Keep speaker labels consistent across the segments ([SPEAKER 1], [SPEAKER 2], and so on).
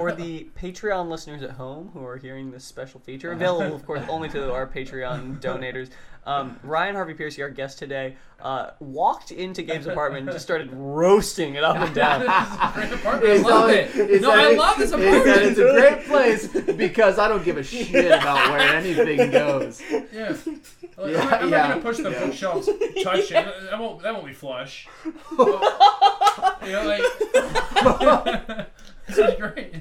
[SPEAKER 1] For the Patreon listeners at home who are hearing this special feature, available, of course, only to our Patreon donators, um, Ryan Harvey Piercy, our guest today, uh, walked into Gabe's apartment and just started roasting it up and down.
[SPEAKER 2] Great apartment. I love
[SPEAKER 3] It's always-
[SPEAKER 2] it.
[SPEAKER 3] it's
[SPEAKER 2] No,
[SPEAKER 3] that
[SPEAKER 2] I
[SPEAKER 3] it's-
[SPEAKER 2] love this
[SPEAKER 3] it's that
[SPEAKER 2] apartment.
[SPEAKER 3] it's a great place because I don't give a shit about where anything goes.
[SPEAKER 2] Yeah. Like, I'm,
[SPEAKER 3] Yeah,
[SPEAKER 2] not- I'm
[SPEAKER 3] yeah.
[SPEAKER 2] not gonna push the
[SPEAKER 3] Yeah.
[SPEAKER 2] bookshelves. Touch it. That won't. That won't be flush. you know, like. this is great.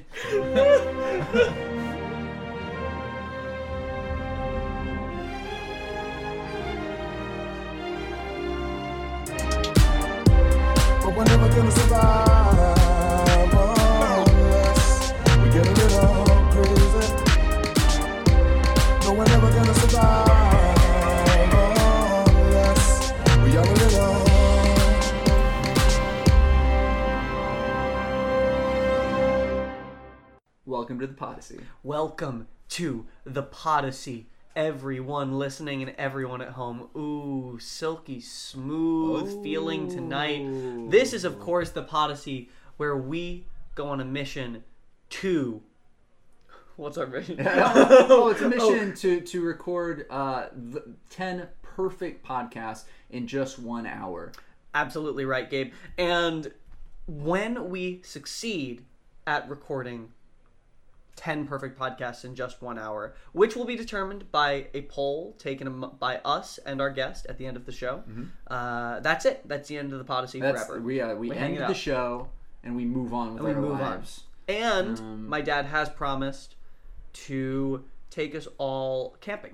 [SPEAKER 4] But we're never gonna survive unless we get a little crazy. No, we're never gonna survive unless we are a little.
[SPEAKER 3] Welcome to the Podyssey.
[SPEAKER 1] Welcome to the Podyssey, everyone listening and everyone at home. Ooh, silky smooth feeling tonight. This is, of course, the Podyssey where we go on a mission to. What's our mission?
[SPEAKER 3] oh, it's a mission to to record uh, the ten perfect podcasts in just one hour.
[SPEAKER 1] Absolutely right, Gabe. And when we succeed at recording 10 perfect podcasts in just one hour, which will be determined by a poll taken am- by us and our guest at the end of the show, uh, that's it. That's the end of the Podyssey
[SPEAKER 3] Mm-hmm. That's
[SPEAKER 1] forever.
[SPEAKER 3] we uh, we,
[SPEAKER 1] hang
[SPEAKER 3] end
[SPEAKER 1] it
[SPEAKER 3] the
[SPEAKER 1] up.
[SPEAKER 3] show and we move on with
[SPEAKER 1] we
[SPEAKER 3] our
[SPEAKER 1] move on.
[SPEAKER 3] lives.
[SPEAKER 1] and
[SPEAKER 3] um,
[SPEAKER 1] my dad has promised to take us all camping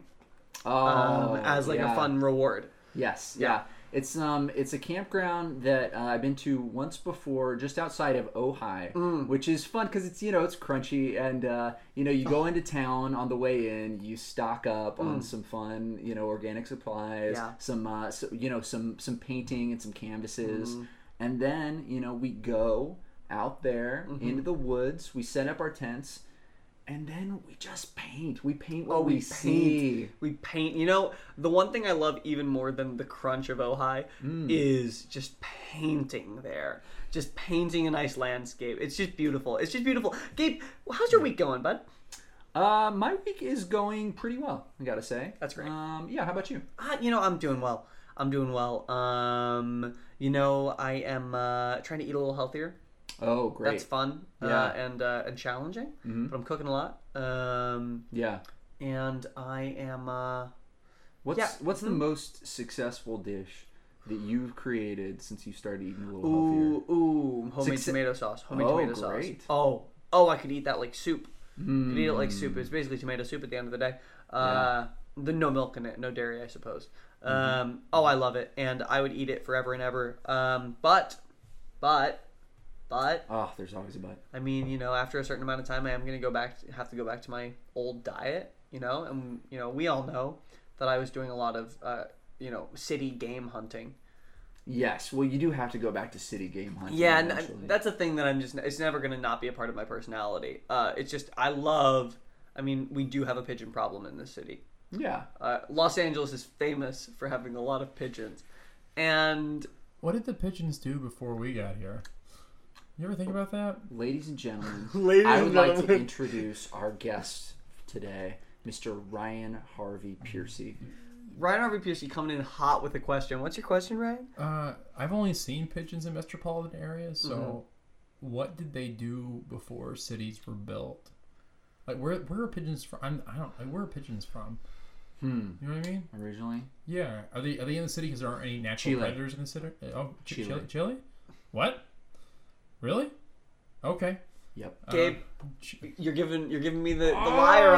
[SPEAKER 1] um,
[SPEAKER 3] Oh,
[SPEAKER 1] as like a
[SPEAKER 3] yeah.
[SPEAKER 1] fun reward.
[SPEAKER 3] Yes, yeah. It's um, it's a campground that uh, I've been to once before, just outside of Ojai, which is fun because it's you know it's crunchy and uh, you know you go into town on the way in, you stock up on some fun you know organic supplies,
[SPEAKER 1] Yeah.
[SPEAKER 3] some uh, so, you know some some painting and some canvases, and then you know we go out there into the woods, we set up our tents, and then we just paint. We paint what Oh, we,
[SPEAKER 1] Oh, we paint.
[SPEAKER 3] see.
[SPEAKER 1] We paint. You know, the one thing I love even more than the crunch of Ojai
[SPEAKER 3] Mm.
[SPEAKER 1] is just painting there. Just painting a nice landscape. It's just beautiful. It's just beautiful. Gabe, how's your week going, bud?
[SPEAKER 3] Uh, my week is going pretty well. I gotta say.
[SPEAKER 1] That's great.
[SPEAKER 3] Um, yeah. How about you?
[SPEAKER 1] Ah, you know, I'm doing well. I'm doing well. Um, you know, I am uh, trying to eat a little healthier.
[SPEAKER 3] Oh, great.
[SPEAKER 1] That's fun
[SPEAKER 3] Yeah. Mm-hmm.
[SPEAKER 1] uh, and uh, and challenging. But I'm cooking a lot. Um,
[SPEAKER 3] yeah.
[SPEAKER 1] and I am. Uh,
[SPEAKER 3] What's
[SPEAKER 1] Yeah. mm-hmm.
[SPEAKER 3] What's the most successful dish that you've created since you started eating a little healthier?
[SPEAKER 1] Ooh, ooh, homemade
[SPEAKER 3] Succe-
[SPEAKER 1] tomato sauce. Homemade
[SPEAKER 3] Oh,
[SPEAKER 1] tomato sauce.
[SPEAKER 3] great.
[SPEAKER 1] Oh, oh, I could eat that like soup. Could eat it like soup.
[SPEAKER 3] Hmm.
[SPEAKER 1] It's basically tomato soup at the end of the day. Uh, The no milk in it, no dairy, I suppose.
[SPEAKER 3] Mm-hmm.
[SPEAKER 1] Um, oh, I love it, and I would eat it forever and ever. Um, but, but, but,
[SPEAKER 3] Oh, there's always a but.
[SPEAKER 1] I mean, you know, after a certain amount of time, I am gonna go back, have to go back to my old diet, you know, and you know, we all know that I was doing a lot of, uh, you know, city game hunting.
[SPEAKER 3] Yes. Well, you do have to go back to city game hunting.
[SPEAKER 1] Yeah, and I-
[SPEAKER 3] eventually.
[SPEAKER 1] that's a thing that I'm just. It's never going to not be a part of my personality. Uh, it's just I love. I mean, we do have a pigeon problem in this city.
[SPEAKER 3] yeah.
[SPEAKER 1] Uh, Los Angeles is famous for having a lot of pigeons, and
[SPEAKER 2] What did the pigeons do before we got here? You ever think about that?
[SPEAKER 3] Ladies and gentlemen,
[SPEAKER 1] Ladies
[SPEAKER 3] I would
[SPEAKER 1] and
[SPEAKER 3] like to
[SPEAKER 1] gentlemen.
[SPEAKER 3] introduce our guest today, Mr. Ryan Harvey Piercy.
[SPEAKER 1] Ryan Harvey Piercy coming in hot with a question. What's your question, Ryan?
[SPEAKER 2] Uh, I've only seen pigeons in metropolitan areas, so
[SPEAKER 3] Mm-hmm.
[SPEAKER 2] what did they do before cities were built? Like where where are pigeons from? I'm, I don't like where are pigeons from? Hmm. You know what I mean?
[SPEAKER 3] Originally,
[SPEAKER 2] Yeah. Are they are they in the city because there aren't any natural
[SPEAKER 3] Chile.
[SPEAKER 2] predators in the city? Oh, Ch-
[SPEAKER 3] Chile.
[SPEAKER 2] Chile. Chile. What? Really? Okay.
[SPEAKER 3] yep.
[SPEAKER 1] Gabe,
[SPEAKER 2] Ch-
[SPEAKER 1] you're giving you're giving me the, the liar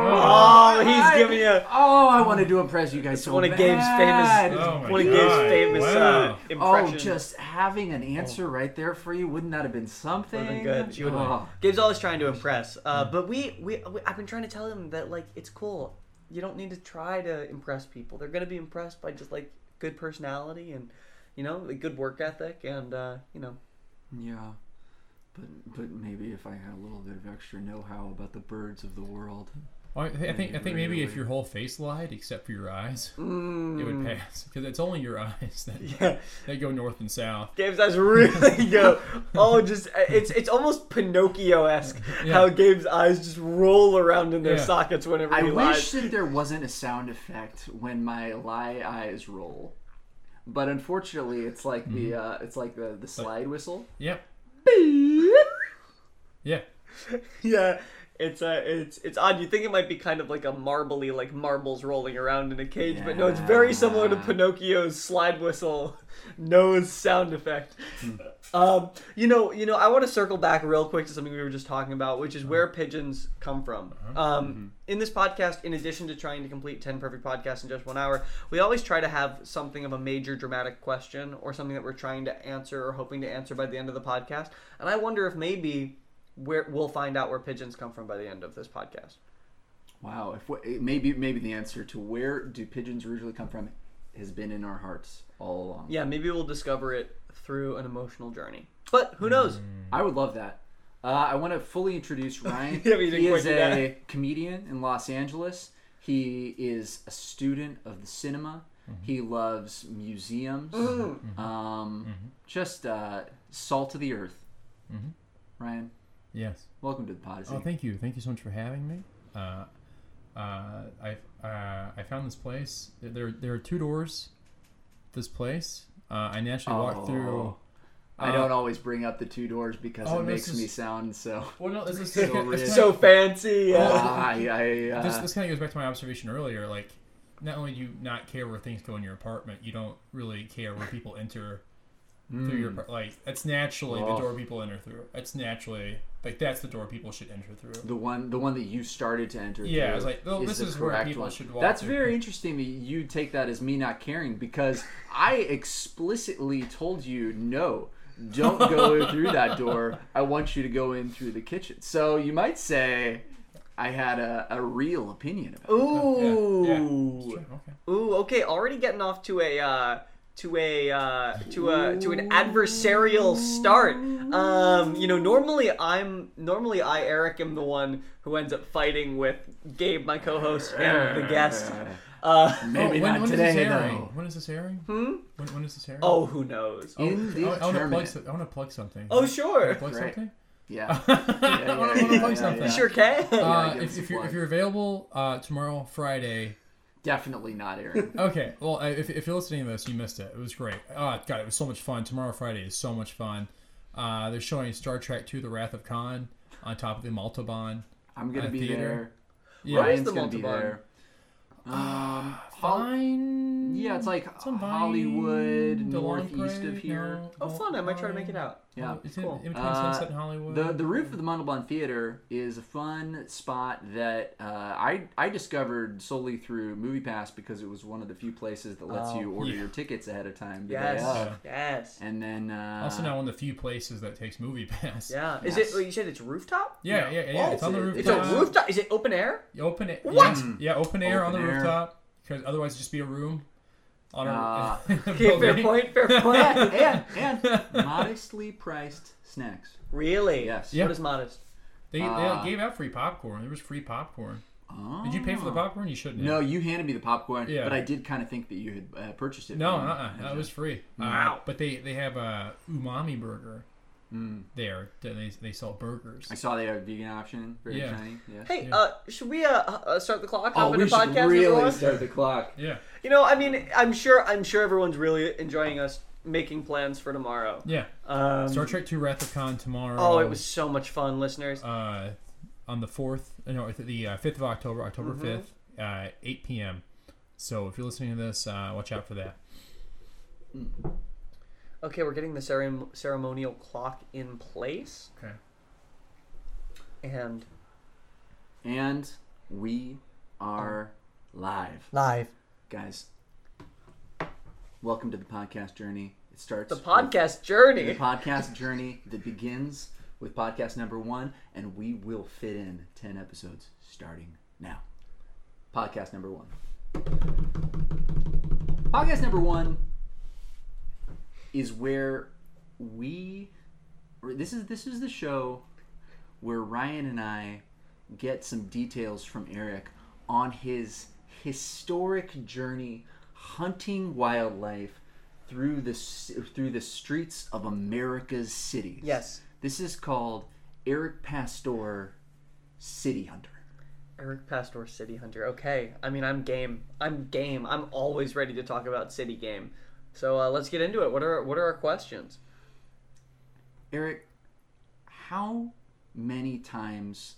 [SPEAKER 1] eyes. Oh, he's giving you
[SPEAKER 3] Oh, I wanted to impress you guys. So
[SPEAKER 1] one of Gabe's
[SPEAKER 3] bad.
[SPEAKER 1] famous
[SPEAKER 2] Oh my
[SPEAKER 1] one of Gabe's
[SPEAKER 2] God.
[SPEAKER 1] famous uh,
[SPEAKER 2] Wow.
[SPEAKER 3] Oh,
[SPEAKER 1] impressions.
[SPEAKER 3] just having an answer right there for you wouldn't that have been something?
[SPEAKER 1] Oh. Would've been good. She would
[SPEAKER 3] Oh.
[SPEAKER 1] Gabe's always trying to impress, uh, but we, we we I've been trying to tell him that like it's cool. You don't need to try to impress people. They're gonna be impressed by just like good personality and you know the good work ethic and uh, you know
[SPEAKER 3] Yeah, but but maybe if I had a little bit of extra know-how about the birds of the world,
[SPEAKER 2] Well, I, I think I think maybe if your whole face lied except for your eyes, it would
[SPEAKER 3] Mm.
[SPEAKER 2] pass because it's only your eyes that
[SPEAKER 1] Yeah.
[SPEAKER 2] they go north and south.
[SPEAKER 1] Gabe's eyes really go. Oh, just it's it's almost Pinocchio esque
[SPEAKER 2] Yeah.
[SPEAKER 1] how Gabe's eyes just roll around in their
[SPEAKER 2] Yeah.
[SPEAKER 1] sockets whenever
[SPEAKER 3] I
[SPEAKER 1] he
[SPEAKER 3] wish
[SPEAKER 1] lies.
[SPEAKER 3] that there wasn't a sound effect when my lie eyes roll, but unfortunately, it's like the uh,
[SPEAKER 1] Mm-hmm.
[SPEAKER 3] it's like the the slide whistle.
[SPEAKER 2] Yep. Yeah.
[SPEAKER 1] yeah, it's uh, it's it's odd. You think it might be kind of like a marbly, like marbles rolling around in a cage, but no, it's very similar to
[SPEAKER 3] Yeah.
[SPEAKER 1] Pinocchio's slide whistle nose sound effect. um, you know, you know, I want to circle back real quick to something we were just talking about, which
[SPEAKER 2] Uh-huh.
[SPEAKER 1] is where pigeons come from. Um,
[SPEAKER 2] Mm-hmm.
[SPEAKER 1] In this podcast, in addition to trying to complete ten perfect podcasts in just one hour, we always try to have something of a major dramatic question or something that we're trying to answer or hoping to answer by the end of the podcast. And I wonder if maybe where we'll find out where pigeons come from by the end of this podcast.
[SPEAKER 3] Wow, if we- maybe maybe the answer to where do pigeons originally come from has been in our hearts all along.
[SPEAKER 1] Yeah, maybe we'll discover it through an emotional journey. But who knows?
[SPEAKER 2] Mm.
[SPEAKER 3] I would love that. Uh, I want to fully introduce Ryan.
[SPEAKER 1] Yeah, we didn't
[SPEAKER 3] he
[SPEAKER 1] quite
[SPEAKER 3] is
[SPEAKER 1] do
[SPEAKER 3] a comedian in Los Angeles. He is a student of the cinema.
[SPEAKER 2] Mm-hmm.
[SPEAKER 3] He loves museums. Um,
[SPEAKER 2] Mm-hmm.
[SPEAKER 3] Just uh, salt of the earth. Ryan,
[SPEAKER 2] Yes.
[SPEAKER 3] welcome to the pod.
[SPEAKER 2] Mm-hmm. Oh, thank you. Thank you so much for having me. Uh, uh, I uh, I found this place. There there are two doors. to This place. Uh, I naturally walked through.
[SPEAKER 3] Oh. I
[SPEAKER 2] uh,
[SPEAKER 3] don't always bring up the two doors because
[SPEAKER 2] Oh,
[SPEAKER 3] it
[SPEAKER 2] no,
[SPEAKER 3] makes
[SPEAKER 2] this is-
[SPEAKER 3] me sound so.
[SPEAKER 2] Well, no, this is
[SPEAKER 3] rich.
[SPEAKER 2] it's
[SPEAKER 1] So fancy. Yeah.
[SPEAKER 3] I, I, uh,
[SPEAKER 2] this, this kind of goes back to my observation earlier. Like, not only do you not care where things go in your apartment, you don't really care where people enter through
[SPEAKER 3] Hmm.
[SPEAKER 2] your apart- like. That's naturally
[SPEAKER 3] Oh.
[SPEAKER 2] the door people enter through. That's naturally like that's the door people should enter through.
[SPEAKER 3] The one, the one that you started to enter.
[SPEAKER 2] Yeah,
[SPEAKER 3] through
[SPEAKER 2] it's like, well, this
[SPEAKER 3] the
[SPEAKER 2] is where
[SPEAKER 3] correct
[SPEAKER 2] people should walk
[SPEAKER 3] That's
[SPEAKER 2] through.
[SPEAKER 3] very interesting. That you take that as me not caring because I explicitly told you no, don't go through that door. I want you to go in through the kitchen. So you might say I had a, a real opinion about. it.
[SPEAKER 1] Ooh.
[SPEAKER 2] Yeah, yeah, it's true, Okay.
[SPEAKER 1] Ooh, okay, already getting off to a uh, to a uh, to a to an adversarial start. Um, you know, normally I'm normally I Eric am the one who ends up fighting with Gabe, my co-host, and the guest. Uh,
[SPEAKER 3] Maybe
[SPEAKER 2] Oh, when,
[SPEAKER 3] not
[SPEAKER 2] when is
[SPEAKER 3] today
[SPEAKER 2] this airing?
[SPEAKER 3] though. Hmm?
[SPEAKER 2] When is this airing? When, when is this airing?
[SPEAKER 1] oh, who knows? Oh,
[SPEAKER 3] Indeterminate.
[SPEAKER 2] I, want to plug. so- I want to plug something.
[SPEAKER 1] sure,
[SPEAKER 2] plug
[SPEAKER 3] Oh, Great.
[SPEAKER 2] something.
[SPEAKER 3] Yeah.
[SPEAKER 2] I want to
[SPEAKER 3] yeah,
[SPEAKER 2] plug
[SPEAKER 3] yeah,
[SPEAKER 2] something.
[SPEAKER 1] you sure can.
[SPEAKER 2] Uh,
[SPEAKER 3] give
[SPEAKER 2] if,
[SPEAKER 3] us a
[SPEAKER 2] if you're
[SPEAKER 3] plug.
[SPEAKER 2] if you're available uh, tomorrow, Friday.
[SPEAKER 3] Definitely not Aaron.
[SPEAKER 2] Okay, well, I- if, if you're listening to this, you missed it. It was great. Oh God, it was so much fun. Tomorrow, Friday, is so much fun. Uh, they're showing Star Trek II: The Wrath of Khan on top of the Maltaban.
[SPEAKER 3] I'm gonna
[SPEAKER 2] Uh,
[SPEAKER 3] be
[SPEAKER 2] theater.
[SPEAKER 3] there.
[SPEAKER 2] Yeah.
[SPEAKER 1] Where is
[SPEAKER 3] Ryan's
[SPEAKER 1] the
[SPEAKER 3] gonna be
[SPEAKER 1] Montalban?
[SPEAKER 3] there. Um, Hol-
[SPEAKER 2] Ah, Fine.
[SPEAKER 3] Yeah, it's like
[SPEAKER 2] on Vine,
[SPEAKER 3] Hollywood,
[SPEAKER 2] the Long
[SPEAKER 3] northeast
[SPEAKER 2] Parade,
[SPEAKER 3] of here.
[SPEAKER 2] no,
[SPEAKER 1] oh, fun! I might try to
[SPEAKER 2] Vine.
[SPEAKER 1] make it out.
[SPEAKER 3] Yeah.
[SPEAKER 2] It's in,
[SPEAKER 1] Cool.
[SPEAKER 2] in between
[SPEAKER 3] Uh,
[SPEAKER 2] Sunset and Hollywood.
[SPEAKER 3] The, the roof of the Montalban Theater is a fun spot that uh, I I discovered solely through MoviePass because it was one of the few places that lets
[SPEAKER 1] Oh.
[SPEAKER 3] you order
[SPEAKER 2] Yeah. Uh,
[SPEAKER 3] your tickets ahead of time. the day
[SPEAKER 1] Yes,
[SPEAKER 3] of.
[SPEAKER 1] yes,
[SPEAKER 3] And then uh,
[SPEAKER 2] also now one of the few places that takes movie pass.
[SPEAKER 1] yeah. Is
[SPEAKER 3] Yes.
[SPEAKER 1] it? You said it's rooftop.
[SPEAKER 2] Yeah, yeah, yeah.
[SPEAKER 1] Oh,
[SPEAKER 2] it's uh, on the
[SPEAKER 1] It's
[SPEAKER 2] rooftop.
[SPEAKER 1] a rooftop. Is it open air?
[SPEAKER 2] You Open it.
[SPEAKER 1] What?
[SPEAKER 2] Yeah, yeah, open air on
[SPEAKER 3] Open
[SPEAKER 2] the
[SPEAKER 3] air.
[SPEAKER 2] rooftop because otherwise it'd just be a room. On a,
[SPEAKER 3] Ah.
[SPEAKER 2] Oh,
[SPEAKER 1] Okay, Uh, fair point. Fair point.
[SPEAKER 3] and, and and modestly priced snacks.
[SPEAKER 1] really?
[SPEAKER 3] Yes.
[SPEAKER 2] Yeah.
[SPEAKER 1] What is modest?
[SPEAKER 2] They, they
[SPEAKER 3] Ah.
[SPEAKER 2] gave out free popcorn. There was free popcorn.
[SPEAKER 3] Oh.
[SPEAKER 2] Did you pay for the popcorn? You shouldn't.
[SPEAKER 3] No,
[SPEAKER 2] Have.
[SPEAKER 3] you handed me the popcorn,
[SPEAKER 2] Yeah.
[SPEAKER 3] but I did kind of think that you had uh, purchased it.
[SPEAKER 2] No,
[SPEAKER 3] from-
[SPEAKER 2] uh-uh. that was free. Uh,
[SPEAKER 1] Wow.
[SPEAKER 2] but they they have a umami burger there. that They they sell burgers.
[SPEAKER 3] I saw they had a vegan option. Very
[SPEAKER 2] Yeah.
[SPEAKER 3] shiny. Yeah.
[SPEAKER 1] Hey,
[SPEAKER 2] Yeah.
[SPEAKER 1] uh, should we uh, uh, start the clock?
[SPEAKER 3] oh,
[SPEAKER 1] Hop
[SPEAKER 3] we
[SPEAKER 1] into
[SPEAKER 3] should
[SPEAKER 1] podcast
[SPEAKER 3] really
[SPEAKER 1] everyone?
[SPEAKER 3] start the clock.
[SPEAKER 2] Yeah,
[SPEAKER 1] You know, I mean, I'm sure, I'm sure everyone's really enjoying us making plans for tomorrow.
[SPEAKER 2] yeah.
[SPEAKER 1] Um,
[SPEAKER 2] Star Trek Two: Wrath of Khan tomorrow.
[SPEAKER 1] oh, it was so much fun, listeners.
[SPEAKER 2] uh, on the fourth. No, the uh, fifth of October, October 5th uh, eight p.m. So if you're listening to this, uh, watch out for that.
[SPEAKER 1] Okay, we're getting the cerem- ceremonial clock in place,
[SPEAKER 2] Okay.
[SPEAKER 1] and
[SPEAKER 3] And we are
[SPEAKER 2] Oh.
[SPEAKER 3] live.
[SPEAKER 1] live
[SPEAKER 3] Guys, welcome to the podcast journey. It starts
[SPEAKER 1] the
[SPEAKER 3] with
[SPEAKER 1] podcast journey.
[SPEAKER 3] the podcast journey that begins with podcast number 1 and we will fit in 10 episodes starting now. Podcast number 1. Podcast number 1 is where we this is this is the show where Ryan and I get some details from Eric on his historic journey hunting wildlife through the s- through the streets of America's cities.
[SPEAKER 1] Yes.
[SPEAKER 3] This is called Eric Pastor City Hunter.
[SPEAKER 1] Eric Pastor, City Hunter. Okay, I mean, I'm game. I'm game. I'm always ready to talk about City Game. So uh, let's get into it. What are what are our questions?
[SPEAKER 3] Eric, how many times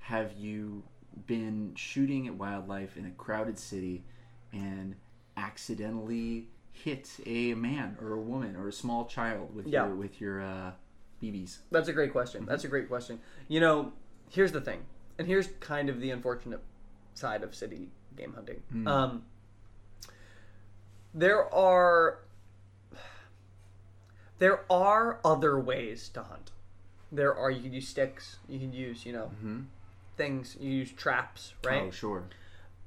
[SPEAKER 3] have you been shooting at wildlife in a crowded city and accidentally hit a man or a woman or a small child with
[SPEAKER 1] Yeah.
[SPEAKER 3] your with your uh, BBs?
[SPEAKER 1] That's a great question. That's a great question. You know, here's the thing, and here's kind of the unfortunate side of city game hunting.
[SPEAKER 3] Hmm.
[SPEAKER 1] Um, there are there are other ways to hunt. There are you can use sticks, you can use you know things, you use traps, right?
[SPEAKER 3] Mm-hmm. Oh, sure.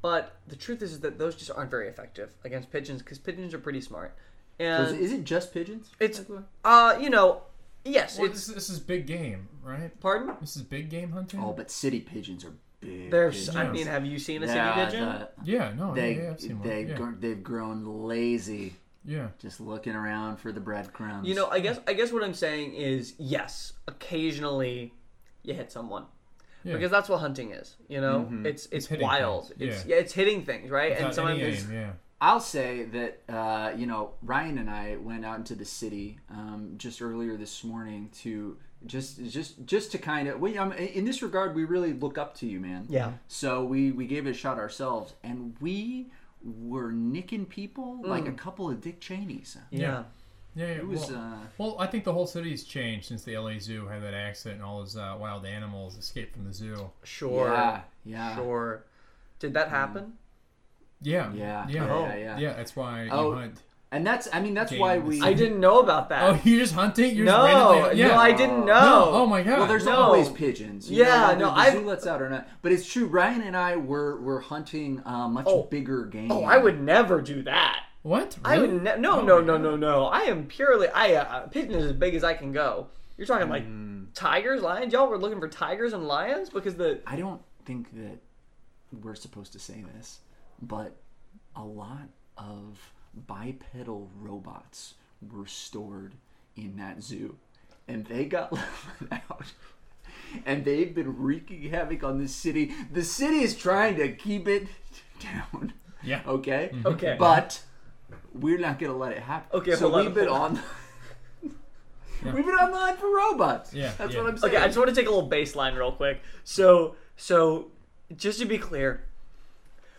[SPEAKER 1] But the truth is, is that those just aren't very effective against pigeons because pigeons are pretty smart.
[SPEAKER 3] So is,
[SPEAKER 1] And
[SPEAKER 3] is it just pigeons?
[SPEAKER 1] Uh, it's, uh, you know, yes,
[SPEAKER 2] Well,
[SPEAKER 1] it's.
[SPEAKER 2] this, this is big game, right?
[SPEAKER 1] Pardon?
[SPEAKER 2] This is big game hunting.
[SPEAKER 3] Oh, but city pigeons are big.
[SPEAKER 1] There's.
[SPEAKER 3] pigeons.
[SPEAKER 1] I mean, have you seen a city
[SPEAKER 3] Yeah,
[SPEAKER 1] pigeon?
[SPEAKER 3] the-
[SPEAKER 2] yeah, no,
[SPEAKER 3] they
[SPEAKER 2] Oh, yeah, yeah, I've seen one.
[SPEAKER 3] they
[SPEAKER 2] yeah,
[SPEAKER 3] gr- they've grown lazy,
[SPEAKER 2] yeah.
[SPEAKER 3] just looking around for the breadcrumbs.
[SPEAKER 1] You know, I guess. I guess what I'm saying is, yes, occasionally, you hit someone.
[SPEAKER 2] Yeah. Mm-hmm.
[SPEAKER 1] Because that's what hunting is, you know. It's it's,
[SPEAKER 2] hitting
[SPEAKER 1] wild.
[SPEAKER 2] things,
[SPEAKER 1] It's
[SPEAKER 2] yeah.
[SPEAKER 1] yeah, it's hitting things, right?
[SPEAKER 2] Without
[SPEAKER 1] and sometimes
[SPEAKER 2] any
[SPEAKER 1] it's-
[SPEAKER 2] aim, E yeah.
[SPEAKER 3] I'll say that uh, you know Ryan and I went out into the city um, just earlier this morning to just just just to kind of we um, in this regard we really look up to you, man.
[SPEAKER 1] Yeah.
[SPEAKER 3] So we we gave it a shot ourselves, and we were nicking people
[SPEAKER 1] Mm.
[SPEAKER 3] like a couple of Dick Cheneys.
[SPEAKER 1] yeah,
[SPEAKER 2] Yeah, yeah,
[SPEAKER 3] It was.
[SPEAKER 2] well,
[SPEAKER 3] Uh,
[SPEAKER 2] well, I think the whole city's changed since the LA Zoo had that accident and all those uh, wild animals escaped from the zoo.
[SPEAKER 1] sure,
[SPEAKER 3] yeah, yeah. Mm.
[SPEAKER 1] sure. Did that happen?
[SPEAKER 2] Yeah,
[SPEAKER 3] Yeah,
[SPEAKER 2] yeah,
[SPEAKER 3] yeah,
[SPEAKER 2] yeah.
[SPEAKER 3] yeah.
[SPEAKER 2] that's why
[SPEAKER 3] Oh.
[SPEAKER 2] you hunt.
[SPEAKER 3] And that's I mean that's
[SPEAKER 2] Game
[SPEAKER 3] why
[SPEAKER 2] in the
[SPEAKER 3] we.
[SPEAKER 1] I didn't know about that.
[SPEAKER 2] Oh, you're just hunting? You're just
[SPEAKER 1] no,
[SPEAKER 2] randomly, yeah.
[SPEAKER 1] no, I didn't know.
[SPEAKER 2] No, oh my god.
[SPEAKER 3] Well, there's
[SPEAKER 1] No.
[SPEAKER 3] always pigeons. you
[SPEAKER 1] Yeah,
[SPEAKER 3] know, whether
[SPEAKER 1] no,
[SPEAKER 3] the
[SPEAKER 1] I've-
[SPEAKER 3] zoo lets out or not. But it's true. Ryan and I were were hunting uh, much
[SPEAKER 1] Oh.
[SPEAKER 3] bigger game.
[SPEAKER 1] Oh, I would never do that.
[SPEAKER 2] what?
[SPEAKER 1] I
[SPEAKER 2] Really?
[SPEAKER 1] would ne- no,
[SPEAKER 2] Oh
[SPEAKER 1] no,
[SPEAKER 2] my
[SPEAKER 1] no,
[SPEAKER 2] God.
[SPEAKER 1] no, no. I am purely I uh, pigeon is as big as I can go. You're talking like tigers, lions. Y'all were looking for tigers and lions because the
[SPEAKER 3] I don't think that we're supposed to say this, but a lot of bipedal robots were stored in that zoo, and they got let out. And they've been wreaking havoc on this city. The city is trying to keep it down.
[SPEAKER 2] Yeah.
[SPEAKER 3] Okay.
[SPEAKER 1] Mm-hmm. okay,
[SPEAKER 3] But we're not gonna let it happen.
[SPEAKER 1] Okay,
[SPEAKER 3] so
[SPEAKER 1] hold on,
[SPEAKER 3] we've been
[SPEAKER 1] hold
[SPEAKER 3] on. We've been online for robots.
[SPEAKER 2] Yeah,
[SPEAKER 3] that's
[SPEAKER 2] yeah.
[SPEAKER 3] what I'm saying.
[SPEAKER 1] okay. I just want to take a little baseline real quick. So, so just to be clear,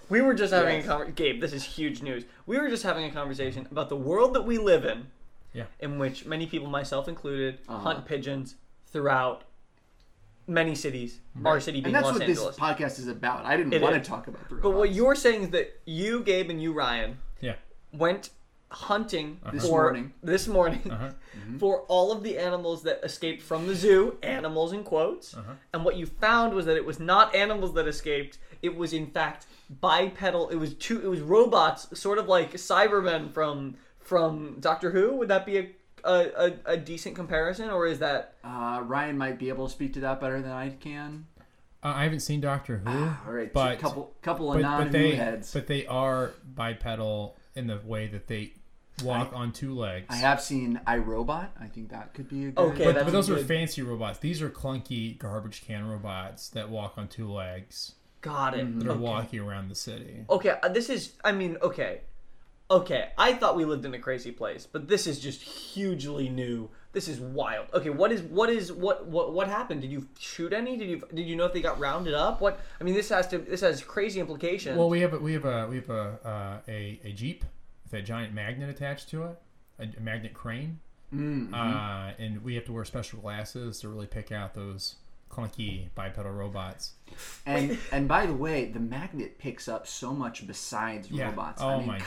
[SPEAKER 1] we were just having
[SPEAKER 3] Yes.
[SPEAKER 1] a conversation. Gabe, this is huge news. We were just having a conversation about the world that we live in,
[SPEAKER 2] Yeah.
[SPEAKER 1] in which many people, myself included, hunt pigeons throughout many cities. Our city being
[SPEAKER 3] and that's
[SPEAKER 1] Los
[SPEAKER 3] what
[SPEAKER 1] Angeles.
[SPEAKER 3] this podcast is about. I didn't
[SPEAKER 1] It
[SPEAKER 3] want
[SPEAKER 1] is.
[SPEAKER 3] to talk about the robots.
[SPEAKER 1] But what you're saying is that you, Gabe, and you, Ryan,
[SPEAKER 2] Yeah.
[SPEAKER 1] went hunting
[SPEAKER 3] This
[SPEAKER 1] for
[SPEAKER 3] morning. Mm-hmm.
[SPEAKER 1] this morning for all of the animals that escaped from the zoo, animals in quotes. And what you found was that it was not animals that escaped; it was in fact bipedal. It was two. It was robots, sort of like Cybermen from from Doctor Who. Would that be a a, a, a decent comparison, or is that
[SPEAKER 3] uh, Ryan might be able to speak to that better than I can.
[SPEAKER 2] Uh, I haven't seen Doctor Who.
[SPEAKER 3] All right,
[SPEAKER 2] but,
[SPEAKER 3] a couple couple of
[SPEAKER 2] but,
[SPEAKER 3] non
[SPEAKER 2] but they
[SPEAKER 3] heads.
[SPEAKER 2] but they are bipedal in the way that they walk on two legs.
[SPEAKER 3] I have seen iRobot. I think that could be a good.
[SPEAKER 1] Okay,
[SPEAKER 2] but,
[SPEAKER 1] that's
[SPEAKER 2] but those are
[SPEAKER 1] good.
[SPEAKER 2] fancy robots. These are clunky garbage can robots that walk on two legs.
[SPEAKER 1] got
[SPEAKER 3] Mm-hmm.
[SPEAKER 1] it?
[SPEAKER 2] That are walking around the city.
[SPEAKER 1] Okay, uh, this is. I mean, okay, okay. I thought we lived in a crazy place, but this is just hugely new. This is wild. Okay, what is what is what what what happened? Did you shoot any? Did you did you know if they got rounded up? What I mean, this has to this has crazy implications.
[SPEAKER 2] Well, we have a, we have a we have a uh, a, a jeep with a giant magnet attached to it, a, a magnet crane,
[SPEAKER 3] Mm-hmm.
[SPEAKER 2] uh, and we have to wear special glasses to really pick out those clunky bipedal robots.
[SPEAKER 3] And and by the way, the magnet picks up so much besides
[SPEAKER 2] Yeah.
[SPEAKER 3] robots.
[SPEAKER 2] Oh
[SPEAKER 3] I mean,
[SPEAKER 2] my God.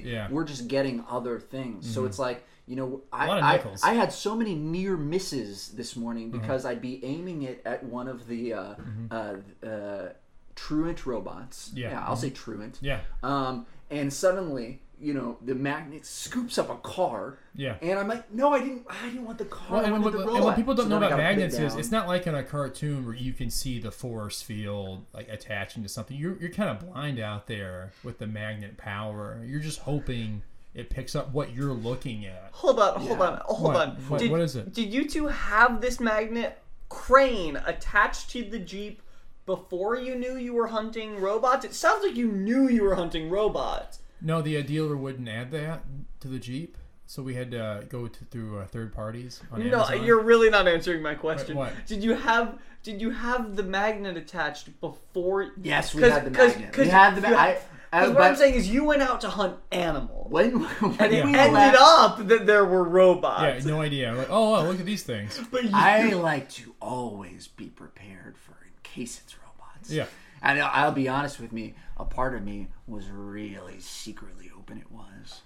[SPEAKER 2] Yeah. Mm-hmm.
[SPEAKER 3] we're just getting other things. So it's like you know, I,
[SPEAKER 2] lot of
[SPEAKER 3] I,
[SPEAKER 2] nickels. Mm-hmm.
[SPEAKER 3] I had so many near misses this morning because I'd be aiming it at one of the uh, uh, uh, truant robots.
[SPEAKER 2] Yeah. Mm-hmm.
[SPEAKER 3] I'll say truant.
[SPEAKER 2] Yeah.
[SPEAKER 3] Um, and suddenly you know, the magnet scoops up a car.
[SPEAKER 2] Yeah.
[SPEAKER 3] And I'm like, no, I didn't. I didn't want the car.
[SPEAKER 2] Well,
[SPEAKER 3] I
[SPEAKER 2] and,
[SPEAKER 3] wanted
[SPEAKER 2] what,
[SPEAKER 3] Oh, the
[SPEAKER 2] and
[SPEAKER 3] robot.
[SPEAKER 2] what people don't
[SPEAKER 3] So
[SPEAKER 2] know
[SPEAKER 3] then I
[SPEAKER 2] about
[SPEAKER 3] gotta put it
[SPEAKER 2] magnets is
[SPEAKER 3] down.
[SPEAKER 2] it's not like in a cartoon where you can see the force field like attaching to something. You're, you're kind of blind out there with the magnet power. You're just hoping it picks up what you're looking at.
[SPEAKER 1] Hold on, hold
[SPEAKER 3] Yeah.
[SPEAKER 1] on, hold
[SPEAKER 2] What?
[SPEAKER 1] on.
[SPEAKER 2] What-
[SPEAKER 1] did,
[SPEAKER 2] what is it?
[SPEAKER 1] Did you two have this magnet crane attached to the Jeep before you knew you were hunting robots? It sounds like you knew you were hunting robots.
[SPEAKER 2] No, the uh, dealer wouldn't add that to the Jeep, so we had to uh, go to, through uh, third parties on
[SPEAKER 1] No,
[SPEAKER 2] Amazon.
[SPEAKER 1] you're really not answering my question.
[SPEAKER 2] Wait, what?
[SPEAKER 1] Did you have did you have the magnet attached before
[SPEAKER 3] Yes, we
[SPEAKER 1] 'Cause-
[SPEAKER 3] had the
[SPEAKER 1] 'cause-
[SPEAKER 3] magnet.
[SPEAKER 1] 'cause
[SPEAKER 3] We had the
[SPEAKER 1] you-
[SPEAKER 3] magnet.
[SPEAKER 1] Because what I'm saying is, you went out to hunt animals,
[SPEAKER 3] when, when
[SPEAKER 1] and it
[SPEAKER 3] we
[SPEAKER 1] ended
[SPEAKER 3] left,
[SPEAKER 1] up that there were
[SPEAKER 2] yeah,
[SPEAKER 1] robots.
[SPEAKER 2] no idea. Like, oh, oh, look at these things.
[SPEAKER 1] But you,
[SPEAKER 3] I like to always be prepared for in case it's robots.
[SPEAKER 2] Yeah.
[SPEAKER 3] And I'll- I'll be honest with me, a part of me was really secretly hoping it was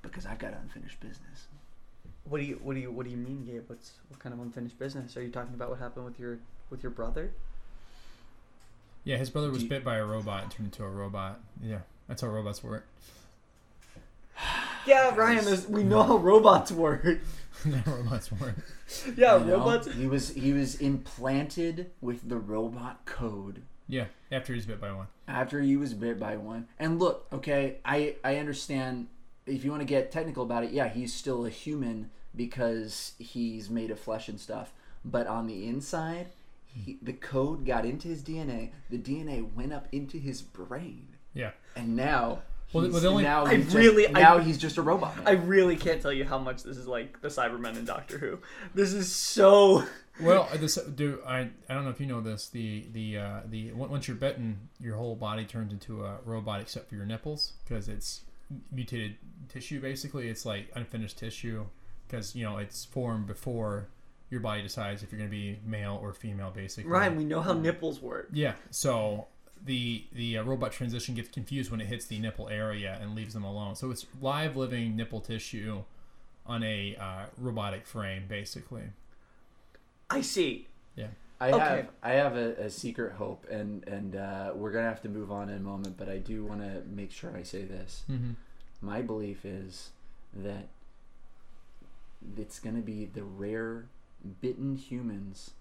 [SPEAKER 3] because I've got unfinished business.
[SPEAKER 1] what do you what do you what do you mean, Gabe? What's what kind of unfinished business are you talking about? What happened with your with your brother?
[SPEAKER 2] Yeah, his brother was
[SPEAKER 3] Do you-
[SPEAKER 2] bit by a robot and turned into a robot. Yeah, that's how robots work.
[SPEAKER 1] Yeah, Ryan, there's- we know how robots work.
[SPEAKER 2] robots work.
[SPEAKER 1] Yeah,
[SPEAKER 3] You know?
[SPEAKER 1] robots.
[SPEAKER 3] He was he was implanted with the robot code
[SPEAKER 2] Yeah, after he's bit by one.
[SPEAKER 3] after he was bit by one. And look, okay, I I understand if you want to get technical about it, yeah, he's still a human because he's made of flesh and stuff. But on the inside, he, the code got into his DNA. The DNA went up into his brain,
[SPEAKER 2] Yeah.
[SPEAKER 3] and now
[SPEAKER 2] Well,
[SPEAKER 3] he's,
[SPEAKER 2] well, the only-
[SPEAKER 3] now,
[SPEAKER 1] I
[SPEAKER 3] he's just-
[SPEAKER 1] really- I-
[SPEAKER 3] now he's just a robot.
[SPEAKER 1] I really can't tell you how much this is like the Cybermen in Doctor Who. This is so.
[SPEAKER 2] Well, this do I? I don't know if you know this. The the uh, the on- once you're bitten, your whole body turns into a robot except for your nipples because it's mutated tissue. Basically, it's like unfinished tissue because you know it's formed before your body decides if you're going to be male or female. Basically,
[SPEAKER 1] Ryan, we know how nipples work.
[SPEAKER 2] Yeah. So the the uh, robot transition gets confused when it hits the nipple area and leaves them alone. So it's live living nipple tissue on a uh, robotic frame, basically.
[SPEAKER 1] I see.
[SPEAKER 2] Yeah.
[SPEAKER 3] I
[SPEAKER 1] Okay.
[SPEAKER 3] have I have a, a secret hope, and and uh, we're gonna have to move on in a moment. But I do want to make sure I say this.
[SPEAKER 2] Mhm.
[SPEAKER 3] My belief is that it's gonna be the rare bitten humans,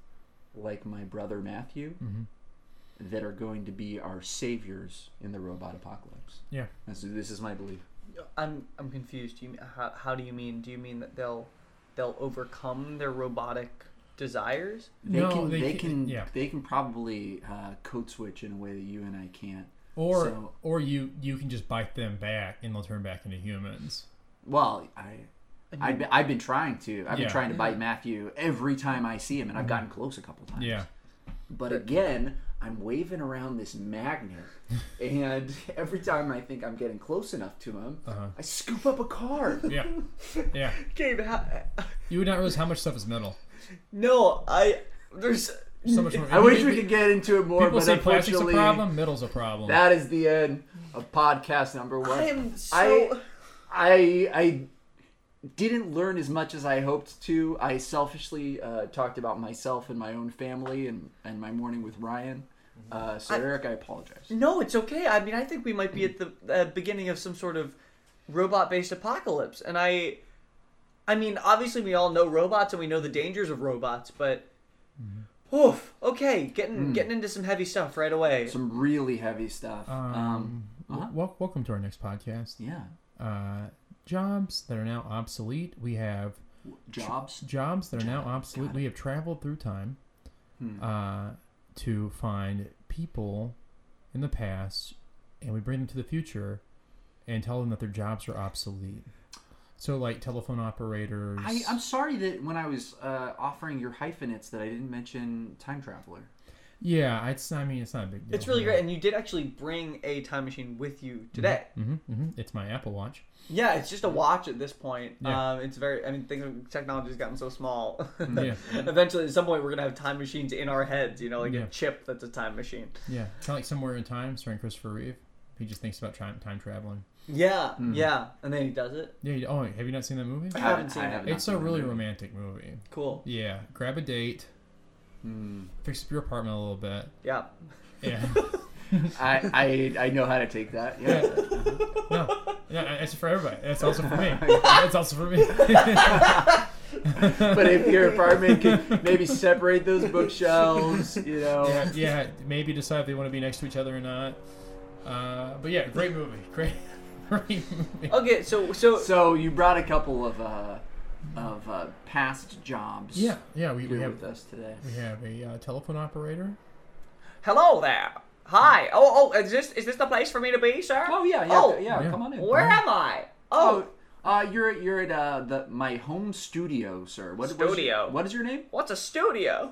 [SPEAKER 3] like my brother Matthew,
[SPEAKER 2] Mm-hmm.
[SPEAKER 3] that are going to be our saviors in the robot apocalypse.
[SPEAKER 2] Yeah.
[SPEAKER 3] And so this is my belief.
[SPEAKER 1] I'm I'm confused. Do you how, how do you mean? Do you mean that they'll they'll overcome their robotic desires?
[SPEAKER 3] They
[SPEAKER 2] No,
[SPEAKER 3] can
[SPEAKER 2] they
[SPEAKER 3] they,
[SPEAKER 2] ca-
[SPEAKER 3] can
[SPEAKER 2] yeah.
[SPEAKER 3] they can probably uh, code switch in a way that you and I can't.
[SPEAKER 2] Or
[SPEAKER 3] So-
[SPEAKER 2] or you you can just bite them back and they'll turn back into humans.
[SPEAKER 3] Well, I, I've been, I've been trying to. I've
[SPEAKER 2] Yeah. Mm-hmm.
[SPEAKER 3] been trying to bite Matthew every time I see him, and I've gotten close a couple times.
[SPEAKER 2] Yeah.
[SPEAKER 3] But again, I'm waving around this magnet, and every time I think I'm getting close enough to him,
[SPEAKER 2] Uh-huh.
[SPEAKER 3] I scoop up a card.
[SPEAKER 2] Yeah. Yeah.
[SPEAKER 1] Gabe, how,
[SPEAKER 2] You would not realize how much stuff is metal.
[SPEAKER 1] no, I there's
[SPEAKER 2] There's So much more.
[SPEAKER 3] I wish we could get into it more,
[SPEAKER 2] People
[SPEAKER 3] but
[SPEAKER 2] say plastic's a
[SPEAKER 3] unfortunately,
[SPEAKER 2] problem, metal's a problem.
[SPEAKER 3] that is the end of podcast number one.
[SPEAKER 1] I am so
[SPEAKER 3] I- I I didn't learn as much as I hoped to. I selfishly uh, talked about myself and my own family and, and my morning with Ryan.
[SPEAKER 2] Mm-hmm.
[SPEAKER 3] Uh, so
[SPEAKER 1] I-
[SPEAKER 3] Eric, I apologize.
[SPEAKER 1] no, it's okay. I mean, I think we might be at the uh, beginning of some sort of robot-based apocalypse, and I, I mean, obviously we all know robots and we know the dangers of robots, but. Oof. Okay, getting getting into some heavy stuff right away.
[SPEAKER 3] Some really heavy stuff.
[SPEAKER 2] um,
[SPEAKER 3] Um,
[SPEAKER 2] w-
[SPEAKER 3] uh-huh.
[SPEAKER 2] wel- welcome to our next podcast.
[SPEAKER 3] yeah,
[SPEAKER 2] Uh, jobs that are now obsolete. We have
[SPEAKER 3] jobs.
[SPEAKER 2] jobs that are now obsolete. We have traveled through time
[SPEAKER 3] Hmm.
[SPEAKER 2] uh, to find people in the past, and we bring them to the future and tell them that their jobs are obsolete. So, like telephone operators.
[SPEAKER 3] I, I'm sorry that when I was uh, offering your hyphenates that I didn't mention time traveler.
[SPEAKER 2] yeah, it's. I mean, it's not a big deal.
[SPEAKER 1] It's really great, and you did actually bring a time machine with you today.
[SPEAKER 2] hmm hmm It's my Apple Watch.
[SPEAKER 1] Yeah, it's just a watch at this point.
[SPEAKER 2] Yeah.
[SPEAKER 1] Um, it's very. I mean, things technology's gotten so small.
[SPEAKER 2] Yeah.
[SPEAKER 1] Eventually, at some point, we're gonna have time machines in our heads. You know, like
[SPEAKER 2] Yeah.
[SPEAKER 1] a chip that's a time machine.
[SPEAKER 2] Yeah, kind of like somewhere in time, starring Christopher Reeve. He just thinks about time, time traveling.
[SPEAKER 1] Yeah, yeah, and then he does it.
[SPEAKER 2] Yeah. you- Oh, have you not seen that movie?
[SPEAKER 1] haven't seen it.
[SPEAKER 3] not
[SPEAKER 2] It's a
[SPEAKER 3] seen that
[SPEAKER 2] really
[SPEAKER 3] movie.
[SPEAKER 2] romantic movie.
[SPEAKER 1] Cool.
[SPEAKER 2] Yeah. Grab a date.
[SPEAKER 3] Hmm.
[SPEAKER 2] Fix up your apartment a little bit.
[SPEAKER 1] Yeah.
[SPEAKER 2] Yeah.
[SPEAKER 3] I, I I know how to take that. Yeah.
[SPEAKER 2] no. Yeah, it's for everybody. It's also for me. It's also for me.
[SPEAKER 3] But if your apartment could maybe separate those bookshelves, you know.
[SPEAKER 2] yeah, yeah, maybe decide if they want to be next to each other or not. Uh, but yeah, great movie. Great, great movie.
[SPEAKER 1] Okay, so so,
[SPEAKER 3] So you brought a couple of uh, of uh, past jobs.
[SPEAKER 2] Yeah, yeah, we,
[SPEAKER 3] Here
[SPEAKER 2] we have
[SPEAKER 3] with us today.
[SPEAKER 2] we have a uh, telephone operator.
[SPEAKER 1] hello there. Hi. Oh oh, is this is this the place for me to be, sir?
[SPEAKER 3] Oh yeah, yeah,
[SPEAKER 1] Oh,
[SPEAKER 3] yeah,
[SPEAKER 2] yeah.
[SPEAKER 3] Come on in.
[SPEAKER 1] Where am I? Oh,
[SPEAKER 3] Oh, uh, you're you're at uh, the my home studio, sir. What, what is
[SPEAKER 1] Studio.
[SPEAKER 3] your, what is your name?
[SPEAKER 1] what's a studio?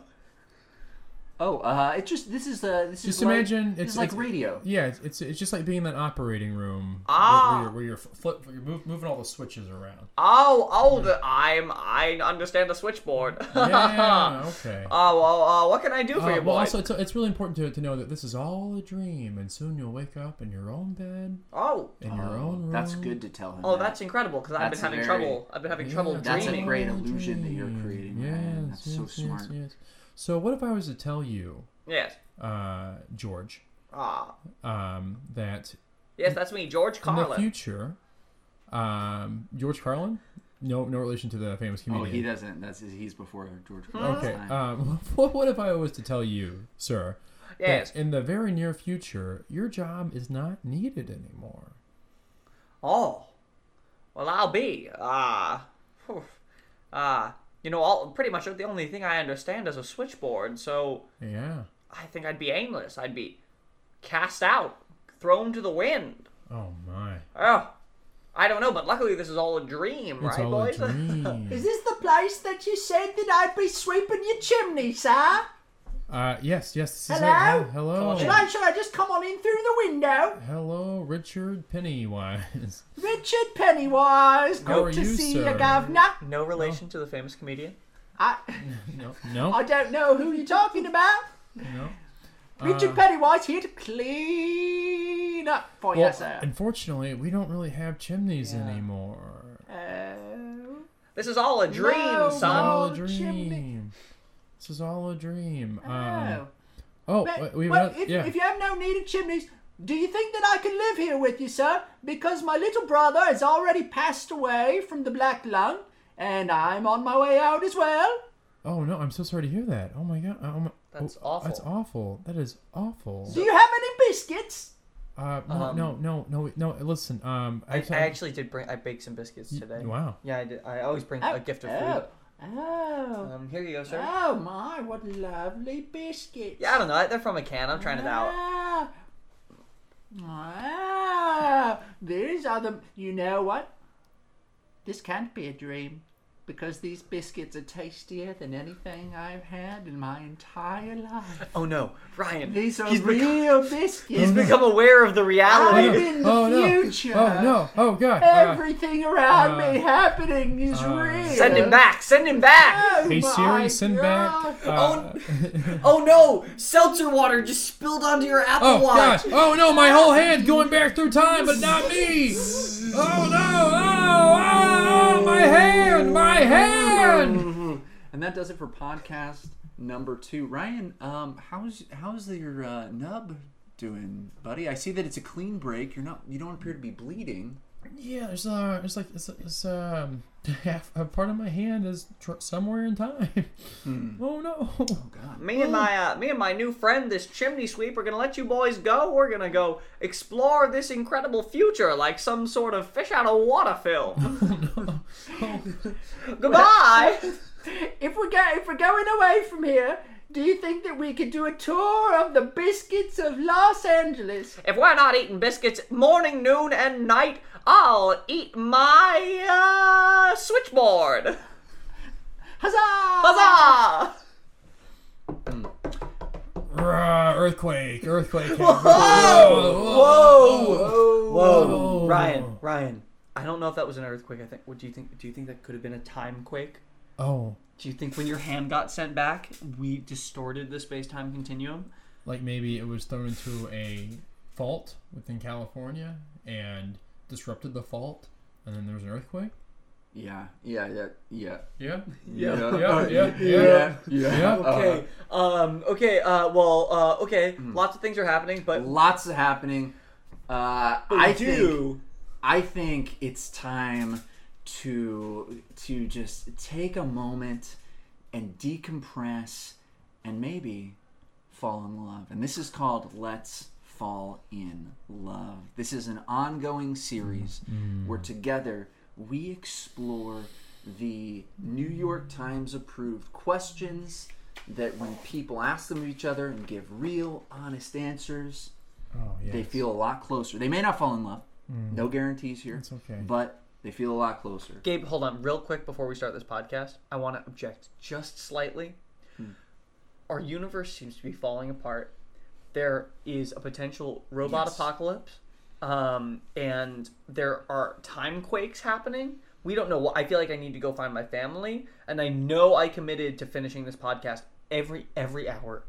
[SPEAKER 3] Oh, uh, it's just this is uh, this
[SPEAKER 2] Just
[SPEAKER 3] is like-
[SPEAKER 2] imagine
[SPEAKER 3] this
[SPEAKER 2] it's
[SPEAKER 3] is like
[SPEAKER 2] it's-
[SPEAKER 3] radio.
[SPEAKER 2] Yeah, it's, it's it's just like being in that operating room
[SPEAKER 1] Ah.
[SPEAKER 2] where, you're, where you're flip, where you're move, moving all the switches around.
[SPEAKER 1] Oh oh, the, I'm I understand the switchboard.
[SPEAKER 2] Yeah, okay.
[SPEAKER 1] Oh well, uh, what can I do for
[SPEAKER 2] Uh,
[SPEAKER 1] you,
[SPEAKER 2] well,
[SPEAKER 1] boy?
[SPEAKER 2] also, it's, it's really important to, to know that this is all a dream, and soon you'll wake up in your own bed,
[SPEAKER 1] oh.
[SPEAKER 2] in your own room.
[SPEAKER 3] That's good to tell him.
[SPEAKER 1] Oh,
[SPEAKER 3] that.
[SPEAKER 1] that's incredible because I've been
[SPEAKER 3] That's
[SPEAKER 1] having
[SPEAKER 3] very-
[SPEAKER 1] trouble. I've been having trouble
[SPEAKER 2] Yeah,
[SPEAKER 3] That's a
[SPEAKER 1] dreaming.
[SPEAKER 3] great illusion that you're creating,
[SPEAKER 2] Yes,
[SPEAKER 3] man. That's so
[SPEAKER 2] yes,
[SPEAKER 3] smart.
[SPEAKER 2] Yes, yes. So, what if I was to tell you,
[SPEAKER 1] Yes.
[SPEAKER 2] uh, George,
[SPEAKER 1] Ah.
[SPEAKER 2] um, that
[SPEAKER 1] Yes, that's me, George
[SPEAKER 2] in the
[SPEAKER 1] Carlin.
[SPEAKER 2] future, um, George Carlin, no, no relation to the famous
[SPEAKER 3] Oh,
[SPEAKER 2] comedian.
[SPEAKER 3] he doesn't. That's he's before George.
[SPEAKER 2] Okay. Um, what, what if I was to tell you, sir,
[SPEAKER 1] Yes.
[SPEAKER 2] that in the very near future, your job is not needed anymore?
[SPEAKER 1] Oh. Well, I'll be. Ah. Phew. Ah. You know, all pretty much the only thing I understand is a switchboard, so
[SPEAKER 2] Yeah.
[SPEAKER 1] I think I'd be aimless. I'd be cast out, thrown to the wind.
[SPEAKER 2] Oh my.
[SPEAKER 1] Oh. I don't know, but luckily this is all a dream,
[SPEAKER 2] It's
[SPEAKER 1] right,
[SPEAKER 2] all
[SPEAKER 1] boys?
[SPEAKER 2] a dream.
[SPEAKER 3] this the place that you said that I'd be sweeping your chimney, sir?
[SPEAKER 2] uh, yes, yes. This is
[SPEAKER 3] Hello?
[SPEAKER 2] It. Hel- Hello.
[SPEAKER 1] Come on,
[SPEAKER 3] should I just come on in through the window?
[SPEAKER 2] Hello, Richard Pennywise.
[SPEAKER 3] Richard Pennywise,
[SPEAKER 2] How are you, sir?
[SPEAKER 1] no relation to the famous comedian.
[SPEAKER 3] I,
[SPEAKER 2] no, no,
[SPEAKER 3] don't know who you're talking about.
[SPEAKER 2] no. Uh,
[SPEAKER 3] Richard Pennywise here to clean up for
[SPEAKER 2] Well,
[SPEAKER 3] you, sir.
[SPEAKER 2] unfortunately, we don't really have chimneys anymore.
[SPEAKER 3] Uh,
[SPEAKER 1] This is all a dream,
[SPEAKER 3] No,
[SPEAKER 2] It's
[SPEAKER 1] son.
[SPEAKER 2] all a
[SPEAKER 3] Oh,
[SPEAKER 2] dream.
[SPEAKER 3] chimney.
[SPEAKER 2] This is all a dream. Um,
[SPEAKER 3] oh.
[SPEAKER 2] oh,
[SPEAKER 3] But,
[SPEAKER 2] we have
[SPEAKER 3] well,
[SPEAKER 2] another-
[SPEAKER 3] if,
[SPEAKER 2] yeah.
[SPEAKER 3] if you have no need of chimneys, do you think that I can live here with you, sir? Because my little brother has already passed away from the black lung, and I'm on my way out as well.
[SPEAKER 2] Oh no, I'm so sorry to hear that. Oh my god. Oh, my,
[SPEAKER 1] That's
[SPEAKER 2] oh, That's
[SPEAKER 1] awful.
[SPEAKER 2] awful. That is awful.
[SPEAKER 3] Do you have any biscuits?
[SPEAKER 2] Uh, no,
[SPEAKER 3] um,
[SPEAKER 2] no, no, no, no. Listen, um,
[SPEAKER 1] I, I actually did bring. I baked some biscuits today.
[SPEAKER 2] Wow.
[SPEAKER 1] Yeah, I did. I always bring a gift of
[SPEAKER 3] oh,
[SPEAKER 1] food.
[SPEAKER 3] oh,
[SPEAKER 1] Um, here you go, sir.
[SPEAKER 3] oh my! What lovely biscuits.
[SPEAKER 1] Yeah, I don't know. They're from a can. I'm trying it out.
[SPEAKER 3] Ah, ah, these are the. You know what? This can't be a dream because these biscuits are tastier than anything I've had in my entire life.
[SPEAKER 1] Oh no, Ryan.
[SPEAKER 3] These are
[SPEAKER 1] he's become,
[SPEAKER 3] real biscuits.
[SPEAKER 1] he's become aware of the
[SPEAKER 3] I'm
[SPEAKER 1] reality.
[SPEAKER 3] in the
[SPEAKER 2] Oh no.
[SPEAKER 3] future.
[SPEAKER 2] Oh no. Oh god. Uh,
[SPEAKER 3] Everything around
[SPEAKER 2] uh,
[SPEAKER 3] me happening is
[SPEAKER 2] uh,
[SPEAKER 3] real.
[SPEAKER 1] Send him back. Send him back.
[SPEAKER 3] Oh
[SPEAKER 2] hey
[SPEAKER 3] my
[SPEAKER 2] Siri, send
[SPEAKER 3] God.
[SPEAKER 2] back. Uh,
[SPEAKER 1] Oh no, seltzer water just spilled onto your Apple
[SPEAKER 2] oh
[SPEAKER 1] Watch.
[SPEAKER 2] gosh. Oh no, my whole hand's going back through time, but not me. Oh no. Oh, oh my hand. My hand.
[SPEAKER 3] Mm-hmm. And that does it for podcast number two. Ryan, um, how's how's your uh, nub doing, buddy? I see that it's a clean break. You're not. You don't appear to be bleeding.
[SPEAKER 2] Yeah, there's uh, there's like it's, it's um, half a part of my hand is tr- somewhere in time. Oh no.
[SPEAKER 1] Me and my uh, me and my new friend, this chimney sweep, are gonna let you boys go. We're gonna go explore this incredible future like some sort of fish out of water film.
[SPEAKER 2] Oh,
[SPEAKER 1] Goodbye.
[SPEAKER 3] If we go, if we're going away from here, do you think that we could do a tour of the biscuits of Los Angeles?
[SPEAKER 1] If we're not eating biscuits morning, noon, and night, I'll eat my uh, switchboard.
[SPEAKER 3] Huzzah!
[SPEAKER 1] Huzzah!
[SPEAKER 2] Rah, earthquake, earthquake. Whoa!
[SPEAKER 1] Whoa!
[SPEAKER 2] Whoa.
[SPEAKER 1] Ryan, Ryan, I don't know if that was an earthquake. I think. What do you think? Do you think that could have been a time quake?
[SPEAKER 2] Oh,
[SPEAKER 1] Do you think when your hand got sent back, we distorted the space-time continuum?
[SPEAKER 2] like maybe it was thrown into a fault within California and disrupted the fault, and then there was an earthquake.
[SPEAKER 3] Yeah, yeah, yeah, yeah,
[SPEAKER 2] Yeah.
[SPEAKER 3] yeah,
[SPEAKER 2] yeah, yeah,
[SPEAKER 3] yeah,
[SPEAKER 2] yeah.
[SPEAKER 3] yeah.
[SPEAKER 1] Okay. um. Okay. Uh. Well. Uh.
[SPEAKER 3] Uh,
[SPEAKER 1] Okay. Lots of things are happening, but
[SPEAKER 3] Lots of happening. Uh,
[SPEAKER 1] I
[SPEAKER 3] I
[SPEAKER 1] do.
[SPEAKER 3] I think it's time to to just take a moment and decompress and maybe fall in love. And this is called Let's Fall in Love. This is an ongoing series where together we explore the New York Times approved questions that when people ask them of each other and give real honest answers,
[SPEAKER 2] Oh yeah.
[SPEAKER 3] they feel a lot closer. They may not fall in love. No guarantees here.
[SPEAKER 2] It's okay.
[SPEAKER 3] But they feel a lot closer.
[SPEAKER 1] Gabe, hold on real quick before we start this podcast. I want to object just slightly. Our universe seems to be falling apart. There is a potential robot
[SPEAKER 3] Yes.
[SPEAKER 1] apocalypse, um, and there are time quakes happening. We don't know what. I feel like I need to go find my family, and I know I committed to finishing this podcast every every hour.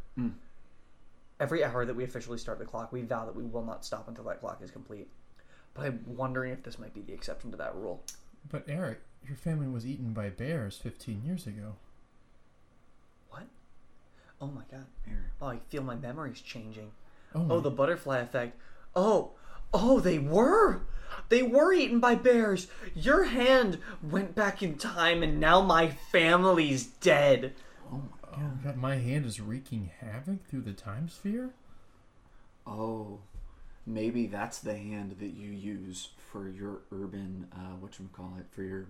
[SPEAKER 1] Every hour that we officially start the clock, we vow that we will not stop until that clock is complete. But I'm wondering if this might be the exception to that rule.
[SPEAKER 2] But Eric, your family was eaten by bears 15 years ago.
[SPEAKER 1] What? Oh my god.
[SPEAKER 3] Here.
[SPEAKER 1] Oh, I feel my memories changing.
[SPEAKER 2] Oh,
[SPEAKER 1] Oh, the butterfly effect. Oh, oh, they were. They were eaten by bears. Your hand went back in time, and now my family's dead.
[SPEAKER 2] oh my God, my hand is wreaking havoc through the time sphere.
[SPEAKER 3] Oh, maybe that's the hand that you use for your urban uh, what you call it for your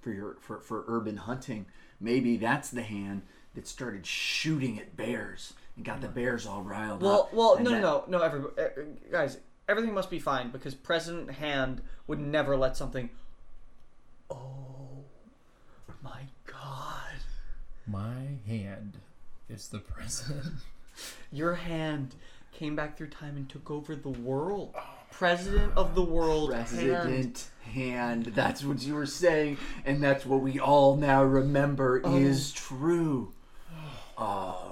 [SPEAKER 3] for your for, for urban hunting. Maybe that's the hand that started shooting at bears and got the bears all riled
[SPEAKER 1] Well,
[SPEAKER 3] up.
[SPEAKER 1] well,
[SPEAKER 3] Uh, and
[SPEAKER 1] no,
[SPEAKER 3] that-
[SPEAKER 1] no, no, no, every, eh, guys, everything must be fine because President Hand would never let something. Oh, my God.
[SPEAKER 2] My hand is the president.
[SPEAKER 1] Your hand came back through time and took over the world. President of the world. hand.
[SPEAKER 3] Oh, President hand. That's what you were saying, and that's what we all now remember
[SPEAKER 1] Oh.
[SPEAKER 3] is true.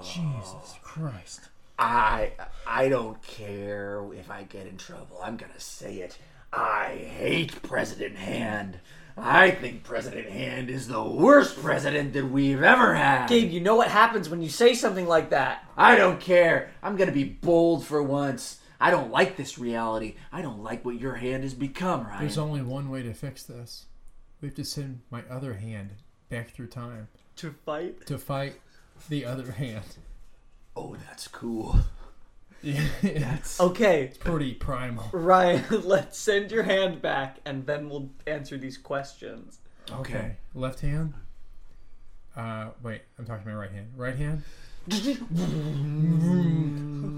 [SPEAKER 2] Jesus Christ.
[SPEAKER 3] I I don't care if I get in trouble. I'm gonna say it. I hate President Hand. I think President Hand is the worst president that we've ever had.
[SPEAKER 1] Gabe, you know what happens when you say something like that.
[SPEAKER 3] I don't care. I'm gonna be bold for once. I don't like this reality. I don't like what your hand has become, Ryan.
[SPEAKER 2] There's only one way to fix this. We have to send my other hand back through time
[SPEAKER 1] To fight?
[SPEAKER 2] to fight the other hand.
[SPEAKER 3] oh, that's cool.
[SPEAKER 2] Yeah, it's
[SPEAKER 1] Okay,
[SPEAKER 2] pretty primal.
[SPEAKER 1] Ryan, let's send your hand back and then we'll answer these questions.
[SPEAKER 2] Okay. Left hand. Uh, wait, I'm talking to my right hand. Right hand.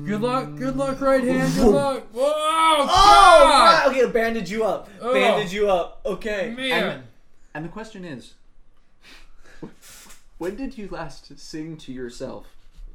[SPEAKER 2] Good luck. Good luck, right hand. Good luck. Whoa! Ah!
[SPEAKER 1] Oh,
[SPEAKER 2] God!
[SPEAKER 1] right. okay, bandage you up. Bandage you up. Okay.
[SPEAKER 2] Man.
[SPEAKER 3] And the question is, when did you last sing to yourself,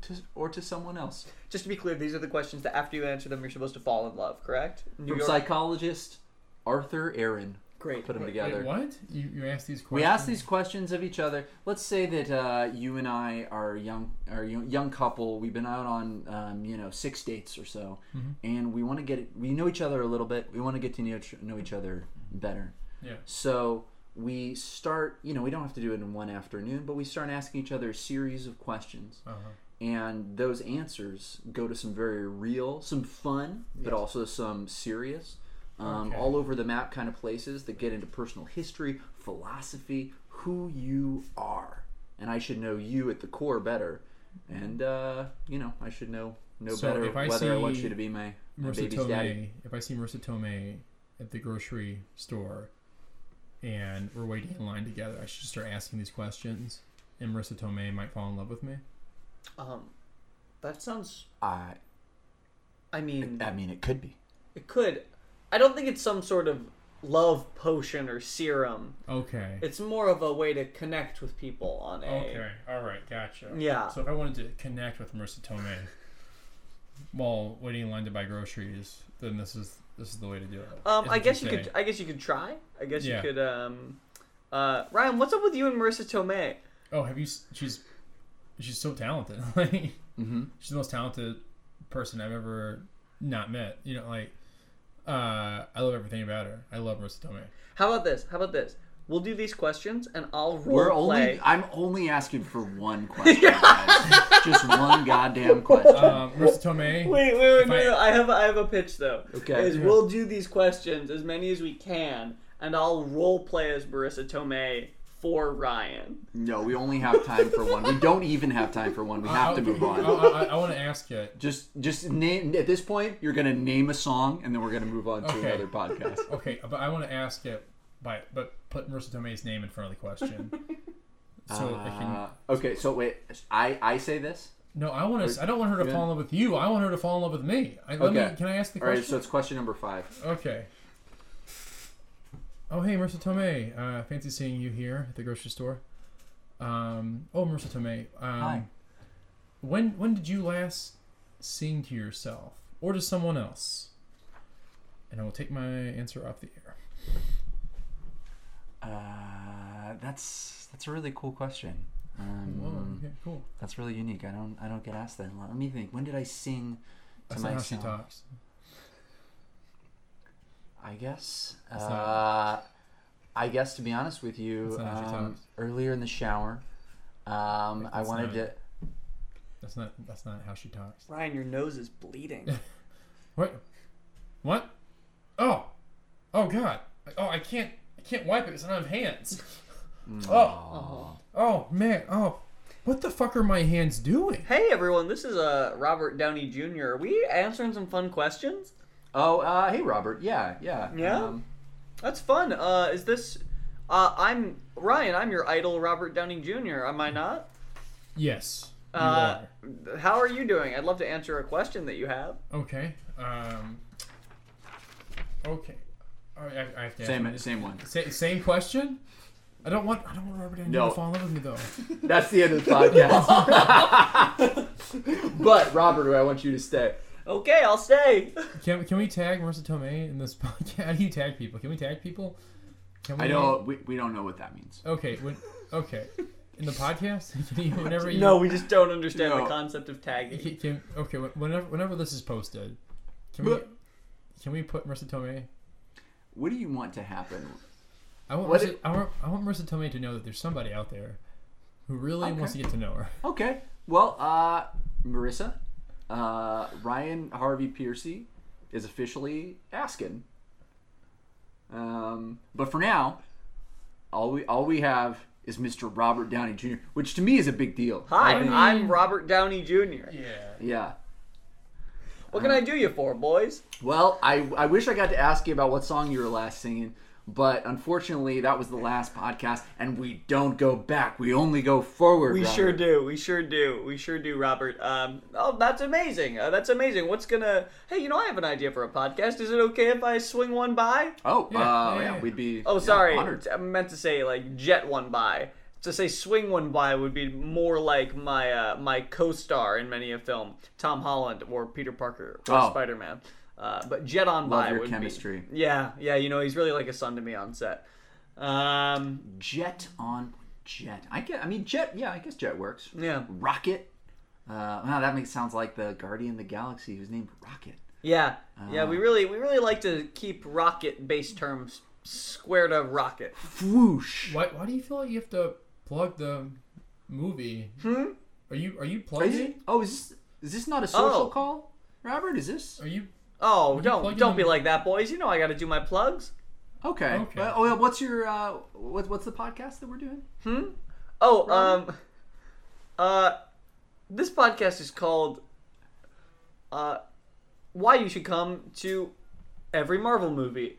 [SPEAKER 3] to, or to someone else?
[SPEAKER 1] Just to be clear, these are the questions that after you answer them, you're supposed to fall in love, correct? New
[SPEAKER 3] From psychologist Arthur Aaron.
[SPEAKER 1] Great.
[SPEAKER 3] Put them
[SPEAKER 2] Wait,
[SPEAKER 3] together.
[SPEAKER 2] what? You, you asked these questions?
[SPEAKER 3] we ask these questions of each other. Let's say that uh, you and I are young, are young, young couple. We've been out on, um, you know, six dates or so,
[SPEAKER 2] Mm-hmm.
[SPEAKER 3] and we want to get we know each other a little bit. We want to get to know each- know each other better.
[SPEAKER 2] Yeah.
[SPEAKER 3] So we start. You know, we don't have to do it in one afternoon, but we start asking each other a series of questions
[SPEAKER 2] Uh-huh.
[SPEAKER 3] and those answers go to some very real, some fun, but also some serious, um,
[SPEAKER 2] Okay.
[SPEAKER 3] all over the map kind of places that get into personal history, philosophy, who you are. And I should know you at the core better. And, uh, you know, I should know, know
[SPEAKER 2] So
[SPEAKER 3] better
[SPEAKER 2] if I
[SPEAKER 3] whether I want
[SPEAKER 2] see
[SPEAKER 3] you to be my, my
[SPEAKER 2] Marissa
[SPEAKER 3] baby's
[SPEAKER 2] Tomei.
[SPEAKER 3] daddy.
[SPEAKER 2] If I see Marissa Tomei at the grocery store, and we're waiting in line together, I should start asking these questions, and Marissa Tomei might fall in love with me.
[SPEAKER 1] Um, that sounds.
[SPEAKER 3] I,
[SPEAKER 1] I mean,
[SPEAKER 3] I mean, it could be.
[SPEAKER 1] it could. I don't think it's some sort of love potion or serum.
[SPEAKER 2] Okay.
[SPEAKER 1] It's more of a way to connect with people on a.
[SPEAKER 2] Okay. All right. Gotcha.
[SPEAKER 1] Yeah.
[SPEAKER 2] So if I wanted to connect with Marissa Tomei while waiting in line to buy groceries, then this is this is the way to do it.
[SPEAKER 1] Um,
[SPEAKER 2] is
[SPEAKER 1] I
[SPEAKER 2] what
[SPEAKER 1] guess you
[SPEAKER 2] you're
[SPEAKER 1] could.
[SPEAKER 2] saying.
[SPEAKER 1] I guess you could try. I guess you
[SPEAKER 2] Yeah.
[SPEAKER 1] could. Um, uh, Ryan, what's up with you and Marissa Tomei?
[SPEAKER 2] Oh, have you? s- She's she's so talented. Like
[SPEAKER 3] Mm-hmm.
[SPEAKER 2] she's the most talented person I've ever not met. You know, like uh, I love everything about her. I love Marissa Tomei.
[SPEAKER 1] How about this? How about this? We'll do these questions, and I'll role
[SPEAKER 3] We're
[SPEAKER 1] play.
[SPEAKER 3] only. I'm only asking for one question. guys. Just one goddamn question.
[SPEAKER 2] Um, Marissa Tomei.
[SPEAKER 1] Wait, wait, wait,
[SPEAKER 2] If
[SPEAKER 1] no,
[SPEAKER 2] I-
[SPEAKER 1] no, I have, I have a pitch though.
[SPEAKER 3] Okay.
[SPEAKER 1] is we'll do these questions as many as we can, and I'll role play as Marissa Tomei for Ryan.
[SPEAKER 3] No, we only have time for one. We don't even have time for one. We have to move
[SPEAKER 2] I,
[SPEAKER 3] on.
[SPEAKER 2] I, want to ask you.
[SPEAKER 3] Just, just name. At this point, you're gonna name a song, and then we're gonna move on to
[SPEAKER 2] Okay.
[SPEAKER 3] another podcast.
[SPEAKER 2] Okay, but I want to ask you by but put Marissa Tomei's name in front of the question. So I
[SPEAKER 3] Uh,
[SPEAKER 2] can
[SPEAKER 3] okay, so wait, I I say this.
[SPEAKER 2] no, I want to. I don't want her to fall in love with you. I want her to fall in love with me. I, let
[SPEAKER 3] Okay.
[SPEAKER 2] me. Can I ask the
[SPEAKER 3] All right, so
[SPEAKER 2] question?
[SPEAKER 3] it's question number five.
[SPEAKER 2] okay. Oh hey, Marissa Tomei. Uh, fancy seeing you here at the grocery store. Um, oh, Marissa Tomei. Um,
[SPEAKER 3] Hi.
[SPEAKER 2] When when did you last sing to yourself or to someone else? And I will take my answer off the air.
[SPEAKER 3] Uh, that's that's a really cool question.
[SPEAKER 2] Whoa,
[SPEAKER 3] Um,
[SPEAKER 2] okay, cool.
[SPEAKER 3] that's really unique. I don't I don't get asked that a lot. Let me think. When did I sing to
[SPEAKER 2] That's not how
[SPEAKER 3] myself?
[SPEAKER 2] she talks.
[SPEAKER 3] I guess.
[SPEAKER 2] not-
[SPEAKER 3] Uh, I guess to be honest with you,
[SPEAKER 2] That's not how she
[SPEAKER 3] um,
[SPEAKER 2] talks.
[SPEAKER 3] earlier in the shower, um, I
[SPEAKER 2] that's
[SPEAKER 3] wanted
[SPEAKER 2] not-
[SPEAKER 3] to.
[SPEAKER 2] That's not. That's not how she talks.
[SPEAKER 1] Ryan, your nose is bleeding.
[SPEAKER 2] What? What? Oh. Oh God. Oh, I can't. I can't wipe it because I don't have hands.
[SPEAKER 3] Mm.
[SPEAKER 2] Oh. Oh man. Oh. What the fuck are my hands doing?
[SPEAKER 1] hey everyone, this is uh, Robert Downey Jr. Are we answering some fun questions?
[SPEAKER 3] Oh, uh, hey Robert. Yeah, yeah,
[SPEAKER 1] Yeah?
[SPEAKER 3] Um,
[SPEAKER 1] That's fun. Uh, is this? Uh, I'm Ryan. I'm your idol, Robert Downey Jr. Am I not?
[SPEAKER 2] Yes. You
[SPEAKER 1] Uh, How are you doing? I'd love to answer a question that you have.
[SPEAKER 2] are. Okay. Um. Okay. All right. I, I have to ask
[SPEAKER 3] same
[SPEAKER 2] you-
[SPEAKER 3] same one.
[SPEAKER 2] sa- same question. I don't want. I don't want Robert Downey
[SPEAKER 3] No.
[SPEAKER 2] to fall in love with me though.
[SPEAKER 3] That's the end of the podcast. but Robert, I want you to stay.
[SPEAKER 1] Okay, I'll stay.
[SPEAKER 2] Can, can we tag Marissa Tomei in this podcast? How do you tag people? Can we tag people? Can we,
[SPEAKER 3] I don't. We, we don't know what that means.
[SPEAKER 2] Okay. When, okay. In the podcast, can you, whenever you
[SPEAKER 1] no, we just don't understand the
[SPEAKER 3] No.
[SPEAKER 1] concept of tagging.
[SPEAKER 2] Can- can- okay, wh- whenever whenever this is posted, can we can we put Marissa Tomei?
[SPEAKER 3] What do you want to happen?
[SPEAKER 2] I want
[SPEAKER 3] What
[SPEAKER 2] Marissa,
[SPEAKER 3] if-
[SPEAKER 2] I want I want Marissa Tomei to know that there's somebody out there who really wants to get to know her.
[SPEAKER 3] Okay. Well, uh, Marissa, uh, Ryan Harvey Piercy is officially asking. Um, but for now, all we all we have is Mr. Robert Downey Jr., which to me is a big deal.
[SPEAKER 1] Hi,
[SPEAKER 2] Ryan.
[SPEAKER 1] I'm Robert Downey Jr.
[SPEAKER 2] Yeah.
[SPEAKER 3] Yeah.
[SPEAKER 1] What can I do you for, boys?
[SPEAKER 3] Well, I, I wish I got to ask you about what song you were last singing, but unfortunately, that was the last podcast, and we don't go back. We only go forward.
[SPEAKER 1] We
[SPEAKER 3] Robert.
[SPEAKER 1] sure do. We sure do. We sure do, Robert. Um, oh, that's amazing. Uh, that's amazing. What's gonna? Hey, you know, I have an idea for a podcast. Is it okay if I swing one by?
[SPEAKER 3] Oh,
[SPEAKER 2] Yeah,
[SPEAKER 3] uh,
[SPEAKER 2] yeah,
[SPEAKER 3] yeah,
[SPEAKER 2] yeah.
[SPEAKER 3] we'd be.
[SPEAKER 1] Oh,
[SPEAKER 3] yeah,
[SPEAKER 1] sorry.
[SPEAKER 3] honored.
[SPEAKER 1] I meant to say like jet one by. To say swing one by would be more like my uh, my co-star in many a film, Tom Holland or Peter Parker or
[SPEAKER 3] Oh.
[SPEAKER 1] Spider-Man. Uh, but jet on
[SPEAKER 3] Love
[SPEAKER 1] by
[SPEAKER 3] your
[SPEAKER 1] would
[SPEAKER 3] chemistry.
[SPEAKER 1] be. Yeah, yeah. You know, he's really like a son to me on set. Um,
[SPEAKER 3] Jet on jet. I get. I mean, jet. Yeah, I guess jet works.
[SPEAKER 1] yeah,
[SPEAKER 3] Rocket. Uh, wow, that makes sounds like the Guardian of the Galaxy who's named Rocket.
[SPEAKER 1] yeah, yeah. We really we really like to keep rocket based terms square to rocket.
[SPEAKER 3] Whoosh.
[SPEAKER 2] Why why do you feel like you have to plug the movie? Hmm. Are you are you
[SPEAKER 3] Is it,
[SPEAKER 2] plugging?
[SPEAKER 3] oh, is this is this not a
[SPEAKER 1] Oh.
[SPEAKER 3] social call, Robert? Is this
[SPEAKER 2] Are you?
[SPEAKER 1] Oh,
[SPEAKER 2] plug
[SPEAKER 1] don't
[SPEAKER 2] in
[SPEAKER 1] don't
[SPEAKER 2] the-
[SPEAKER 1] be like that, boys. You know I got to do my plugs.
[SPEAKER 3] okay?
[SPEAKER 2] Okay.
[SPEAKER 3] Well, oh, yeah, what's your uh, what, what's the podcast that we're doing?
[SPEAKER 1] Oh, um, uh, this podcast is called uh, "Why You Should Come to Every Marvel Movie,"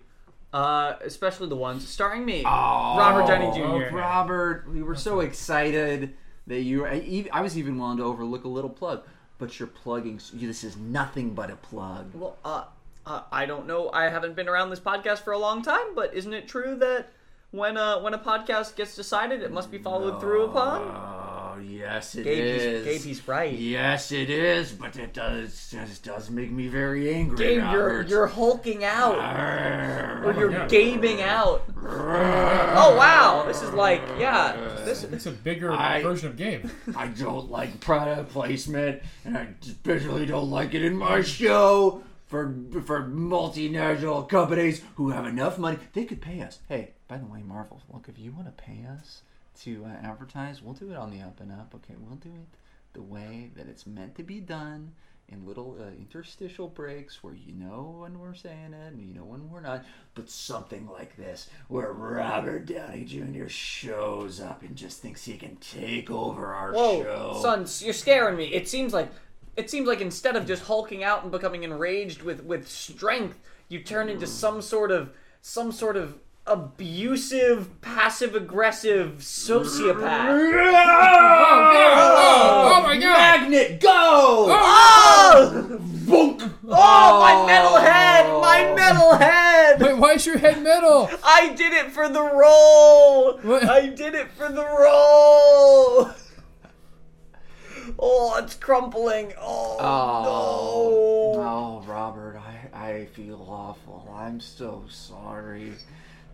[SPEAKER 1] uh, especially the ones starring me, Robert Downey Jr.
[SPEAKER 2] Oh, okay.
[SPEAKER 3] Oh, Robert, we were so excited that you. I, ev- I was even willing to overlook a little plug, but you're plugging. s- You, this is nothing but a plug.
[SPEAKER 1] Well, uh, uh, I don't know. I haven't been around this podcast for a long time, but isn't it true that when uh, when a podcast gets decided, it must be followed through upon?
[SPEAKER 3] Oh yes, it is.
[SPEAKER 1] Gabe, he's, Gabe, he's right.
[SPEAKER 3] Yes, it is, but it does just does make me very angry.
[SPEAKER 1] Gabe, you're
[SPEAKER 3] Robert.
[SPEAKER 1] you're hulking out.
[SPEAKER 3] Arrgh.
[SPEAKER 1] You're gaming out. Oh wow, this is like yeah, this
[SPEAKER 2] It's a bigger
[SPEAKER 3] I-
[SPEAKER 2] version of Gabe.
[SPEAKER 3] I don't like product placement, and I especially don't like it in my show for for multinational companies who have enough money they could pay us. Hey, By the way, Marvel, look, if you want to pay us to uh, advertise, we'll do it on the up and up. Okay, we'll do it the way that it's meant to be done in little uh, interstitial breaks where you know when we're saying it and you know when we're not. But something like this, where Robert Downey Jr. shows up and just thinks he can take over our
[SPEAKER 1] Whoa,
[SPEAKER 3] show.
[SPEAKER 1] Oh, son, you're scaring me. It seems like it seems like instead of just hulking out and becoming enraged with with strength, you turn into some sort of some sort of abusive, passive aggressive sociopath.
[SPEAKER 5] Oh, my god!
[SPEAKER 3] Magnet, go!
[SPEAKER 1] Oh! Oh, my metal head! My metal head!
[SPEAKER 5] Wait, why is your head metal?
[SPEAKER 1] I did it for the role!
[SPEAKER 5] What?
[SPEAKER 1] I did it for the role! Oh, it's crumpling. Oh,
[SPEAKER 3] Oh,
[SPEAKER 1] no.
[SPEAKER 3] no, Oh, Robert, I, I feel awful. I'm so sorry.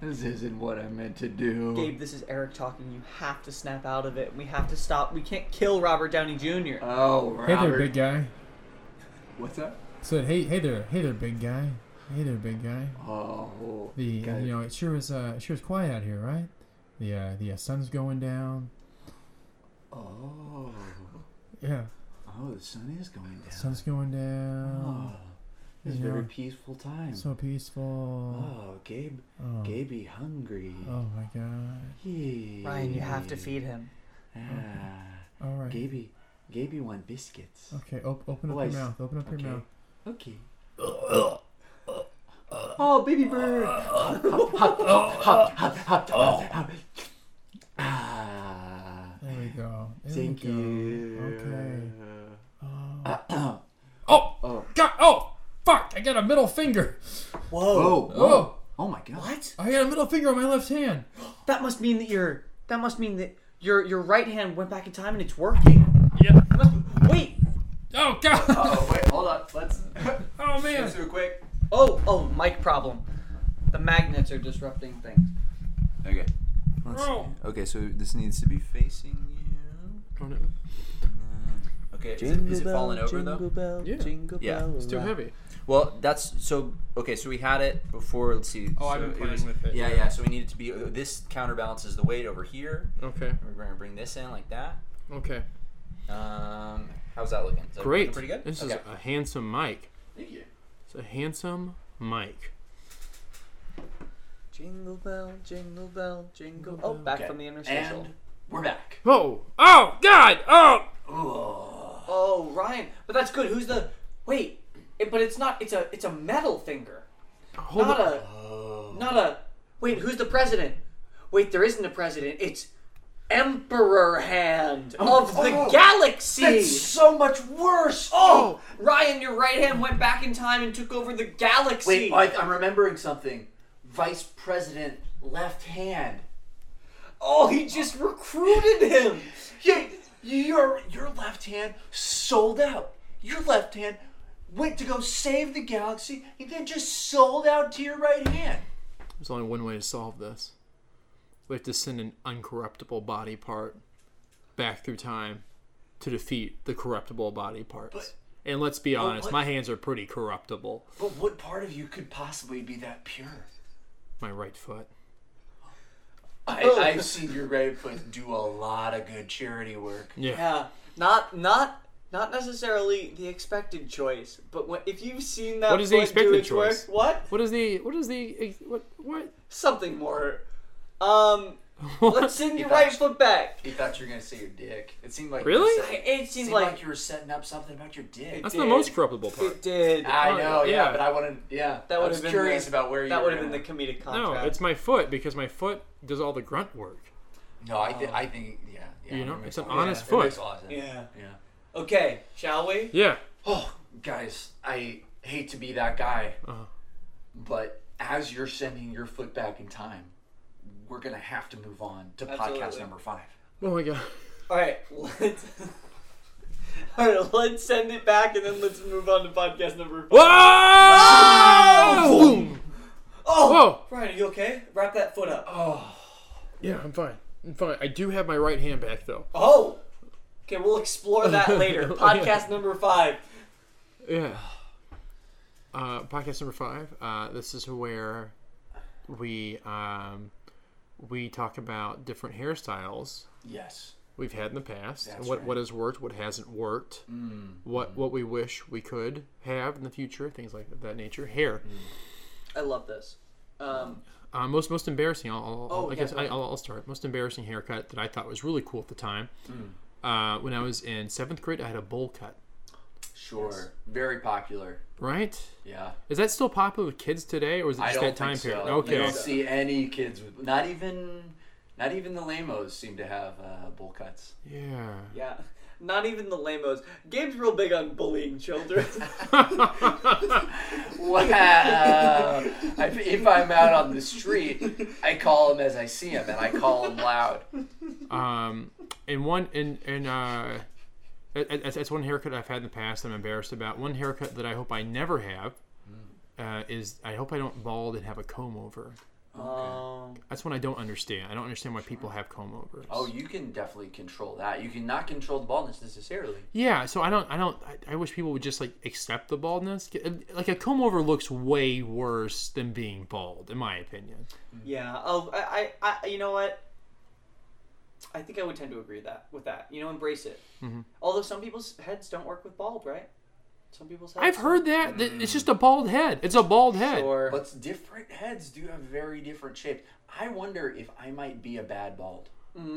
[SPEAKER 3] This isn't what I meant to do.
[SPEAKER 1] Gabe, this is Eric talking. You have to snap out of it. We have to stop. We can't kill Robert Downey Jr.
[SPEAKER 3] Oh,
[SPEAKER 5] Hey
[SPEAKER 3] Robert.
[SPEAKER 5] there, big guy.
[SPEAKER 3] What's that?
[SPEAKER 5] Said, hey, hey there, hey there, big guy. Hey there, big guy.
[SPEAKER 3] Oh,
[SPEAKER 5] The
[SPEAKER 3] Got it.
[SPEAKER 5] you know it sure is uh, it sure is quiet out here, right? The uh, the uh, sun's going down.
[SPEAKER 3] oh,
[SPEAKER 5] Yeah,
[SPEAKER 3] oh, the sun is going down.
[SPEAKER 5] sun's going down.
[SPEAKER 3] Oh, it's a
[SPEAKER 5] Yeah.
[SPEAKER 3] very peaceful time.
[SPEAKER 5] So peaceful.
[SPEAKER 3] Oh, Gabe,
[SPEAKER 5] Oh.
[SPEAKER 3] Gabe, be hungry.
[SPEAKER 5] Oh my god.
[SPEAKER 3] Yee.
[SPEAKER 1] Ryan, you have to feed him.
[SPEAKER 3] Ah,
[SPEAKER 5] All right. Oh,
[SPEAKER 3] Gabe, Gabe want biscuits.
[SPEAKER 5] Okay. Op- open up
[SPEAKER 3] Voice.
[SPEAKER 5] your mouth. Open up
[SPEAKER 3] Okay.
[SPEAKER 5] your mouth.
[SPEAKER 3] Okay. Oh, baby bird! Oh. Ah,
[SPEAKER 5] There we go. There we
[SPEAKER 3] thank
[SPEAKER 5] go.
[SPEAKER 3] you.
[SPEAKER 5] Okay. Uh, Oh.
[SPEAKER 3] Oh,
[SPEAKER 5] God. Oh. Fuck. I got a middle finger.
[SPEAKER 1] Whoa.
[SPEAKER 3] whoa, whoa!
[SPEAKER 5] Oh.
[SPEAKER 3] Oh my god!
[SPEAKER 1] What?
[SPEAKER 5] I got a middle finger on my left hand.
[SPEAKER 1] That must mean that your that must mean that your your right hand went back in time and it's working. Yeah. wait.
[SPEAKER 5] Oh God. Oh,
[SPEAKER 3] wait, hold on. Let's
[SPEAKER 5] man.
[SPEAKER 3] do it quick.
[SPEAKER 1] Oh, oh, mic problem. The magnets are disrupting things.
[SPEAKER 6] Okay.
[SPEAKER 5] Oh.
[SPEAKER 6] Okay, so this needs to be facing you. Uh, okay, is it, is it falling over though?
[SPEAKER 7] Bell,
[SPEAKER 2] Yeah.
[SPEAKER 7] Jingle
[SPEAKER 6] Yeah.
[SPEAKER 7] bell
[SPEAKER 2] It's too
[SPEAKER 7] rock.
[SPEAKER 2] heavy.
[SPEAKER 6] Well, that's so. Okay, so we had it before. Let's see.
[SPEAKER 2] Oh,
[SPEAKER 6] so
[SPEAKER 2] I've been playing
[SPEAKER 6] was-
[SPEAKER 2] with it,
[SPEAKER 6] Yeah,
[SPEAKER 2] yeah.
[SPEAKER 6] yeah. So we needed to be. uh, This counterbalances the weight over here.
[SPEAKER 2] Okay.
[SPEAKER 6] We're going to bring this in like that.
[SPEAKER 2] Okay.
[SPEAKER 6] Um, how's that looking? Is that
[SPEAKER 2] Great.
[SPEAKER 6] looking Pretty good.
[SPEAKER 2] This
[SPEAKER 6] Okay.
[SPEAKER 2] is a handsome mic.
[SPEAKER 6] Thank you.
[SPEAKER 2] It's a handsome mic.
[SPEAKER 1] Jingle bell, jingle bell, jingle. Oh, back
[SPEAKER 3] Okay.
[SPEAKER 1] from the interstitial.
[SPEAKER 3] And we're back.
[SPEAKER 2] Oh. Oh God. Oh.
[SPEAKER 3] Oh,
[SPEAKER 1] Oh, Ryan, but that's good. Who's the? Wait, it, but it's not. It's a. It's a metal finger.
[SPEAKER 2] Hold
[SPEAKER 1] not
[SPEAKER 2] on.
[SPEAKER 1] a. Not a. Wait, who's the president? Wait, there isn't a president. It's Emperor Hand of the
[SPEAKER 3] oh,
[SPEAKER 1] Galaxy.
[SPEAKER 3] it's so much worse.
[SPEAKER 1] Oh, Ryan, your right hand went back in time and took over the galaxy.
[SPEAKER 3] wait, I, I'm remembering something. Vice President, left hand.
[SPEAKER 1] oh, he just recruited him.
[SPEAKER 3] Yeah, your your left hand sold out. Your left hand went to go save the galaxy, and then just sold out to your right hand.
[SPEAKER 2] There's only one way to solve this. We have to send an uncorruptible body part back through time to defeat the corruptible body parts.
[SPEAKER 3] But-
[SPEAKER 2] and let's be honest,
[SPEAKER 3] what-
[SPEAKER 2] my hands are pretty corruptible.
[SPEAKER 3] But what part of you could possibly be that pure?
[SPEAKER 2] My right foot.
[SPEAKER 3] I, I've seen your right foot do a lot of good charity work.
[SPEAKER 1] Yeah, not not not necessarily the expected choice, but what, if you've seen that,
[SPEAKER 2] What is the
[SPEAKER 1] foot do
[SPEAKER 2] expected
[SPEAKER 1] its work-
[SPEAKER 2] choice?
[SPEAKER 1] What?
[SPEAKER 2] What is the what is the what what?
[SPEAKER 1] Something more. Um, let's send your right foot back.
[SPEAKER 3] You thought you were gonna say your dick. It seemed like
[SPEAKER 2] Really?
[SPEAKER 3] It
[SPEAKER 1] It seems
[SPEAKER 3] seemed
[SPEAKER 1] like,
[SPEAKER 3] like, you were setting up something about your dick.
[SPEAKER 2] That's
[SPEAKER 1] did.
[SPEAKER 2] the most corruptible
[SPEAKER 1] it
[SPEAKER 2] part.
[SPEAKER 1] did.
[SPEAKER 3] I know, yeah,
[SPEAKER 2] Yeah.
[SPEAKER 3] but I wanted, yeah.
[SPEAKER 1] that
[SPEAKER 3] I
[SPEAKER 1] would
[SPEAKER 3] was
[SPEAKER 1] have been
[SPEAKER 3] curious
[SPEAKER 1] the,
[SPEAKER 3] about where you.
[SPEAKER 1] that
[SPEAKER 3] would
[SPEAKER 1] would have been the comedic
[SPEAKER 2] No,
[SPEAKER 1] contrast.
[SPEAKER 2] it's my foot because my foot does all the grunt work.
[SPEAKER 3] the. No, I, th- I think, yeah, yeah.
[SPEAKER 2] You know, it's
[SPEAKER 3] it makes
[SPEAKER 2] an
[SPEAKER 3] a lot-
[SPEAKER 2] honest
[SPEAKER 3] it
[SPEAKER 2] foot.
[SPEAKER 3] makes a lot of sense.
[SPEAKER 1] Yeah.
[SPEAKER 3] yeah.
[SPEAKER 1] Okay, shall we?
[SPEAKER 2] Yeah.
[SPEAKER 3] Oh, guys, I hate to be that guy,
[SPEAKER 2] Uh-huh.
[SPEAKER 3] but as you're sending your foot back in time, we're gonna have to move on to podcast
[SPEAKER 1] Absolutely.
[SPEAKER 3] number five.
[SPEAKER 2] Oh my god.
[SPEAKER 1] All right, let's. All right, let's send it back and then let's move on to podcast number. Four.
[SPEAKER 2] Whoa!
[SPEAKER 1] Oh,
[SPEAKER 2] Whoa!
[SPEAKER 1] Ryan, are you okay? Wrap that foot up.
[SPEAKER 3] Oh.
[SPEAKER 2] Yeah, I'm fine. I'm fine. I do have my right hand back though.
[SPEAKER 1] Oh! Okay, we'll explore that later. Podcast number five.
[SPEAKER 2] Yeah. Uh, podcast number five. Uh, this is where we um, we talk about different hairstyles
[SPEAKER 3] Yes.
[SPEAKER 2] we've had in the past and
[SPEAKER 3] That's
[SPEAKER 2] what,
[SPEAKER 3] right. Mm.
[SPEAKER 2] what has worked what hasn't worked what what we wish we could have in the future things like that nature hair
[SPEAKER 3] Mm.
[SPEAKER 1] I love this. Um,
[SPEAKER 2] uh, most most embarrassing I'll, I'll,
[SPEAKER 1] Oh,
[SPEAKER 2] I
[SPEAKER 1] yeah,
[SPEAKER 2] guess
[SPEAKER 1] go
[SPEAKER 2] I,
[SPEAKER 1] ahead.
[SPEAKER 2] I'll, I'll start most embarrassing haircut that I thought was really cool at the time
[SPEAKER 3] Mm.
[SPEAKER 2] uh, when I was in seventh grade I had a bowl cut
[SPEAKER 3] Sure. Very popular.
[SPEAKER 2] right
[SPEAKER 3] Yeah.
[SPEAKER 2] is that still popular with kids today or is it
[SPEAKER 3] I
[SPEAKER 2] just
[SPEAKER 3] don't
[SPEAKER 2] that time
[SPEAKER 3] think so.
[SPEAKER 2] period
[SPEAKER 3] You
[SPEAKER 2] okay
[SPEAKER 3] don't see any kids with not even not even the lamos seem to have uh, bowl cuts.
[SPEAKER 2] yeah
[SPEAKER 1] yeah. Not even the lamos. Gabe's real big on bullying children.
[SPEAKER 3] Wow! I- if I'm out on the street, I call him as I see him, and I call him loud.
[SPEAKER 2] Um, and one and and uh, that- that's, that's one haircut I've had in the past. I'm embarrassed about one haircut that I hope I never have.
[SPEAKER 3] Hmm.
[SPEAKER 2] Uh, is I hope I don't bald and have a comb over.
[SPEAKER 1] um,
[SPEAKER 2] That's one I don't understand. I don't understand why people have comb overs.
[SPEAKER 3] Oh, you can definitely control that. You cannot control the baldness necessarily.
[SPEAKER 2] yeah. So I don't. I don't. I, I wish people would just like accept the baldness. Like a comb over looks way worse than being bald, in my opinion.
[SPEAKER 1] yeah. Oh, I, I, I, you know what? I think I would tend to agree that with that. You know, embrace it.
[SPEAKER 2] Mm-hmm.
[SPEAKER 1] Although some people's heads don't work with bald, right? Some people's heads.
[SPEAKER 2] I've heard that, that it's just a bald head. It's a bald head.
[SPEAKER 1] Or
[SPEAKER 3] But different heads do have very different shapes. I wonder if I might be a bad bald.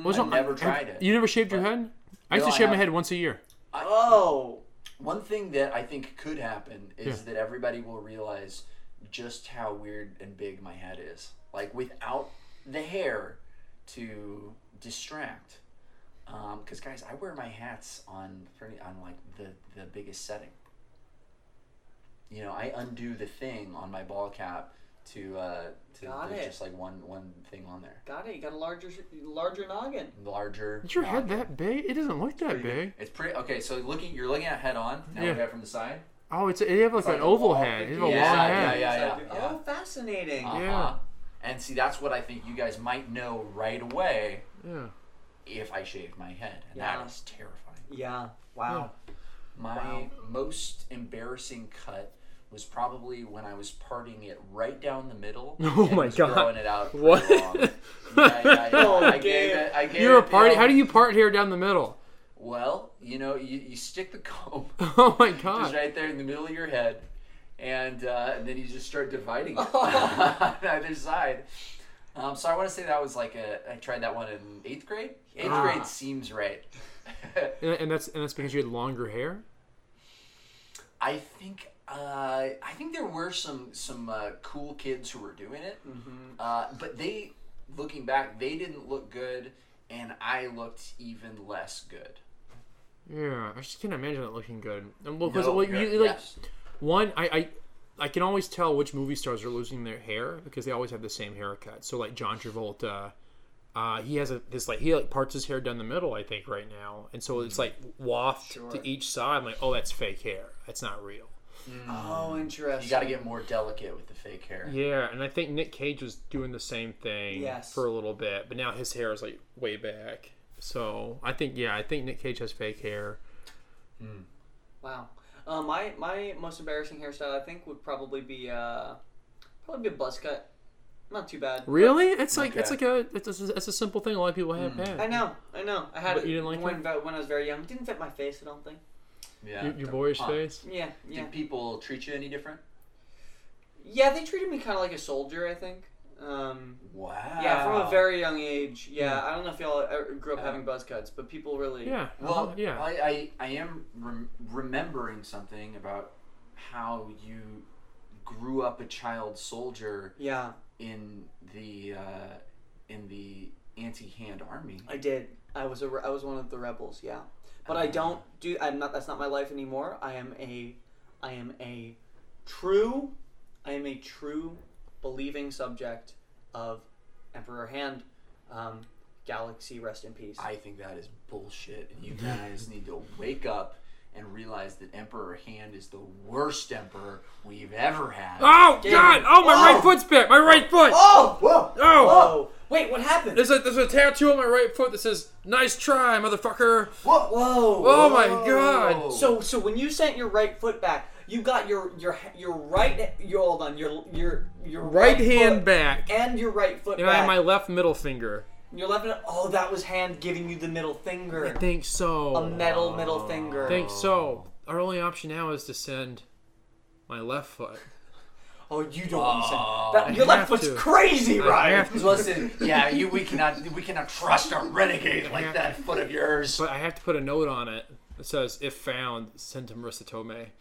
[SPEAKER 2] Was
[SPEAKER 3] I've never tried it.
[SPEAKER 2] You never shaved your head? I used
[SPEAKER 3] No,
[SPEAKER 2] to
[SPEAKER 3] I
[SPEAKER 2] shave my
[SPEAKER 3] haven't.
[SPEAKER 2] head once a year.
[SPEAKER 1] oh,
[SPEAKER 3] One thing that I think could happen is that everybody will realize just how weird and big my head is. Like without the hair to distract. Because guys, I wear my hats on pretty on like the the biggest setting. You know, I undo the thing on my ball cap to uh, to
[SPEAKER 1] Got
[SPEAKER 3] there's
[SPEAKER 1] it.
[SPEAKER 3] just like one one thing on there.
[SPEAKER 1] got it. You got a larger, larger noggin.
[SPEAKER 3] Larger.
[SPEAKER 2] Is your head
[SPEAKER 3] noggin.
[SPEAKER 2] that big? It doesn't look that big.
[SPEAKER 3] It's pretty okay. So looking, you're looking at head on. Now
[SPEAKER 2] Yeah.
[SPEAKER 3] we got from the side.
[SPEAKER 2] Oh, it's you have like
[SPEAKER 1] like
[SPEAKER 2] an
[SPEAKER 1] a
[SPEAKER 2] oval
[SPEAKER 1] wall.
[SPEAKER 2] head. You have a
[SPEAKER 3] Yeah,
[SPEAKER 2] long
[SPEAKER 3] yeah,
[SPEAKER 2] head.
[SPEAKER 3] yeah.
[SPEAKER 1] Oh, fascinating.
[SPEAKER 3] Uh-huh.
[SPEAKER 2] Yeah.
[SPEAKER 3] And see, that's what I think you guys might know right away
[SPEAKER 2] Yeah.
[SPEAKER 3] if I shaved my head. And
[SPEAKER 1] Yeah.
[SPEAKER 3] that is terrifying.
[SPEAKER 1] yeah. Wow.
[SPEAKER 3] My
[SPEAKER 1] Wow.
[SPEAKER 3] most embarrassing cut was probably when I was parting it right down the middle.
[SPEAKER 2] Oh
[SPEAKER 3] and
[SPEAKER 2] my
[SPEAKER 3] was
[SPEAKER 2] God.
[SPEAKER 3] Throwing it out. pretty
[SPEAKER 2] What?
[SPEAKER 3] long. yeah, yeah, yeah.
[SPEAKER 1] Oh,
[SPEAKER 3] I gave
[SPEAKER 1] damn.
[SPEAKER 3] it. I gave
[SPEAKER 2] You're a
[SPEAKER 3] it,
[SPEAKER 2] party.
[SPEAKER 3] know,
[SPEAKER 2] How do you part hair down the middle?
[SPEAKER 3] Well, you know, you, you stick the comb
[SPEAKER 2] Oh my
[SPEAKER 3] just
[SPEAKER 2] god.
[SPEAKER 3] right there in the middle of your head, and uh, and then you just start dividing it on either side. Um, so I want to say that was like a I tried that one in eighth grade. Eighth
[SPEAKER 2] Ah.
[SPEAKER 3] grade seems right.
[SPEAKER 2] And, and that's and that's because you had longer hair.
[SPEAKER 3] I think uh, I think there were some some uh, cool kids who were doing it,
[SPEAKER 2] Mm-hmm.
[SPEAKER 3] uh, but they looking back they didn't look good, and I looked even less good.
[SPEAKER 2] Yeah, I just can't imagine it looking good. And well, 'cause,
[SPEAKER 3] No,
[SPEAKER 2] well,
[SPEAKER 3] yeah,
[SPEAKER 2] you, like
[SPEAKER 3] yes.
[SPEAKER 2] one, I, I I can always tell which movie stars are losing their hair because they always have the same haircut. So like John Travolta, uh, he has a this like he like parts his hair down the middle, I think, right now, and so it's like waft to each side. I'm like, oh, that's fake hair. That's not real.
[SPEAKER 1] Oh, interesting.
[SPEAKER 3] Mm. you got to get more delicate with the fake hair.
[SPEAKER 2] Yeah, and I think Nick Cage was doing the same thing
[SPEAKER 1] Yes.
[SPEAKER 2] for a little bit, but now his hair is like way back. So I think yeah, I think Nick Cage has fake hair.
[SPEAKER 1] Wow. Uh, my my most embarrassing hairstyle, I think, would probably be uh, probably be a buzz cut. Not too bad.
[SPEAKER 2] Really? It's like it's like
[SPEAKER 3] Okay.
[SPEAKER 2] a it's a, it's a simple thing a lot of people have had.
[SPEAKER 1] I know, I know. I had
[SPEAKER 2] But
[SPEAKER 1] it
[SPEAKER 2] you didn't like
[SPEAKER 1] when, when I was very young. It didn't fit my face, I don't think.
[SPEAKER 3] Yeah.
[SPEAKER 2] Your, your boyish
[SPEAKER 3] Huh.
[SPEAKER 2] face.
[SPEAKER 1] Yeah, yeah,
[SPEAKER 3] Did people treat you any different?
[SPEAKER 1] yeah. They treated me kind of like a soldier, I think. Um,
[SPEAKER 3] Wow.
[SPEAKER 1] yeah, from a very young age. Yeah, I don't know if y'all uh, grew up having buzz cuts, but people really.
[SPEAKER 2] Yeah.
[SPEAKER 3] well.
[SPEAKER 2] uh-huh, yeah.
[SPEAKER 3] I I, I am rem- remembering something about how you grew up a child soldier
[SPEAKER 1] Yeah,
[SPEAKER 3] in the uh, in the anti-hand army.
[SPEAKER 1] I did. I was a re- I was one of the rebels. Yeah, but I don't do. I'm not. That's not my life anymore. I am a. I am a true. I am a true believing subject of Emperor Hand. Um, Galaxy, rest in peace.
[SPEAKER 3] I think that is bullshit, and you guys need to wake up and realize that Emperor Hand is the worst emperor we've ever had.
[SPEAKER 2] Oh
[SPEAKER 1] Damn
[SPEAKER 2] God!
[SPEAKER 1] it.
[SPEAKER 2] Oh my
[SPEAKER 1] Oh.
[SPEAKER 2] right foot's back. My right foot. Oh.
[SPEAKER 1] oh! Whoa! Wait, what happened?
[SPEAKER 2] There's a there's a tattoo on my right foot that says "Nice try, motherfucker."
[SPEAKER 1] Whoa! Whoa!
[SPEAKER 2] Oh my God!
[SPEAKER 3] Whoa.
[SPEAKER 1] So, so when you sent your right foot back, You got your your your right. You hold on. Your your your
[SPEAKER 2] Right hand
[SPEAKER 1] foot
[SPEAKER 2] back.
[SPEAKER 1] and your right foot
[SPEAKER 2] And I
[SPEAKER 1] back.
[SPEAKER 2] have my left middle finger.
[SPEAKER 1] Your left. hand- Oh, that was hand giving you the middle finger.
[SPEAKER 2] Think Oh, so.
[SPEAKER 1] A metal middle finger.
[SPEAKER 2] Think so. Our only option now is to send my left foot.
[SPEAKER 1] Oh, you don't want to say that. Your
[SPEAKER 2] I
[SPEAKER 1] left
[SPEAKER 2] have
[SPEAKER 1] foot's
[SPEAKER 2] to.
[SPEAKER 1] crazy, right?
[SPEAKER 2] have
[SPEAKER 3] Listen, yeah, you we cannot we cannot trust a renegade like that foot of yours.
[SPEAKER 2] But I have to put a note on it that says, "If found, send to Marissa Tomei."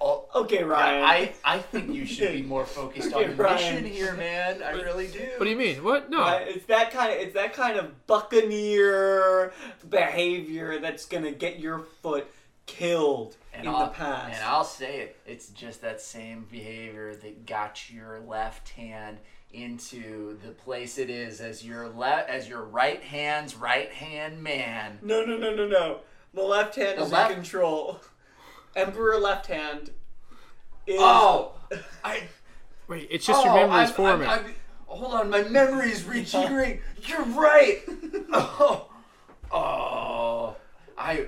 [SPEAKER 3] Oh,
[SPEAKER 1] Okay, Ryan.
[SPEAKER 3] I I think you should be more focused on your
[SPEAKER 1] Ryan.
[SPEAKER 3] mission here, man. I really do.
[SPEAKER 2] What do you mean? What? No.
[SPEAKER 1] Right? Uh, It's that kind of it's that kind of buccaneer behavior that's gonna get your foot killed
[SPEAKER 3] and
[SPEAKER 1] in
[SPEAKER 3] I'll,
[SPEAKER 1] the past.
[SPEAKER 3] And I'll say it. It's just that same behavior that got your left hand into the place it is as your left as your right hand's right hand man.
[SPEAKER 1] no, no, no, no, no. The left hand
[SPEAKER 3] The
[SPEAKER 1] is
[SPEAKER 3] left-
[SPEAKER 1] in control. Emperor left hand is
[SPEAKER 3] Oh, I
[SPEAKER 2] Wait. It's just
[SPEAKER 3] oh,
[SPEAKER 2] your memories
[SPEAKER 3] I'm-
[SPEAKER 2] forming.
[SPEAKER 3] I'm- I'm- hold on, my memory is rejiggering. You're right. Oh, oh, I.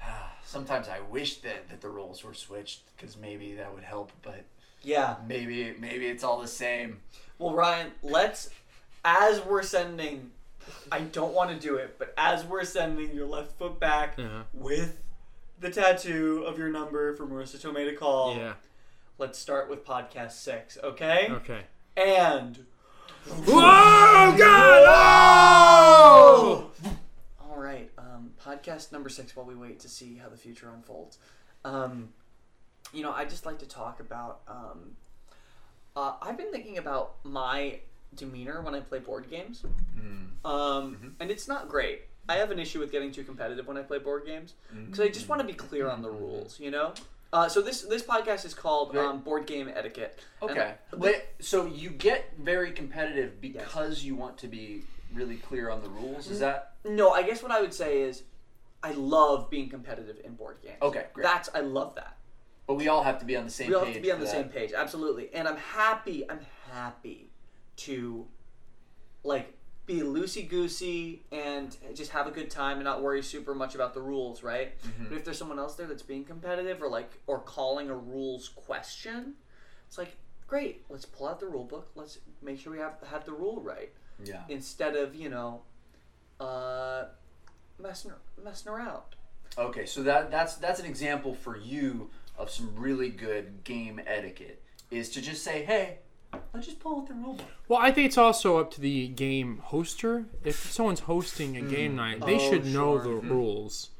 [SPEAKER 3] Sometimes I wish that, that the roles were switched because maybe that would help, but
[SPEAKER 1] yeah.
[SPEAKER 3] maybe maybe it's all the same.
[SPEAKER 1] Well, Ryan, let's as we're sending. I don't want to do it, but as we're sending your left foot back
[SPEAKER 2] Uh-huh.
[SPEAKER 1] with the tattoo of your number for Marissa Tomei to call.
[SPEAKER 2] yeah.
[SPEAKER 1] Let's start with podcast six, okay?
[SPEAKER 2] Okay.
[SPEAKER 1] And
[SPEAKER 2] Whoa, Oh! God!
[SPEAKER 1] all right, um, podcast number six. While we wait to see how the future unfolds, um, you know, I just like to talk about. Um, uh, I've been thinking about my demeanor when I play board games,
[SPEAKER 3] Mm-hmm.
[SPEAKER 1] um, and it's not great. I have an issue with getting too competitive when I play board games because I
[SPEAKER 3] Mm-hmm.
[SPEAKER 1] just want to be clear on the rules, you know. Uh, so this this podcast is called
[SPEAKER 3] Right.
[SPEAKER 1] um, Board Game Etiquette. And
[SPEAKER 3] Okay. Wait, so you get very competitive because you want to be really clear on the rules.
[SPEAKER 1] Mm-hmm.
[SPEAKER 3] Is that
[SPEAKER 1] No, I guess what I would say is I love being competitive in board games.
[SPEAKER 3] Okay, great.
[SPEAKER 1] That's I love that.
[SPEAKER 3] But we all have to be on the same
[SPEAKER 1] We all
[SPEAKER 3] page.
[SPEAKER 1] have to be on
[SPEAKER 3] for
[SPEAKER 1] the
[SPEAKER 3] that.
[SPEAKER 1] same page, absolutely. And I'm happy I'm happy to like be loosey goosey and just have a good time and not worry super much about the rules, right? But if there's someone else there that's being competitive or like or calling a rules question, it's like great, let's pull out the rule book, let's make sure we have have the rule right
[SPEAKER 3] Yeah.
[SPEAKER 1] instead of, you know, uh messing messing around.
[SPEAKER 3] Okay, so that that's that's an example for you of some really good game etiquette is to just say, "Hey, let's just pull out the rule book."
[SPEAKER 2] Well, I think it's also up to the game hoster. If someone's hosting a game night, they
[SPEAKER 1] Oh,
[SPEAKER 2] should know
[SPEAKER 1] sure.
[SPEAKER 2] the rules,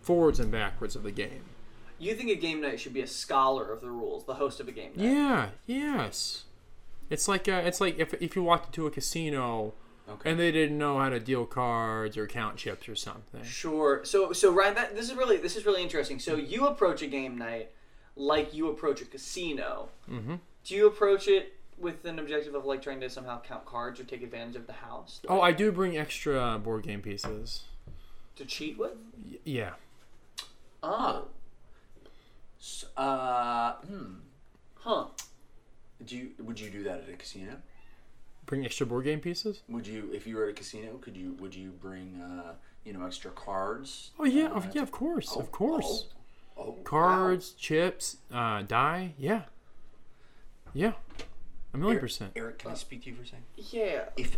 [SPEAKER 2] forwards and backwards of the game.
[SPEAKER 1] You think a game night should be a scholar of the rules, the host of a game night.
[SPEAKER 2] Yeah. Yes. It's like uh, it's like if if you walked into a casino
[SPEAKER 3] Okay.
[SPEAKER 2] and they didn't know how to deal cards or count chips or something.
[SPEAKER 1] Sure. So so Ryan, that, this is really this is really interesting. So you approach a game night like you approach a casino. Mm-hmm. Do you approach it with an objective of like trying to somehow count cards or take advantage of the house
[SPEAKER 2] Oh, I do bring extra board game pieces.
[SPEAKER 1] to cheat with?
[SPEAKER 2] Y- yeah.
[SPEAKER 1] Oh,
[SPEAKER 3] So, uh, hmm.
[SPEAKER 1] huh.
[SPEAKER 3] Do you would you do that at a casino?
[SPEAKER 2] Bring extra board game pieces?
[SPEAKER 3] Would you if you were at a casino, could you would you bring uh, you know, extra cards?
[SPEAKER 2] Oh yeah,
[SPEAKER 3] Uh,
[SPEAKER 2] of, yeah, of course,
[SPEAKER 3] oh,
[SPEAKER 2] of course.
[SPEAKER 3] Oh, oh, wow.
[SPEAKER 2] Cards, chips, uh, die. Yeah, yeah, a million percent.
[SPEAKER 3] Eric, can I speak to you for a second?
[SPEAKER 1] Yeah.
[SPEAKER 3] if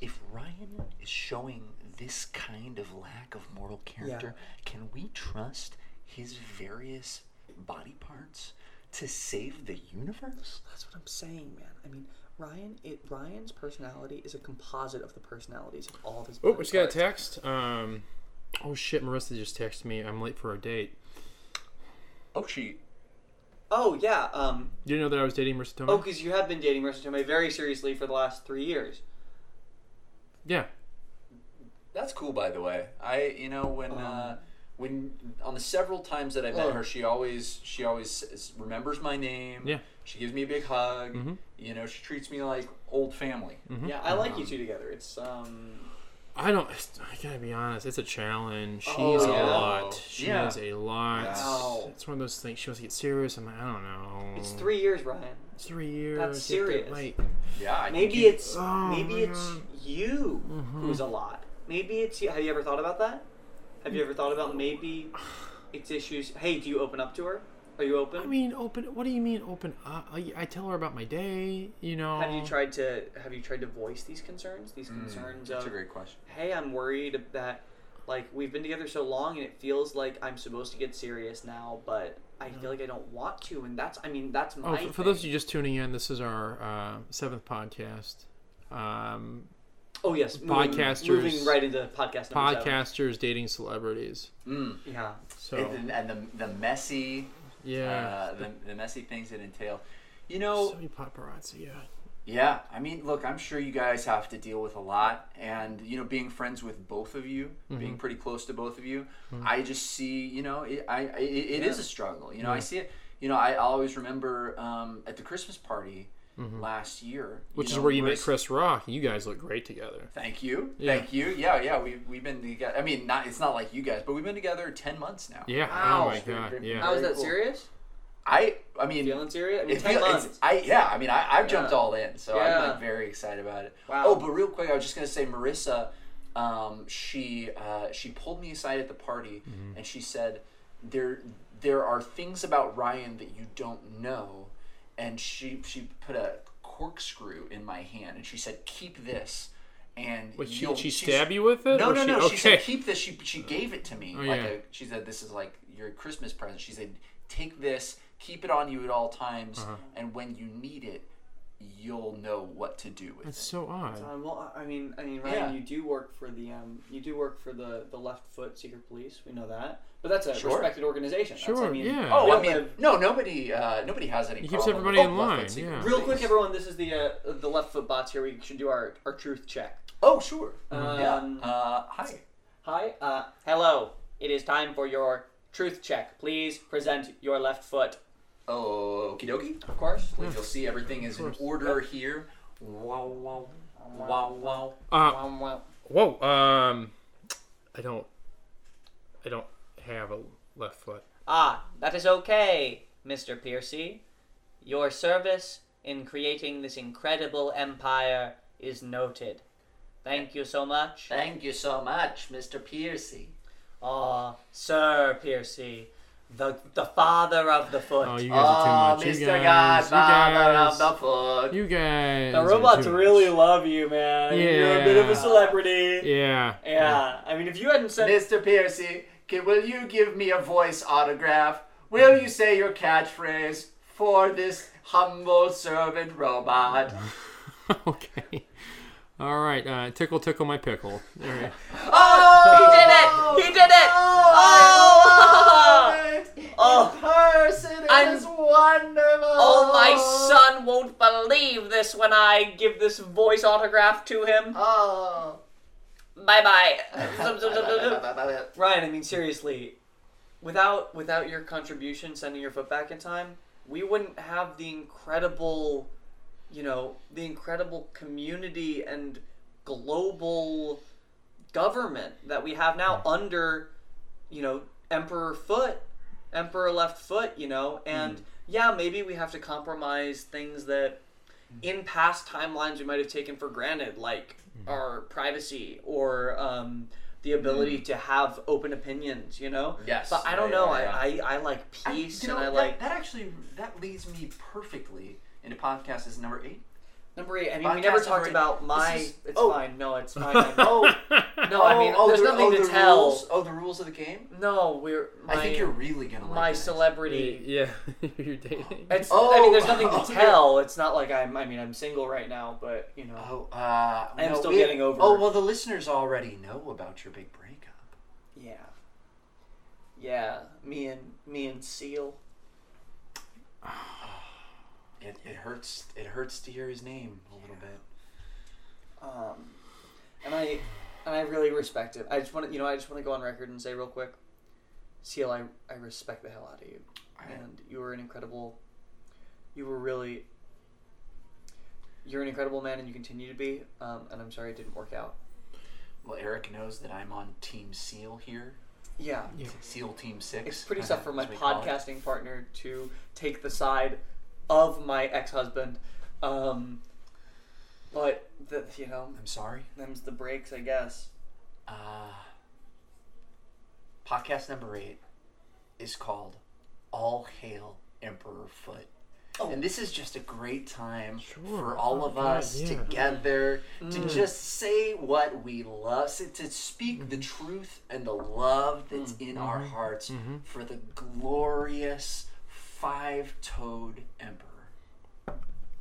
[SPEAKER 3] if Ryan is showing this kind of lack of moral character, can we trust his various body parts to save the universe?
[SPEAKER 1] That's what I'm saying, man. I mean, Ryan. It Ryan's personality is a composite of the personalities of all of his.
[SPEAKER 2] Oh, we just got a text. Um, oh shit, Marissa just texted me. I'm late for a date.
[SPEAKER 3] Oh, she.
[SPEAKER 1] Oh yeah. Um.
[SPEAKER 2] You didn't know that I was dating Marissa Tomei?
[SPEAKER 1] Oh, because you have been dating Marissa Tomei very seriously for the last three years.
[SPEAKER 2] Yeah.
[SPEAKER 3] That's cool, by the way. I you know when. uh, when on the several times that I met
[SPEAKER 1] Um, Oh.
[SPEAKER 3] her, she always she always s- remembers my name.
[SPEAKER 2] Yeah.
[SPEAKER 3] She gives me a big hug. You know, she treats me like old family.
[SPEAKER 1] Yeah, I like you two together. It's um.
[SPEAKER 2] I don't. I gotta be honest. It's a challenge. She's
[SPEAKER 1] Oh,
[SPEAKER 2] a
[SPEAKER 1] yeah.
[SPEAKER 2] lot. She
[SPEAKER 3] Yeah.
[SPEAKER 2] is a lot.
[SPEAKER 1] Wow.
[SPEAKER 2] It's one of those things. She wants to get serious. I'm like, I don't know.
[SPEAKER 1] It's three years, Ryan.
[SPEAKER 2] It's three years.
[SPEAKER 1] That's
[SPEAKER 2] You have to,
[SPEAKER 1] serious.
[SPEAKER 2] Like,
[SPEAKER 3] Yeah. I think
[SPEAKER 1] Maybe
[SPEAKER 3] you- Mm-hmm.
[SPEAKER 1] it's
[SPEAKER 2] Oh
[SPEAKER 1] maybe it's you who's a lot. Maybe it's you. Have you ever thought about that? Have you ever thought about maybe it's issues? Hey, do you open up to her? Are you open?
[SPEAKER 2] I mean, open. What do you mean open up? I, I tell her about my day. You know.
[SPEAKER 1] have
[SPEAKER 3] Oh.
[SPEAKER 1] you tried to have you tried to voice these concerns? These concerns
[SPEAKER 3] Mm, That's
[SPEAKER 1] of
[SPEAKER 3] a great question.
[SPEAKER 1] hey, I'm worried that like we've been together so long and it feels like I'm supposed to get serious now, but I
[SPEAKER 3] Mm.
[SPEAKER 1] feel like I don't want to, and that's I mean that's my
[SPEAKER 2] Oh, for, for those of
[SPEAKER 1] thing.
[SPEAKER 2] you just tuning in, this is our uh, seventh podcast. Um,
[SPEAKER 1] oh yes, moving-
[SPEAKER 2] podcasters-
[SPEAKER 1] moving right into podcast number seven.
[SPEAKER 2] podcasters dating celebrities.
[SPEAKER 1] yeah.
[SPEAKER 2] So
[SPEAKER 3] Mm. And, and the, the messy,
[SPEAKER 2] yeah,
[SPEAKER 3] uh, the, Oh. the messy things it entail. You know,
[SPEAKER 2] so many paparazzi. Yeah,
[SPEAKER 3] Yeah, I mean, look, I'm sure you guys have to deal with a lot, and you know, being friends with both of you,
[SPEAKER 2] Mm-hmm.
[SPEAKER 3] being pretty close to both of you, I just see, you know, it, I, I- it, it is a struggle. You know, I see it. You know, I always remember um, at the Christmas party last year, you
[SPEAKER 2] Mm-hmm. which is
[SPEAKER 3] know,
[SPEAKER 2] where you met
[SPEAKER 3] Marissa-
[SPEAKER 2] Chris Rock. You guys look great together.
[SPEAKER 3] Thank you,
[SPEAKER 2] Yeah.
[SPEAKER 3] thank you. Yeah, yeah, we've we've been together. I mean, not it's not like you guys, but we've been together ten months now.
[SPEAKER 2] Yeah.
[SPEAKER 1] Wow.
[SPEAKER 2] Oh my god. Yeah.
[SPEAKER 1] How is
[SPEAKER 3] Very
[SPEAKER 1] that
[SPEAKER 3] cool.
[SPEAKER 1] serious?
[SPEAKER 3] I, I mean,
[SPEAKER 1] Feeling serious? I mean,
[SPEAKER 3] It
[SPEAKER 1] ten
[SPEAKER 3] feel- it's-
[SPEAKER 1] months.
[SPEAKER 3] I yeah, I mean I, I've jumped
[SPEAKER 1] Yeah.
[SPEAKER 3] all in, so I'm
[SPEAKER 1] Yeah.
[SPEAKER 3] like very excited about it.
[SPEAKER 1] Wow.
[SPEAKER 3] Oh, but real quick, I was just gonna say Marissa, um, she uh, she pulled me aside at the party
[SPEAKER 2] Mm-hmm.
[SPEAKER 3] and she said there there are things about Ryan that you don't know and she she put a corkscrew in my hand and she said, Keep this and
[SPEAKER 2] But she
[SPEAKER 3] you'll-
[SPEAKER 2] she
[SPEAKER 3] she's-
[SPEAKER 2] stab you with it?
[SPEAKER 3] no,
[SPEAKER 2] Or
[SPEAKER 3] no,
[SPEAKER 2] she,
[SPEAKER 3] no.
[SPEAKER 2] Okay.
[SPEAKER 3] She said, "Keep this." She she gave it to me.
[SPEAKER 2] Oh,
[SPEAKER 3] like
[SPEAKER 2] yeah.
[SPEAKER 3] a, she said, "This is like your Christmas present." She said, "Take this. Keep it on you at all times,
[SPEAKER 2] Uh-huh.
[SPEAKER 3] and when you need it, you'll know what to do with
[SPEAKER 2] That's
[SPEAKER 3] it."
[SPEAKER 2] so odd.
[SPEAKER 1] Um, well, I I mean, I mean, Ryan,
[SPEAKER 3] Yeah.
[SPEAKER 1] you do work for the um, you do work for the the Left Foot Secret Police. We know that, but that's a
[SPEAKER 3] Sure.
[SPEAKER 1] respected organization. That's, I
[SPEAKER 2] Sure,
[SPEAKER 1] mean,
[SPEAKER 2] yeah.
[SPEAKER 3] Oh,
[SPEAKER 1] we
[SPEAKER 3] I
[SPEAKER 1] all
[SPEAKER 3] mean,
[SPEAKER 1] live-
[SPEAKER 3] no, nobody, uh, nobody has any.
[SPEAKER 2] He keeps
[SPEAKER 3] problem with-
[SPEAKER 2] everybody in
[SPEAKER 3] Oh, Left Foot
[SPEAKER 2] line,
[SPEAKER 3] Secret
[SPEAKER 2] yeah.
[SPEAKER 1] real
[SPEAKER 3] Police.
[SPEAKER 1] quick, everyone, this is the uh, the Left Foot bots here. We should do our our truth check.
[SPEAKER 3] Oh, sure.
[SPEAKER 1] Um,
[SPEAKER 3] yeah. Uh, hi.
[SPEAKER 1] Hi, uh, hello. It is time for your truth check. Please present your left foot.
[SPEAKER 3] Oh, okie dokie.
[SPEAKER 1] Of course.
[SPEAKER 3] You'll see everything is in order here. Wow, wow, wow, wow.
[SPEAKER 2] Uh,
[SPEAKER 1] Um, well,
[SPEAKER 2] whoa. Um, I don't. I don't have a left foot.
[SPEAKER 1] Ah, that is okay, Mr. Piercy. Your service in creating this incredible empire is noted. Thank you so much.
[SPEAKER 3] Thank you so much, Mr. Piercy.
[SPEAKER 1] Ah, Sir Piercy, the the father of the foot.
[SPEAKER 2] Oh, you guys
[SPEAKER 3] Oh,
[SPEAKER 2] are too much.
[SPEAKER 3] Mr.
[SPEAKER 2] You guys.
[SPEAKER 3] Godfather of
[SPEAKER 2] you guys.
[SPEAKER 3] the Foot.
[SPEAKER 2] You guys.
[SPEAKER 1] the
[SPEAKER 2] are
[SPEAKER 1] robots
[SPEAKER 2] too
[SPEAKER 1] really
[SPEAKER 2] much.
[SPEAKER 1] love you, man. You're a bit of
[SPEAKER 2] Yeah.
[SPEAKER 1] a celebrity.
[SPEAKER 2] Yeah.
[SPEAKER 1] Yeah. I mean, if you hadn't said
[SPEAKER 3] Mr. Piercy, can, will you give me a voice autograph? Will you say your catchphrase for this humble servant robot?
[SPEAKER 2] okay. All right. Uh, tickle, tickle my pickle. All right.
[SPEAKER 3] Oh!
[SPEAKER 1] He did it! He did it! Oh! Oh!
[SPEAKER 3] Person,
[SPEAKER 1] I'm-
[SPEAKER 3] it is wonderful!
[SPEAKER 1] Oh, my son won't believe this when I give this voice autograph to him.
[SPEAKER 2] Uh,
[SPEAKER 3] Oh.
[SPEAKER 1] Bye bye. Ryan, I mean seriously, without without your contribution, sending your foot back in time, we wouldn't have the incredible, you know, the incredible community and global government that we have now under, you know, Emperor Foot, Emperor Left Foot, you know, and
[SPEAKER 3] Hmm.
[SPEAKER 1] yeah, maybe we have to compromise things that
[SPEAKER 3] Hmm.
[SPEAKER 1] in past timelines we might have taken for granted, like
[SPEAKER 3] Hmm.
[SPEAKER 1] our privacy or um, the ability to have open opinions, you know?
[SPEAKER 3] Hmm. Yes.
[SPEAKER 1] But I don't
[SPEAKER 3] Yeah,
[SPEAKER 1] know.
[SPEAKER 3] yeah,
[SPEAKER 1] I, I, I like peace
[SPEAKER 3] you know,
[SPEAKER 1] and I
[SPEAKER 3] that,
[SPEAKER 1] like.
[SPEAKER 3] that actually that leads me perfectly into podcast is number eight.
[SPEAKER 1] number eight, I mean, we never
[SPEAKER 3] podcast
[SPEAKER 1] talked
[SPEAKER 3] number eight.
[SPEAKER 1] about my.
[SPEAKER 3] This is-
[SPEAKER 1] it's
[SPEAKER 3] oh.
[SPEAKER 1] fine. No, it's fine. I know.
[SPEAKER 3] Oh,
[SPEAKER 1] No, I mean, there's
[SPEAKER 3] the-
[SPEAKER 1] nothing to
[SPEAKER 3] the
[SPEAKER 1] tell.
[SPEAKER 3] Rules, oh, the rules of the game.
[SPEAKER 1] No, we're. My,
[SPEAKER 3] I think you're really gonna like
[SPEAKER 1] My
[SPEAKER 3] this.
[SPEAKER 1] celebrity.
[SPEAKER 2] Yeah. You're dating.
[SPEAKER 1] It's, I
[SPEAKER 3] Oh,
[SPEAKER 1] mean, there's nothing to
[SPEAKER 3] oh, yeah.
[SPEAKER 1] tell. It's not like I'm. I mean, I'm single right now, but you know.
[SPEAKER 3] Oh, uh, I
[SPEAKER 1] am still getting over
[SPEAKER 3] Oh
[SPEAKER 1] it.
[SPEAKER 3] well, the listeners already know about your big breakup.
[SPEAKER 1] Yeah. Yeah. Me and me and Seal.
[SPEAKER 3] It, it hurts. It hurts to hear his name a little bit.
[SPEAKER 1] Um, and I and I really respect it. I just want to, you know, I just want to go on record and say real quick, Seal, I I respect the hell out of you, and you were an incredible. You were really. You're an incredible man, and you continue to be. Um, and I'm sorry it didn't work out.
[SPEAKER 3] Well, Eric knows that I'm on Team Seal here.
[SPEAKER 1] Yeah.
[SPEAKER 3] Seal Team Six.
[SPEAKER 1] It's pretty tough for my
[SPEAKER 3] as we call it.
[SPEAKER 1] podcasting partner to take the side of my ex-husband, um, but the, you know,
[SPEAKER 3] I'm sorry.
[SPEAKER 1] them's the breaks, I guess.
[SPEAKER 3] Uh, podcast number eight is called all hail Emperor Foot. And this is just a great time for all of us
[SPEAKER 2] yeah.
[SPEAKER 3] together to just say what we love, so to speak the truth and the love that's in our hearts for the glorious five toed Emperor.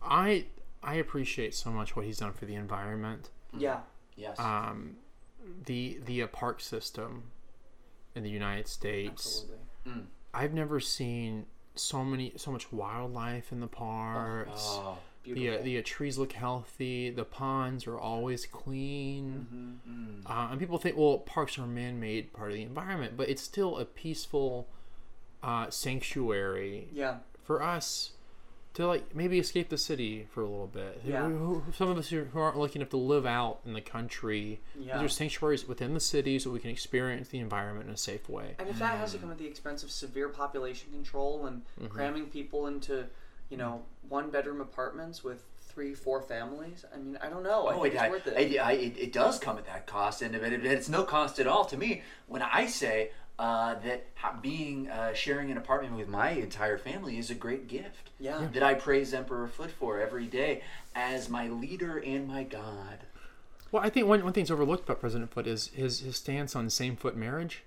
[SPEAKER 2] I I appreciate so much what he's done for the environment.
[SPEAKER 1] Yeah.
[SPEAKER 3] Yes.
[SPEAKER 2] Um, the the uh, park system in the United States.
[SPEAKER 3] absolutely.
[SPEAKER 2] I've never seen so many so much wildlife in the
[SPEAKER 1] Uh-huh.
[SPEAKER 2] parks.
[SPEAKER 3] Oh,
[SPEAKER 2] the uh, the uh, trees look healthy. The ponds are always clean.
[SPEAKER 1] Mm-hmm, mm.
[SPEAKER 2] Uh, and people think, well, parks are man-made part of the environment, but it's still a peaceful uh, sanctuary
[SPEAKER 1] Yeah.
[SPEAKER 2] for us to like maybe escape the city for a little bit.
[SPEAKER 1] Yeah.
[SPEAKER 2] Who- who- Some of us who who aren't lucky enough to live out in the country,
[SPEAKER 1] Yeah.
[SPEAKER 2] there's sanctuaries within the city so we can experience the environment in a safe way.
[SPEAKER 1] And if that has to come at the expense of severe population control and cramming people into, you know, one bedroom apartments with three, four families, I mean, I don't know. I
[SPEAKER 3] Oh,
[SPEAKER 1] think
[SPEAKER 3] it,
[SPEAKER 1] it's
[SPEAKER 3] I,
[SPEAKER 1] worth it.
[SPEAKER 3] I, I, it, it does come at that cost, and it, it- it's no cost at all to me when I say uh, that ha- being uh, sharing an apartment with my entire family is a great gift.
[SPEAKER 1] Yeah.
[SPEAKER 3] That I praise Emperor Foot for every day as my leader and my God.
[SPEAKER 2] Well, I think one, one thing's overlooked about President Foot is his, his stance on same foot marriage.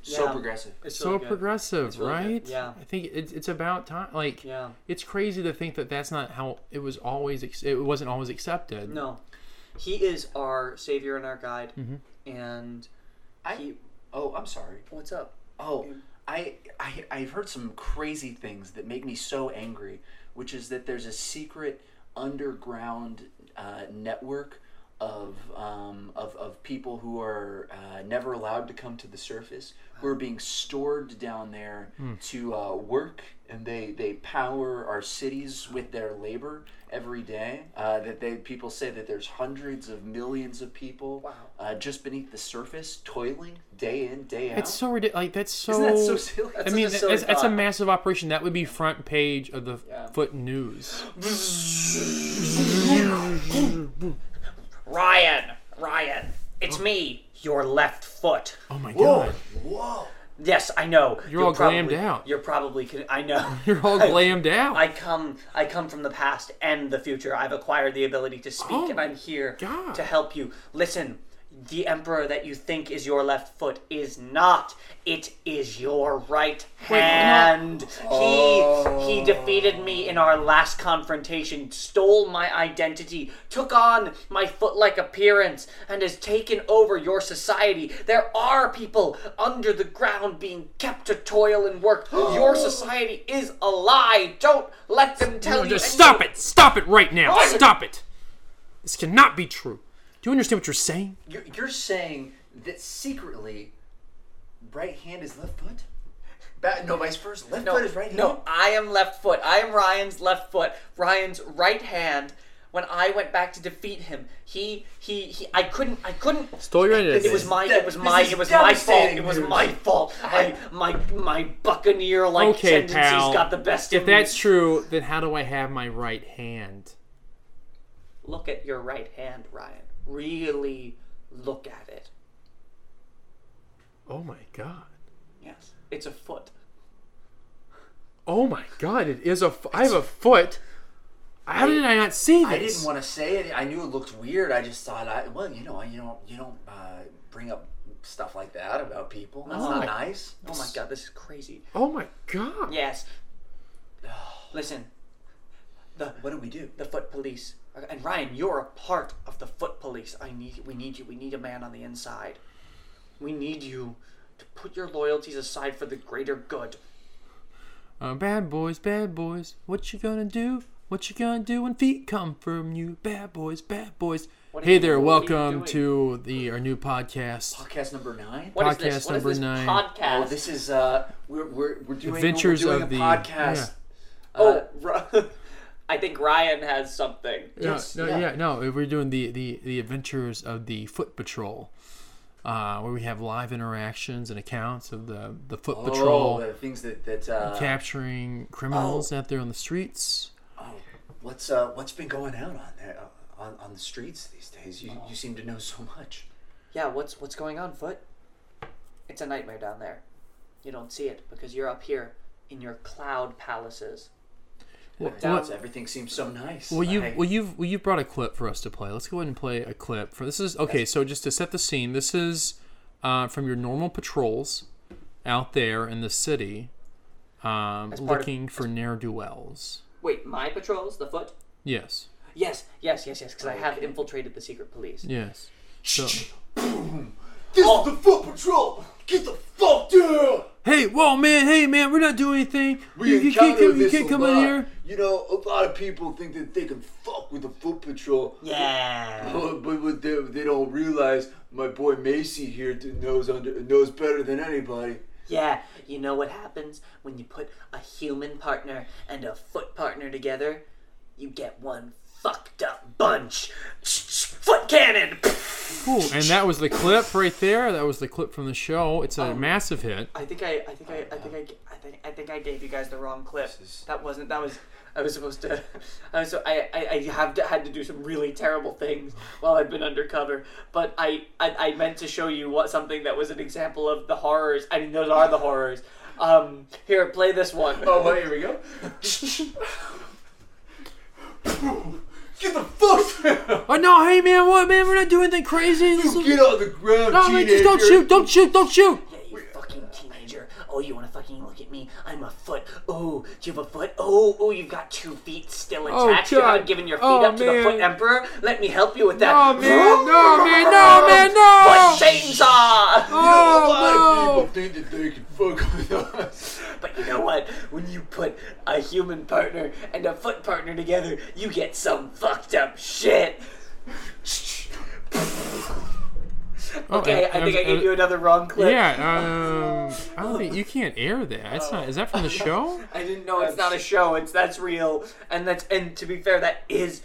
[SPEAKER 3] So
[SPEAKER 1] Yeah.
[SPEAKER 3] progressive.
[SPEAKER 1] It's
[SPEAKER 2] so
[SPEAKER 1] really good.
[SPEAKER 2] progressive,
[SPEAKER 3] really good.
[SPEAKER 2] right?
[SPEAKER 1] Yeah.
[SPEAKER 2] I think it's, it's about time. Like,
[SPEAKER 1] Yeah.
[SPEAKER 2] it's crazy to think that that's not how it was always. ex- It wasn't always accepted.
[SPEAKER 1] No. He is our savior and our guide.
[SPEAKER 2] Mm-hmm.
[SPEAKER 1] And
[SPEAKER 3] I,
[SPEAKER 1] he.
[SPEAKER 3] oh, I'm sorry.
[SPEAKER 1] What's up?
[SPEAKER 3] Oh, I, I I've heard some crazy things that make me so angry, which is that there's a secret underground uh, network of, um, of of people who are uh, never allowed to come to the surface, who are being stored down there to uh, work, and they they power our cities with their labor every day. Uh, that they people say that there's hundreds of millions of people uh, just beneath the surface toiling day in day out.
[SPEAKER 2] It's so ridiculous. Like that's so.
[SPEAKER 3] Isn't that so silly?
[SPEAKER 2] I mean,
[SPEAKER 1] such a silly
[SPEAKER 2] that's, that's a
[SPEAKER 1] thought.
[SPEAKER 2] massive operation. That would be front page of the Foot News.
[SPEAKER 1] Ryan! Ryan! It's me, your left foot.
[SPEAKER 2] Oh my god,
[SPEAKER 3] Whoa!
[SPEAKER 1] Yes, I know. You're,
[SPEAKER 2] all glammed out.
[SPEAKER 1] You're probably. con- I know.
[SPEAKER 2] you're all glammed out.
[SPEAKER 1] I come I come from the past and the future. I've acquired the ability to speak
[SPEAKER 2] Oh
[SPEAKER 1] and I'm here
[SPEAKER 2] God.
[SPEAKER 1] to help you. Listen, the emperor that you think is your left foot is not. It is your right hand. He he defeated me in our last confrontation, stole my identity, took on my foot-like appearance and has taken over your society. There are people under the ground being kept to toil and work. Your society is a lie. Don't let them tell you.
[SPEAKER 2] Just
[SPEAKER 1] anything.
[SPEAKER 2] stop it! Stop it right now!
[SPEAKER 1] Oh,
[SPEAKER 2] Stop it! This cannot be true. Do you understand what you're saying?
[SPEAKER 3] You're, you're saying that secretly, right hand is left foot? Ba- no, vice versa. Left foot is right hand.
[SPEAKER 1] No, I am left foot. I am Ryan's left foot. Ryan's right hand. When I went back to defeat him, he he, he I couldn't I couldn't
[SPEAKER 2] Stole your identity.
[SPEAKER 1] It was my
[SPEAKER 3] de-
[SPEAKER 1] it was
[SPEAKER 3] this
[SPEAKER 1] my
[SPEAKER 3] is
[SPEAKER 1] it was my fault.
[SPEAKER 3] devastating
[SPEAKER 1] It was
[SPEAKER 3] news.
[SPEAKER 1] my fault. I my my buccaneer like
[SPEAKER 2] Okay,
[SPEAKER 1] tendencies
[SPEAKER 2] pal.
[SPEAKER 1] got the best
[SPEAKER 2] If
[SPEAKER 1] of me.
[SPEAKER 2] that's true, then how do I have my right hand?
[SPEAKER 1] Look at your right hand, Ryan. Really look at it.
[SPEAKER 2] Oh my god.
[SPEAKER 1] Yes. It's a foot.
[SPEAKER 2] Oh my god, it is a. F- I have a foot. How did I not see this?
[SPEAKER 3] I didn't want to say it. I knew it looked weird. I just thought, I well, you know, you don't, you don't uh, bring up stuff like that about people. That's
[SPEAKER 2] Oh.
[SPEAKER 3] not nice.
[SPEAKER 1] Oh my god, this is crazy.
[SPEAKER 2] Oh my god.
[SPEAKER 1] Yes. Listen,
[SPEAKER 3] What do we do?
[SPEAKER 1] the foot police. And Ryan, you're a part of the foot police. I need we need you. We need a man on the inside. We need you to put your loyalties aside for the greater good.
[SPEAKER 2] Uh, bad boys, bad boys. What you gonna do? What you gonna do when feet come from you? Bad boys, bad boys.
[SPEAKER 1] What are
[SPEAKER 2] Hey
[SPEAKER 1] you-
[SPEAKER 2] there,
[SPEAKER 1] what are you
[SPEAKER 2] welcome
[SPEAKER 1] doing?
[SPEAKER 2] to the our new podcast.
[SPEAKER 3] Podcast number nine.
[SPEAKER 1] What is this?
[SPEAKER 2] podcast
[SPEAKER 1] What is
[SPEAKER 2] number
[SPEAKER 1] this
[SPEAKER 2] nine.
[SPEAKER 1] podcast?
[SPEAKER 3] Oh, this is uh, we're we're, we're doing
[SPEAKER 2] Adventures
[SPEAKER 3] we're doing
[SPEAKER 2] of
[SPEAKER 3] a
[SPEAKER 2] the-
[SPEAKER 3] podcast.
[SPEAKER 1] Oh, Ri- I think Ryan has something.
[SPEAKER 3] Yes,
[SPEAKER 2] no,
[SPEAKER 3] yeah.
[SPEAKER 2] yeah. no. We're doing the, the, the adventures of the Foot Patrol, uh, where we have live interactions and accounts of the, the Foot
[SPEAKER 3] Oh,
[SPEAKER 2] Patrol
[SPEAKER 3] the things that that uh,
[SPEAKER 2] capturing criminals out there on the streets.
[SPEAKER 3] What's uh, what's been going out on there uh, on, on the streets these days? You, you seem to know so much.
[SPEAKER 1] Yeah, what's what's going on, Foot? It's a nightmare down there. You don't see it because you're up here in your cloud palaces.
[SPEAKER 2] Well,
[SPEAKER 3] Doubts. Everything seems so nice.
[SPEAKER 2] Well, you
[SPEAKER 3] Like,
[SPEAKER 2] well you've well, you've brought a clip for us to play. Let's go ahead and play a clip for this is okay. So just to set the scene, this is uh, from your normal patrols out there in the city, um,
[SPEAKER 1] As part of-
[SPEAKER 2] looking for ne'er do wells.
[SPEAKER 1] Wait, my patrols, the foot?
[SPEAKER 2] Yes,
[SPEAKER 1] Yes, yes, yes, yes, because I have infiltrated the secret police.
[SPEAKER 2] yes. So,
[SPEAKER 3] this is the foot patrol. Get the fuck down.
[SPEAKER 2] hey, whoa, man, hey, man, we're not doing anything. you, you can't
[SPEAKER 3] encounter
[SPEAKER 2] come, you
[SPEAKER 3] this
[SPEAKER 2] can't
[SPEAKER 3] a
[SPEAKER 2] come in
[SPEAKER 3] lot.
[SPEAKER 2] here.
[SPEAKER 3] You know, a lot of people think that they can fuck with the foot patrol.
[SPEAKER 1] Yeah.
[SPEAKER 3] But, but what they, they don't realize, my boy Macy here d- knows under, knows better than anybody.
[SPEAKER 1] Yeah. You know what happens when you put a human partner and a foot partner together? You get one fucked up bunch. Foot cannon!
[SPEAKER 2] Cool. And that was the clip right there. That was the clip from the show. It's a massive hit.
[SPEAKER 1] I think I, I think I, I think I, I think I think I gave you guys the wrong clip. That wasn't. That was. I was supposed to. I was. so- I. I, I have to, had to do some really terrible things while I've been undercover. But I, I. I meant to show you what something that was an example of the horrors. I mean, those are the horrors. Um. Here, play this one.
[SPEAKER 3] Oh, well, here we go. Get the fuck down.
[SPEAKER 2] Oh no, hey, man, what, man? We're not doing anything crazy. This is-
[SPEAKER 3] Get on the ground,
[SPEAKER 2] No, man, just don't shoot! Don't shoot! Don't shoot!
[SPEAKER 1] Yeah, you fucking teenager. Oh, you wanna fucking look at me? I'm a foot. Oh, do you have a foot? Oh, oh, you've got two feet still
[SPEAKER 2] Oh,
[SPEAKER 1] attached. you haven't
[SPEAKER 2] God.
[SPEAKER 1] given your feet
[SPEAKER 2] Oh,
[SPEAKER 1] up to the foot
[SPEAKER 2] man.
[SPEAKER 1] emperor. Let me help you with that.
[SPEAKER 2] No, man! No, man! No, man!
[SPEAKER 1] Foot
[SPEAKER 2] No!
[SPEAKER 1] chainsaw!
[SPEAKER 3] A lot
[SPEAKER 2] Oh,
[SPEAKER 3] of people think that they can fuck with us.
[SPEAKER 1] But you know what? When you put a human partner and a foot partner together, you get some fucked up shit.
[SPEAKER 2] no!
[SPEAKER 1] Okay, I think I gave you another wrong clip.
[SPEAKER 2] Yeah, um, I don't think you can't air that. That's not. Is that from the show?
[SPEAKER 1] I didn't know it's not a show. It's that's real, and that's and to be fair, that is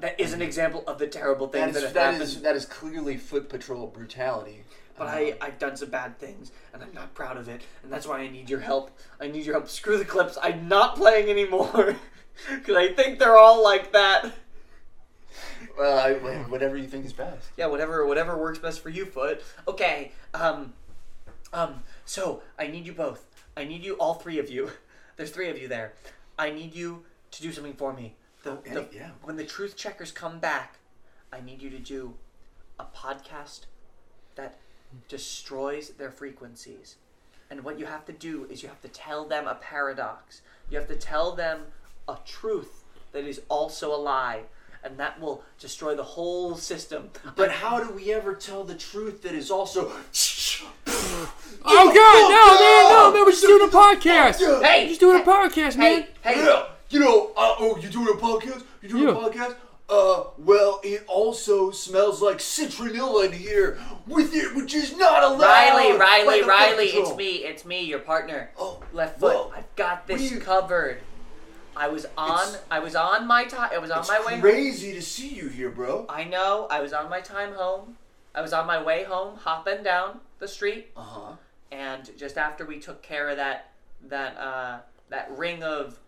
[SPEAKER 1] that is an example of the terrible
[SPEAKER 3] That
[SPEAKER 1] things that,
[SPEAKER 3] is,
[SPEAKER 1] have
[SPEAKER 3] that,
[SPEAKER 1] happened.
[SPEAKER 3] is, that is clearly foot patrol brutality.
[SPEAKER 1] But I I've done some bad things, and I'm not proud of it, and that's why I need your help. I need your help. Screw the clips. I'm not playing anymore because I think they're all like that.
[SPEAKER 3] Well, Uh, I, whatever you think is best.
[SPEAKER 1] Yeah, whatever whatever works best for you, foot. Okay. Um, um. So I need you both. I need you all three of you. There's three of you there. I need you to do something for me. The, the,
[SPEAKER 3] yeah.
[SPEAKER 1] When the truth checkers come back, I need you to do a podcast that destroys their frequencies. And what you have to do is you have to tell them a paradox. You have to tell them a truth that is also a lie. And that will destroy the whole system.
[SPEAKER 3] But how do we ever tell the truth that is also
[SPEAKER 2] Oh God! No, man! No, man! We're just doing a podcast.
[SPEAKER 1] Hey!
[SPEAKER 2] We're just doing a podcast, man.
[SPEAKER 1] Hey, hey,
[SPEAKER 3] Yeah, you know, uh, oh, you doing a podcast? You doing a
[SPEAKER 2] Yeah.
[SPEAKER 3] podcast? Uh, well, it also smells like citronella in here, with it, which is not allowed.
[SPEAKER 1] Riley,
[SPEAKER 3] by
[SPEAKER 1] Riley,
[SPEAKER 3] the
[SPEAKER 1] Riley,
[SPEAKER 3] Paw Patrol.
[SPEAKER 1] it's me, it's me, your partner.
[SPEAKER 3] Oh,
[SPEAKER 1] Left foot.
[SPEAKER 3] whoa.
[SPEAKER 1] I've got this
[SPEAKER 3] What are you-
[SPEAKER 1] covered. I was on
[SPEAKER 3] It's-
[SPEAKER 1] I was on my time I was on
[SPEAKER 3] It's
[SPEAKER 1] my way home.
[SPEAKER 3] crazy to see you here, bro.
[SPEAKER 1] I know. I was on my time home. I was on my way home, hopping down the street,
[SPEAKER 3] Uh huh.
[SPEAKER 1] and just after we took care of that that uh, that ring of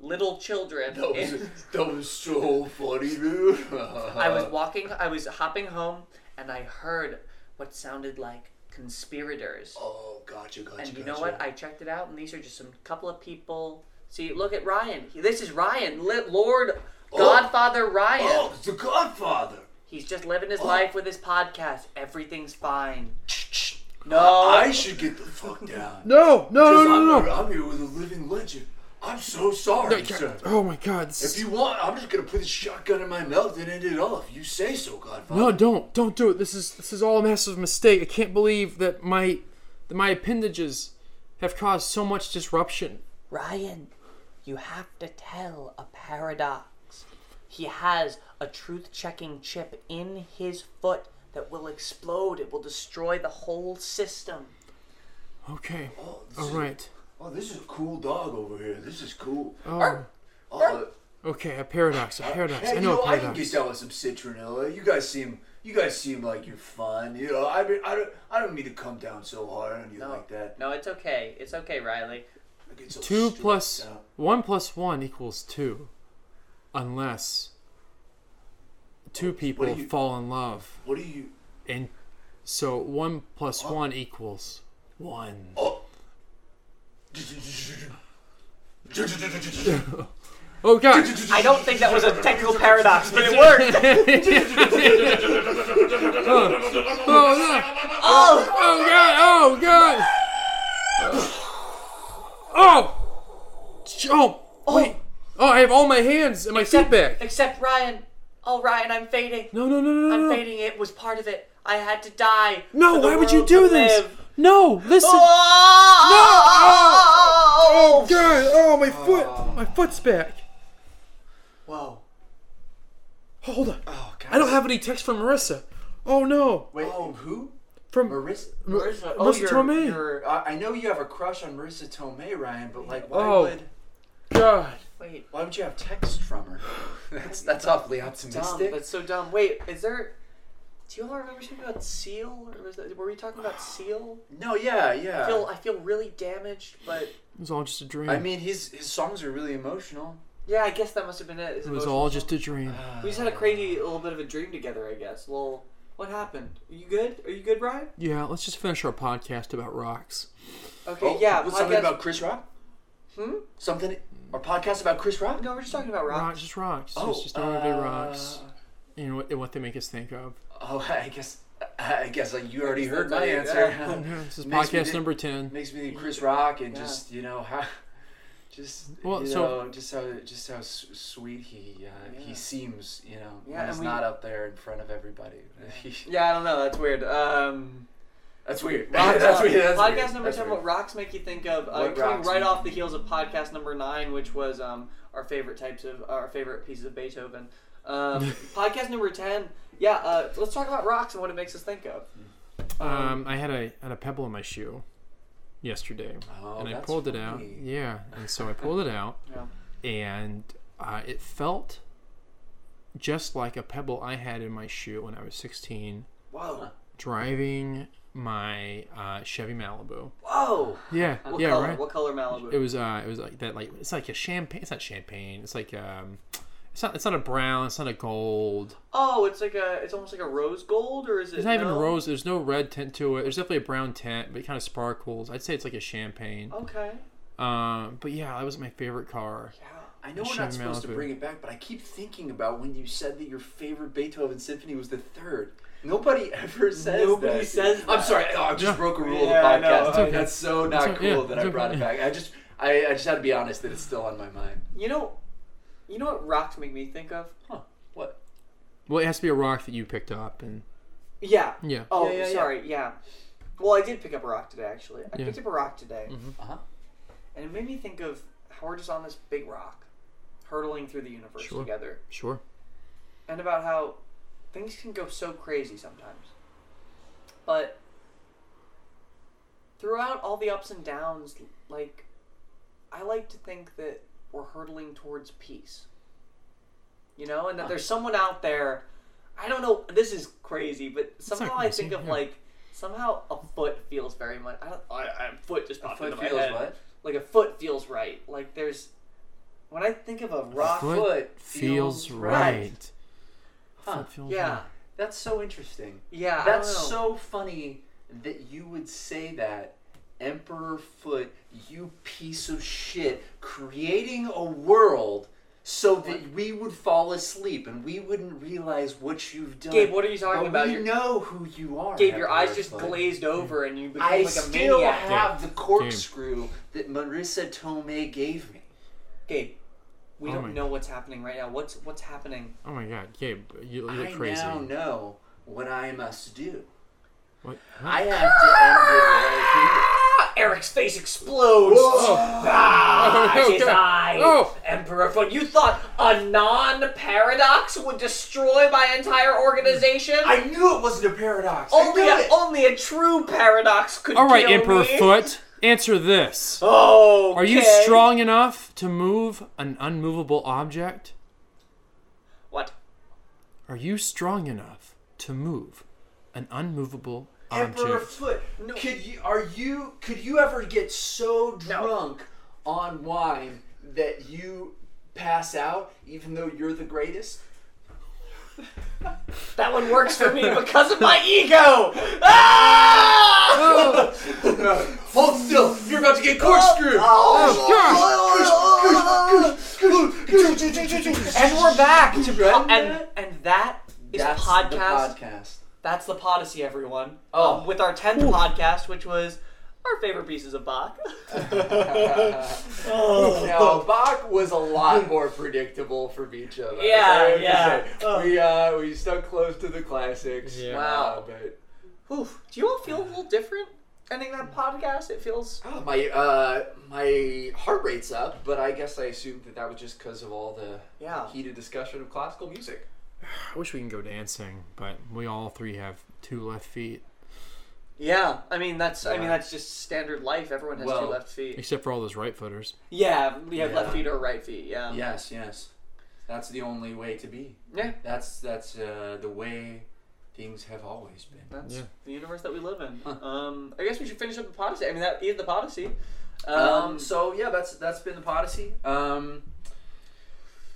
[SPEAKER 1] little children,
[SPEAKER 3] That was that was so funny, dude. Oh,
[SPEAKER 1] I
[SPEAKER 3] uh,
[SPEAKER 1] was walking. I was hopping home, and I heard what sounded like conspirators.
[SPEAKER 3] oh, gotcha, gotcha.
[SPEAKER 1] and you
[SPEAKER 3] gotcha.
[SPEAKER 1] know what? I checked it out, and these are just some couple of people. See, look at Ryan. He- This is Ryan, Li- Lord Godfather Ryan.
[SPEAKER 3] Oh, it's the Godfather.
[SPEAKER 1] He's just living his life with his podcast. Everything's fine. No,
[SPEAKER 3] I should get the fuck down.
[SPEAKER 2] No, no, no,
[SPEAKER 3] Because
[SPEAKER 2] no,
[SPEAKER 3] I'm,
[SPEAKER 2] no!
[SPEAKER 3] I'm here with a living legend. I'm so sorry, sir.
[SPEAKER 2] Oh my God! this
[SPEAKER 3] If
[SPEAKER 2] is-
[SPEAKER 3] you want, I'm just gonna put this shotgun in my mouth and end it all. If you say so, Godfather.
[SPEAKER 2] No, don't, don't do it. This is this is all a massive mistake. I can't believe that my that my appendages have caused so much disruption.
[SPEAKER 1] Ryan, you have to tell a paradox. He has a truth checking chip in his foot that will explode. It will destroy the whole system.
[SPEAKER 2] Okay.
[SPEAKER 3] Oh, this
[SPEAKER 2] All
[SPEAKER 3] is-
[SPEAKER 2] right.
[SPEAKER 3] Oh, this is a cool dog over here. This is cool.
[SPEAKER 2] Oh.
[SPEAKER 3] Oh,
[SPEAKER 2] Okay. A paradox. A paradox.
[SPEAKER 3] hey,
[SPEAKER 2] I
[SPEAKER 3] you
[SPEAKER 2] know
[SPEAKER 3] know,
[SPEAKER 2] a
[SPEAKER 3] I can get
[SPEAKER 2] paradox.
[SPEAKER 3] down with some citronella. You guys seem, you guys seem like you're fun. You know, I mean, I don't, I don't mean to come down so hard on you like that.
[SPEAKER 1] No, it's okay. It's okay, Riley.
[SPEAKER 3] I get so
[SPEAKER 2] Two
[SPEAKER 3] stressed
[SPEAKER 2] plus
[SPEAKER 3] out.
[SPEAKER 2] one plus one equals two, unless two people
[SPEAKER 3] you-
[SPEAKER 2] fall in love,
[SPEAKER 3] What do you?
[SPEAKER 2] and so one
[SPEAKER 1] Oh,
[SPEAKER 2] plus one equals one.
[SPEAKER 3] Oh.
[SPEAKER 2] Oh god!
[SPEAKER 1] I don't think that was a technical paradox, but it worked.
[SPEAKER 2] Oh no! Oh! Oh god! Oh god! Oh! Oh! Wait! Oh, I have all my hands and my feet back.
[SPEAKER 1] Except Ryan. Oh, Ryan, I'm fading.
[SPEAKER 2] No! No! No! No!
[SPEAKER 1] I'm
[SPEAKER 2] No!
[SPEAKER 1] fading. It was part of it. I had to die.
[SPEAKER 2] No!
[SPEAKER 1] for the
[SPEAKER 2] Why would you
[SPEAKER 1] world to
[SPEAKER 2] do this?
[SPEAKER 1] live.
[SPEAKER 2] No! Listen!
[SPEAKER 1] Oh!
[SPEAKER 2] Oh god! Oh my foot! My foot's back.
[SPEAKER 1] Whoa.
[SPEAKER 2] Hold on.
[SPEAKER 3] Oh, God.
[SPEAKER 2] I don't have any text from Marissa. Oh no!
[SPEAKER 3] Wait, who?
[SPEAKER 2] From
[SPEAKER 3] Marissa, Marissa, oh,
[SPEAKER 2] Marissa
[SPEAKER 3] you're,
[SPEAKER 2] Tomei.
[SPEAKER 3] you're- I I know you have a crush on Marissa Tomei, Ryan, but like, why
[SPEAKER 2] Oh.
[SPEAKER 3] would
[SPEAKER 2] God.
[SPEAKER 1] Wait.
[SPEAKER 3] why would you have text from her? That's that's awfully
[SPEAKER 1] Dumb.
[SPEAKER 3] optimistic.
[SPEAKER 1] That's so dumb. Wait, is there? Do you all remember something about Seal? Or was that, were we talking about Seal?
[SPEAKER 3] no, yeah, yeah.
[SPEAKER 1] I feel I feel really damaged, but
[SPEAKER 2] It was all just a dream.
[SPEAKER 3] I mean, his his songs are really emotional.
[SPEAKER 1] yeah, I guess that must have been it.
[SPEAKER 2] it was all just a dream.
[SPEAKER 1] We just had a crazy little bit of a dream together, I guess. Well, what happened? Are you good? Are you good, Brian?
[SPEAKER 2] Yeah, let's just finish our podcast about rocks.
[SPEAKER 1] Okay,
[SPEAKER 2] Oh,
[SPEAKER 1] yeah.
[SPEAKER 3] was
[SPEAKER 1] podcast-
[SPEAKER 3] Oh, something about Chris Rock?
[SPEAKER 1] Hmm?
[SPEAKER 3] Something or podcast about Chris Rock?
[SPEAKER 1] No, we're just talking about
[SPEAKER 2] Rocks,
[SPEAKER 1] rocks.
[SPEAKER 2] just rocks.
[SPEAKER 3] Oh,
[SPEAKER 2] just, just everyday
[SPEAKER 3] uh,
[SPEAKER 2] rocks. And what, and what they make us think of.
[SPEAKER 3] Oh, I guess I guess like you already heard my
[SPEAKER 1] that's
[SPEAKER 3] answer.
[SPEAKER 2] Yeah, this is
[SPEAKER 3] Oh, Makes me
[SPEAKER 2] podcast
[SPEAKER 3] think-
[SPEAKER 2] number 10.
[SPEAKER 3] Makes me think Chris Rock and
[SPEAKER 1] Yeah.
[SPEAKER 3] just you know how, just
[SPEAKER 2] Well,
[SPEAKER 3] you
[SPEAKER 2] so-
[SPEAKER 3] know just how just how s- sweet he uh,
[SPEAKER 1] Yeah.
[SPEAKER 3] he seems. You know,
[SPEAKER 1] Yeah,
[SPEAKER 3] when
[SPEAKER 1] and
[SPEAKER 3] he's
[SPEAKER 1] we-
[SPEAKER 3] not up there in front of everybody.
[SPEAKER 1] Yeah, I don't know. That's weird. Um,
[SPEAKER 3] that's weird.
[SPEAKER 1] rocks,
[SPEAKER 3] that's
[SPEAKER 1] uh,
[SPEAKER 3] weird. That's
[SPEAKER 1] podcast
[SPEAKER 3] weird.
[SPEAKER 1] number
[SPEAKER 3] That's
[SPEAKER 1] ten.
[SPEAKER 3] weird.
[SPEAKER 1] What rocks make you think of? Uh, coming
[SPEAKER 3] What rocks
[SPEAKER 1] right
[SPEAKER 3] make
[SPEAKER 1] off
[SPEAKER 3] you
[SPEAKER 1] the heels of podcast number nine, which was um, our favorite types of our favorite pieces of Beethoven. Um, podcast number ten. Yeah, uh, let's talk about rocks and what it makes us think of.
[SPEAKER 2] Um, I had a had a pebble in my shoe yesterday,
[SPEAKER 3] Oh,
[SPEAKER 2] and I
[SPEAKER 3] that's
[SPEAKER 2] pulled it out.
[SPEAKER 3] funny.
[SPEAKER 2] Yeah, and so I pulled it out,
[SPEAKER 1] Yeah.
[SPEAKER 2] and uh, it felt just like a pebble I had in my shoe when I was 16,
[SPEAKER 1] Whoa,
[SPEAKER 2] driving my uh, Chevy Malibu.
[SPEAKER 1] whoa.
[SPEAKER 2] Yeah,
[SPEAKER 1] What
[SPEAKER 2] yeah,
[SPEAKER 1] color?
[SPEAKER 2] right.
[SPEAKER 1] What color Malibu?
[SPEAKER 2] It was uh, it was like that like it's like a champagne. It's not champagne. It's like um, it's not it's not a brown. It's not a gold.
[SPEAKER 1] oh, it's like a. It's almost like a rose gold, or is it?
[SPEAKER 2] It's not even
[SPEAKER 1] no?
[SPEAKER 2] rose. There's no red tint to it. There's definitely a brown tint, but it kind of sparkles. I'd say it's like a champagne.
[SPEAKER 1] Okay.
[SPEAKER 2] Um, but yeah, that was my favorite car.
[SPEAKER 3] I know we're
[SPEAKER 2] Chevy
[SPEAKER 3] not supposed to
[SPEAKER 2] Malibu.
[SPEAKER 3] bring it back, but I keep thinking about when you said that your favorite Beethoven symphony was the third. Nobody ever says
[SPEAKER 1] Nobody
[SPEAKER 3] that.
[SPEAKER 1] says
[SPEAKER 3] I'm
[SPEAKER 1] that.
[SPEAKER 3] sorry. Oh, I just
[SPEAKER 2] Yeah.
[SPEAKER 3] broke a rule
[SPEAKER 1] Yeah, I
[SPEAKER 3] of the podcast.
[SPEAKER 1] know.
[SPEAKER 3] That's,
[SPEAKER 2] okay.
[SPEAKER 3] so not
[SPEAKER 2] It's okay.
[SPEAKER 3] cool
[SPEAKER 2] Yeah,
[SPEAKER 3] that
[SPEAKER 2] it's
[SPEAKER 3] I brought
[SPEAKER 2] okay.
[SPEAKER 3] it back. I just I, I just had to be honest that it's still on my mind.
[SPEAKER 1] You know, you know what rocks make me think of?
[SPEAKER 3] Huh? What?
[SPEAKER 2] Well, it has to be a rock that you picked up, and
[SPEAKER 1] Yeah.
[SPEAKER 2] yeah,
[SPEAKER 1] Oh,
[SPEAKER 3] Yeah, yeah, yeah.
[SPEAKER 1] sorry. Yeah. Well, I did pick up a rock today. Actually, I
[SPEAKER 2] Yeah. Mm-hmm.
[SPEAKER 1] picked up a rock today,
[SPEAKER 3] Uh-huh.
[SPEAKER 1] and it made me think of how we're just on this big rock, hurtling through the universe
[SPEAKER 2] Sure.
[SPEAKER 1] together,
[SPEAKER 2] sure.
[SPEAKER 1] and about how things can go so crazy sometimes. But throughout all the ups and downs, like I like to think that we're hurtling towards peace. You know, and that there's someone out there. I don't know. This is crazy, but
[SPEAKER 2] not
[SPEAKER 1] somehow I
[SPEAKER 2] crazy,
[SPEAKER 1] think of
[SPEAKER 2] yeah.
[SPEAKER 1] like somehow a foot feels very much. I, don't, I, I foot just popped
[SPEAKER 3] Foot
[SPEAKER 1] into my
[SPEAKER 3] feels
[SPEAKER 1] head.
[SPEAKER 3] what?
[SPEAKER 1] Like a foot feels right. Like there's when I think of a rock.
[SPEAKER 2] Foot
[SPEAKER 3] foot
[SPEAKER 2] feels
[SPEAKER 3] feels
[SPEAKER 2] right.
[SPEAKER 3] right. Huh.
[SPEAKER 2] Foot feels
[SPEAKER 1] Yeah,
[SPEAKER 2] right.
[SPEAKER 3] That's so interesting.
[SPEAKER 1] yeah. I
[SPEAKER 3] That's
[SPEAKER 1] don't know.
[SPEAKER 3] so funny that you would say that. Emperor Foot, you piece of shit, creating a world so that we would fall asleep and we wouldn't realize what you've done.
[SPEAKER 1] Gabe, what are you talking
[SPEAKER 3] But
[SPEAKER 1] about?
[SPEAKER 3] We
[SPEAKER 1] Your-
[SPEAKER 3] know who you are.
[SPEAKER 1] Gabe, your
[SPEAKER 3] Emperor
[SPEAKER 1] eyes just
[SPEAKER 3] Foot.
[SPEAKER 1] glazed over, and you become
[SPEAKER 3] I
[SPEAKER 1] like a
[SPEAKER 3] still
[SPEAKER 1] maniac.
[SPEAKER 3] have the corkscrew that Marissa Tomei gave me.
[SPEAKER 1] Gabe, we
[SPEAKER 2] Oh
[SPEAKER 1] don't
[SPEAKER 2] my-
[SPEAKER 1] know what's happening right now. What's what's happening?
[SPEAKER 2] Oh my God, Gabe, you, you look
[SPEAKER 3] I
[SPEAKER 2] crazy.
[SPEAKER 3] now know what I must do.
[SPEAKER 2] What?
[SPEAKER 3] I have to end it right here.
[SPEAKER 1] Ah, Eric's face explodes. Ah,
[SPEAKER 2] Oh, no,
[SPEAKER 1] his
[SPEAKER 2] God.
[SPEAKER 1] eye.
[SPEAKER 2] Oh.
[SPEAKER 1] Emperor Foot, you thought a non-paradox would destroy my entire organization?
[SPEAKER 3] I knew it wasn't a paradox. I
[SPEAKER 1] only
[SPEAKER 3] knew
[SPEAKER 1] a,
[SPEAKER 3] it.
[SPEAKER 1] only a true paradox could
[SPEAKER 2] All right,
[SPEAKER 1] kill
[SPEAKER 2] Emperor
[SPEAKER 1] me.
[SPEAKER 2] Foot, answer this.
[SPEAKER 1] Oh,
[SPEAKER 2] Are you strong enough to move an unmovable object?
[SPEAKER 1] What?
[SPEAKER 2] Are you strong enough to move an unmovable
[SPEAKER 3] Emperor
[SPEAKER 2] object?
[SPEAKER 3] Foot. Could you? Are you? Could you ever get so drunk on wine that you pass out, even though you're the greatest?
[SPEAKER 1] That one works for me because of my ego. Ah!
[SPEAKER 2] Oh.
[SPEAKER 3] Hold still. You're about to get corkscrewed.
[SPEAKER 1] Oh,
[SPEAKER 2] Gosh!
[SPEAKER 3] oh,
[SPEAKER 1] And we're back to po-
[SPEAKER 3] Right?
[SPEAKER 1] and and that is
[SPEAKER 3] That's
[SPEAKER 1] podcast.
[SPEAKER 3] the podcast.
[SPEAKER 1] That's the Podyssey, everyone.
[SPEAKER 3] Oh.
[SPEAKER 1] Um, with our tenth podcast, which was our favorite pieces of Bach. Oh.
[SPEAKER 3] Now, Bach was a lot more predictable from each of us.
[SPEAKER 1] Yeah,
[SPEAKER 3] I have to
[SPEAKER 1] yeah. Oh.
[SPEAKER 3] say. We uh, we stuck close to the classics.
[SPEAKER 2] Yeah.
[SPEAKER 3] Uh,
[SPEAKER 1] Wow.
[SPEAKER 3] but
[SPEAKER 1] Oof. Do you all feel a little different ending that podcast? It feels
[SPEAKER 3] oh, my uh, my heart rate's up, but I guess I assumed that that was just because of all the
[SPEAKER 1] Yeah.
[SPEAKER 3] heated discussion of classical music.
[SPEAKER 2] I wish we can go dancing, but we all three have two left feet,
[SPEAKER 1] yeah. I mean that's I mean
[SPEAKER 3] Yeah.
[SPEAKER 1] that's just standard life. Everyone has
[SPEAKER 3] Well,
[SPEAKER 1] two left feet.
[SPEAKER 2] except for all those right footers.
[SPEAKER 1] Yeah, we have
[SPEAKER 3] Yeah.
[SPEAKER 1] left feet or right feet. Yeah.
[SPEAKER 3] Um, Yes, yes. That's the only way to be.
[SPEAKER 1] Yeah.
[SPEAKER 3] That's that's uh, the way things have always been.
[SPEAKER 1] That's
[SPEAKER 2] Yeah.
[SPEAKER 1] the universe that we live in. Um, I guess we should finish up the Podyssey. I mean, that is the Podyssey. Um,
[SPEAKER 3] Um, so yeah, that's that's been the Podyssey. Um,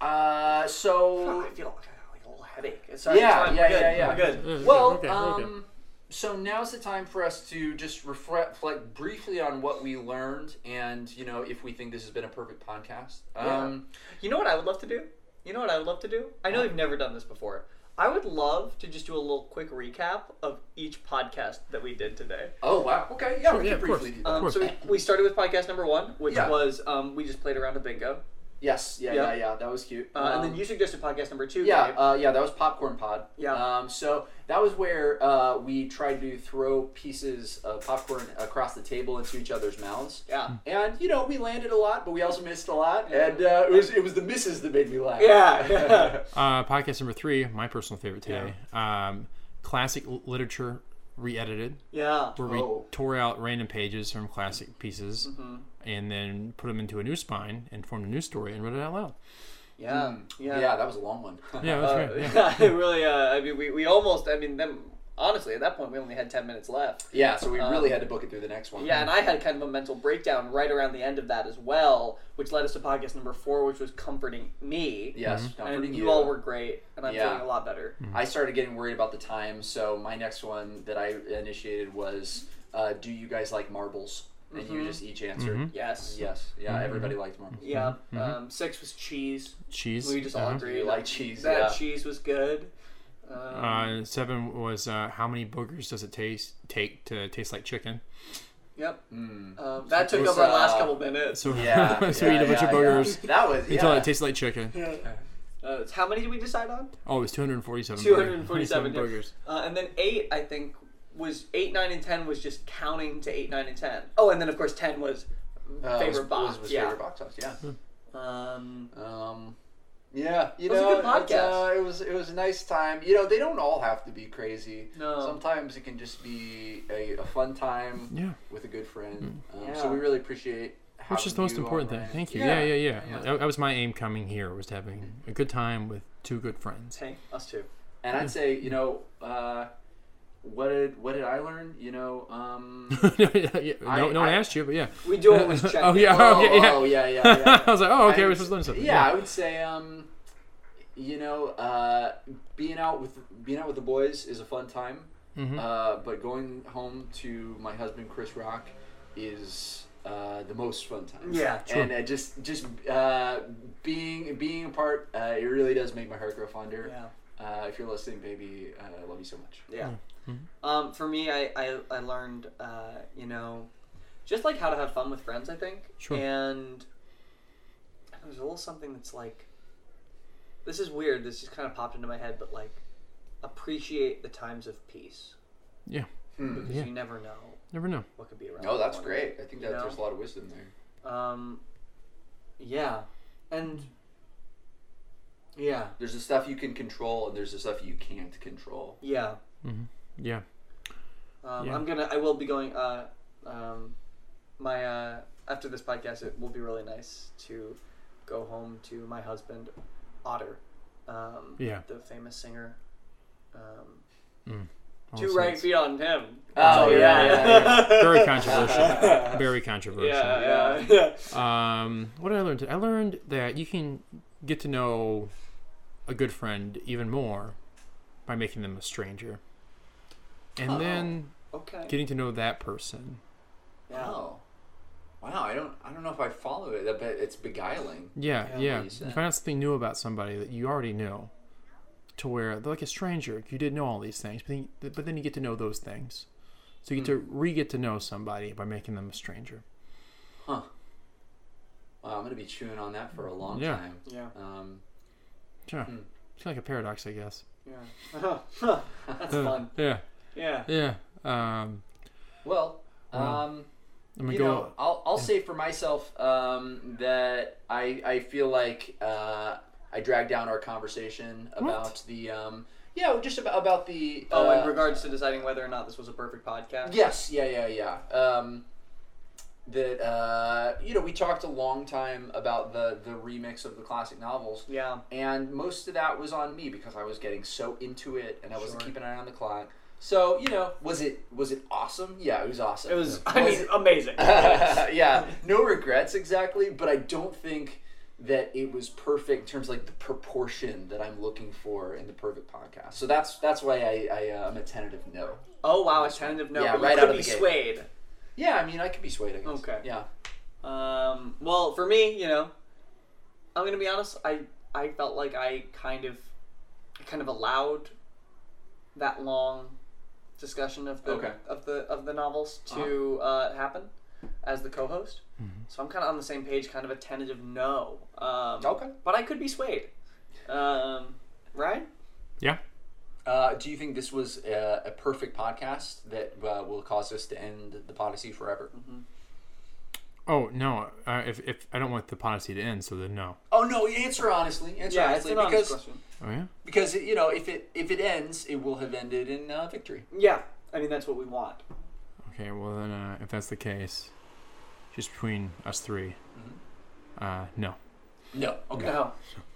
[SPEAKER 3] uh, so
[SPEAKER 1] I feel like I got like a little headache. It's all right,
[SPEAKER 3] Yeah,
[SPEAKER 1] it's fine.
[SPEAKER 3] yeah,
[SPEAKER 1] We're good.
[SPEAKER 3] yeah, yeah.
[SPEAKER 1] We're good.
[SPEAKER 3] Well,
[SPEAKER 2] Uh, okay,
[SPEAKER 3] um,
[SPEAKER 2] okay.
[SPEAKER 3] so now's the time for us to just reflect reflect briefly on what we learned, and you know if we think this has been a perfect podcast. Um,
[SPEAKER 1] You know what I would love to do? You know what I would love to do? I know we've never done this before. I would love to just do a little quick recap of each podcast that we did today.
[SPEAKER 3] Oh wow. Okay. Yeah.
[SPEAKER 2] Sure,
[SPEAKER 3] we
[SPEAKER 2] yeah,
[SPEAKER 3] can
[SPEAKER 2] of
[SPEAKER 3] briefly
[SPEAKER 2] course.
[SPEAKER 3] do that.
[SPEAKER 1] Um, so we, we started with podcast number one, which
[SPEAKER 3] Yeah.
[SPEAKER 1] was um, we just played around a bingo,
[SPEAKER 3] yes. Yeah,
[SPEAKER 1] yeah.
[SPEAKER 3] yeah. Yeah. That was cute. Um,
[SPEAKER 1] uh, and then you suggested podcast number two.
[SPEAKER 3] Yeah,
[SPEAKER 1] Gabe.
[SPEAKER 3] uh, yeah, that was Popcorn Pod.
[SPEAKER 1] Yeah.
[SPEAKER 3] Um, so that was where uh, we tried to throw pieces of popcorn across the table into each other's mouths.
[SPEAKER 1] yeah,
[SPEAKER 3] And you know we landed a lot, but we also missed a lot, and uh, it was it was the misses that made me laugh.
[SPEAKER 1] yeah, yeah.
[SPEAKER 2] Uh, podcast number three, my personal favorite today. Um, classic l- literature re-edited,
[SPEAKER 1] yeah.
[SPEAKER 2] where we
[SPEAKER 3] Oh. Mm-hmm.
[SPEAKER 2] tore out random pages from classic pieces, and then put them into a new spine and formed a new story and read it out loud.
[SPEAKER 1] Yeah,
[SPEAKER 3] Hmm. Mm. yeah, that was a long one.
[SPEAKER 2] Yeah, that's right. Yeah.
[SPEAKER 1] yeah, it really. Uh, I mean, we, we almost. I mean, them. Honestly, at that point, we only had ten minutes left.
[SPEAKER 3] Yeah, so we really had to book it through the next one.
[SPEAKER 1] Uh, Yeah, and I had kind of a mental breakdown right around the end of that as well, which led us to podcast number four, which was comforting me.
[SPEAKER 3] yes,
[SPEAKER 2] Mm-hmm.
[SPEAKER 3] comforting
[SPEAKER 1] and you all were great, and I'm
[SPEAKER 3] Yeah. Hmm.
[SPEAKER 1] feeling a lot better.
[SPEAKER 3] I started getting worried about the time, so my next one that I initiated was, uh, "Do you guys like marbles?" And you
[SPEAKER 1] Mm-hmm.
[SPEAKER 3] just each answered,
[SPEAKER 2] Mm-hmm.
[SPEAKER 1] Yes.
[SPEAKER 3] "Yes." Yeah, Hmm. everybody liked marbles.
[SPEAKER 1] Yeah. Um, six was cheese.
[SPEAKER 2] Cheese.
[SPEAKER 1] We just all
[SPEAKER 2] uh-huh.
[SPEAKER 1] agreed.
[SPEAKER 3] You like cheese?
[SPEAKER 1] that
[SPEAKER 3] yeah.
[SPEAKER 1] cheese was good. Um,
[SPEAKER 2] Uh, seven was uh, how many boogers does it taste take to taste like chicken?
[SPEAKER 1] yep. Um, that took up
[SPEAKER 3] was,
[SPEAKER 1] our last
[SPEAKER 3] uh,
[SPEAKER 1] couple minutes.
[SPEAKER 2] So,
[SPEAKER 3] Hmm. Yeah,
[SPEAKER 2] so
[SPEAKER 3] yeah,
[SPEAKER 2] we eat a bunch
[SPEAKER 3] yeah,
[SPEAKER 2] of boogers
[SPEAKER 3] yeah. That was yeah.
[SPEAKER 2] until it tastes like chicken.
[SPEAKER 1] Uh, how many did we decide on?
[SPEAKER 2] Oh, it was 247.
[SPEAKER 1] 247
[SPEAKER 2] burgers.
[SPEAKER 1] Uh, and then eight, I think, was eight, nine, and ten was just counting to eight, nine, and ten. Oh, and then of course ten was
[SPEAKER 3] Uh,
[SPEAKER 1] favorite
[SPEAKER 3] was,
[SPEAKER 1] box.
[SPEAKER 3] was, was
[SPEAKER 1] yeah.
[SPEAKER 3] favorite box office, Yeah.
[SPEAKER 1] Um,
[SPEAKER 3] Um, yeah, you
[SPEAKER 1] It was a
[SPEAKER 3] know,
[SPEAKER 1] good
[SPEAKER 3] it's,
[SPEAKER 1] podcast.
[SPEAKER 3] uh, it was it was a nice time. You know, they don't all have to be crazy.
[SPEAKER 1] No.
[SPEAKER 3] sometimes it can just be a, a fun time
[SPEAKER 2] Yeah.
[SPEAKER 3] with a good friend. Um,
[SPEAKER 1] Yeah.
[SPEAKER 3] So we really appreciate.
[SPEAKER 2] Mm. Which is the most important thing. Thank you. Yeah, yeah, yeah.
[SPEAKER 3] yeah.
[SPEAKER 2] That, that was my aim coming here was to having a good time with two good friends.
[SPEAKER 1] hey, us too.
[SPEAKER 3] And I'd say, you know, uh, what did what did I learn? You know, um,
[SPEAKER 2] no, yeah, no,
[SPEAKER 3] I-
[SPEAKER 2] no one
[SPEAKER 3] I-
[SPEAKER 2] asked you, but yeah.
[SPEAKER 1] We do always check.
[SPEAKER 2] Oh yeah,
[SPEAKER 3] oh,
[SPEAKER 2] oh, yeah, yeah.
[SPEAKER 3] oh, yeah, yeah, yeah.
[SPEAKER 2] I was like, oh, okay,
[SPEAKER 3] I
[SPEAKER 2] we're
[SPEAKER 3] would-
[SPEAKER 2] supposed to learn something.
[SPEAKER 3] Yeah, I would say, um, you know, uh, being out with being out with the boys is a fun time.
[SPEAKER 2] Mm-hmm.
[SPEAKER 3] Uh, but going home to my husband Chris Rock is uh, the most fun time.
[SPEAKER 1] Yeah,
[SPEAKER 3] and uh, just just uh, being being apart, uh, it really does make my heart grow fonder.
[SPEAKER 1] Yeah.
[SPEAKER 3] Uh, if you're listening, baby, uh, I love you so much.
[SPEAKER 1] Yeah.
[SPEAKER 2] Mm-hmm.
[SPEAKER 1] Um, for me, I, I, I learned, uh, you know, just like how to have fun with friends, I think.
[SPEAKER 2] Sure.
[SPEAKER 1] And there's a little something that's like, this is weird. This just kind of popped into my head, but like, appreciate the times of peace
[SPEAKER 2] Yeah.
[SPEAKER 1] because
[SPEAKER 2] Yeah.
[SPEAKER 1] you never know
[SPEAKER 2] Never know.
[SPEAKER 1] what could be around.
[SPEAKER 3] No,
[SPEAKER 1] the
[SPEAKER 3] Oh, that's
[SPEAKER 1] corner.
[SPEAKER 3] great. I think that
[SPEAKER 1] You know?
[SPEAKER 3] there's a lot of wisdom there.
[SPEAKER 1] Um, yeah, and yeah,
[SPEAKER 3] There's the stuff you can control, and there's the stuff you can't control.
[SPEAKER 1] yeah.
[SPEAKER 2] Yeah.
[SPEAKER 1] Um,
[SPEAKER 2] Yeah.
[SPEAKER 1] I'm gonna. I will be going. Uh, um, my uh, after this podcast, it will be really nice to go home to my husband, Otter, um,
[SPEAKER 2] Yeah.
[SPEAKER 1] the famous singer. Um,
[SPEAKER 2] All
[SPEAKER 1] two
[SPEAKER 2] those
[SPEAKER 1] right
[SPEAKER 2] things.
[SPEAKER 1] feet on him.
[SPEAKER 3] Oh, yeah, yeah,
[SPEAKER 2] Very controversial. Very controversial.
[SPEAKER 1] yeah, yeah, yeah.
[SPEAKER 2] Um, what did I learn? Today? I learned that you can get to know a good friend even more by making them a stranger, and then
[SPEAKER 1] Okay.
[SPEAKER 2] getting to know that person
[SPEAKER 1] Yeah.
[SPEAKER 3] Oh. Wow, I don't I don't know if I follow it, but it's beguiling.
[SPEAKER 2] Yeah,
[SPEAKER 3] Yeah,
[SPEAKER 2] yeah.
[SPEAKER 3] what
[SPEAKER 2] You
[SPEAKER 3] you said.
[SPEAKER 2] find out something new about somebody that you already knew, to where like a stranger, you didn't know all these things, but then, but then you get to know those things, so you get
[SPEAKER 3] Hmm.
[SPEAKER 2] to re get to know somebody by making them a stranger.
[SPEAKER 3] Wow, I'm gonna be chewing on that for a long
[SPEAKER 2] Yeah.
[SPEAKER 3] time.
[SPEAKER 8] Yeah.
[SPEAKER 3] Um,
[SPEAKER 2] Sure,
[SPEAKER 3] Hmm.
[SPEAKER 2] it's kind of like a paradox, I guess.
[SPEAKER 8] Yeah. That's fun.
[SPEAKER 2] Yeah,
[SPEAKER 8] Yeah.
[SPEAKER 2] yeah. Um,
[SPEAKER 3] well, um,
[SPEAKER 2] I'm gonna
[SPEAKER 3] you
[SPEAKER 2] go.
[SPEAKER 3] know, I'll I'll say for myself um, that I I feel like uh, I dragged down our conversation about the um, yeah, just about about the
[SPEAKER 1] Oh,
[SPEAKER 3] uh,
[SPEAKER 1] in regards to deciding whether or not this was a perfect podcast.
[SPEAKER 3] Yes, yeah, yeah, yeah. Um, that uh, you know, we talked a long time about the the remix of the classic novels,
[SPEAKER 1] Yeah.
[SPEAKER 3] and most of that was on me because I was getting so into it and I wasn't
[SPEAKER 1] Sure.
[SPEAKER 3] keeping an eye on the clock. So you know, was it was it awesome? Yeah, it was awesome.
[SPEAKER 1] It was, I mean, amazing.
[SPEAKER 3] yeah, no regrets exactly, but I don't think that it was perfect in terms of like the proportion that I'm looking for in the perfect podcast. So that's that's why I, I uh, I'm a tentative no.
[SPEAKER 1] Oh, wow, a tentative no.
[SPEAKER 3] Yeah,
[SPEAKER 1] but you
[SPEAKER 3] right
[SPEAKER 1] could
[SPEAKER 3] out of
[SPEAKER 1] be
[SPEAKER 3] the gate.
[SPEAKER 1] swayed.
[SPEAKER 3] Yeah, I mean I could be swayed. I guess.
[SPEAKER 1] Okay.
[SPEAKER 3] Yeah.
[SPEAKER 1] Um, well, for me, you know, I'm gonna be honest. I I felt like I kind of, I kind of allowed that long discussion of the
[SPEAKER 3] Okay. Uh-huh.
[SPEAKER 1] of the of the novels to uh happen as the co-host. So I'm kind of on the same page, kind of a tentative no. Um,
[SPEAKER 3] Okay.
[SPEAKER 1] But I could be swayed. Um, right?
[SPEAKER 2] yeah.
[SPEAKER 3] Uh, do you think this was uh, a, a perfect podcast that uh, will cause us to end the Podyssey forever?
[SPEAKER 2] Oh no. Uh, if if I don't want the policy to end, so then no.
[SPEAKER 3] Oh no! Answer honestly. Answer
[SPEAKER 1] Yeah, it's
[SPEAKER 3] honestly,
[SPEAKER 1] an honest
[SPEAKER 3] because
[SPEAKER 1] question.
[SPEAKER 2] Oh yeah.
[SPEAKER 3] because you know if it if it ends, it will have ended in uh, victory.
[SPEAKER 1] Yeah, I mean that's what we want.
[SPEAKER 2] Okay. Well then, uh, if that's the case, just between us 3
[SPEAKER 3] Mm-hmm.
[SPEAKER 2] uh, no.
[SPEAKER 3] No. Okay.
[SPEAKER 1] No,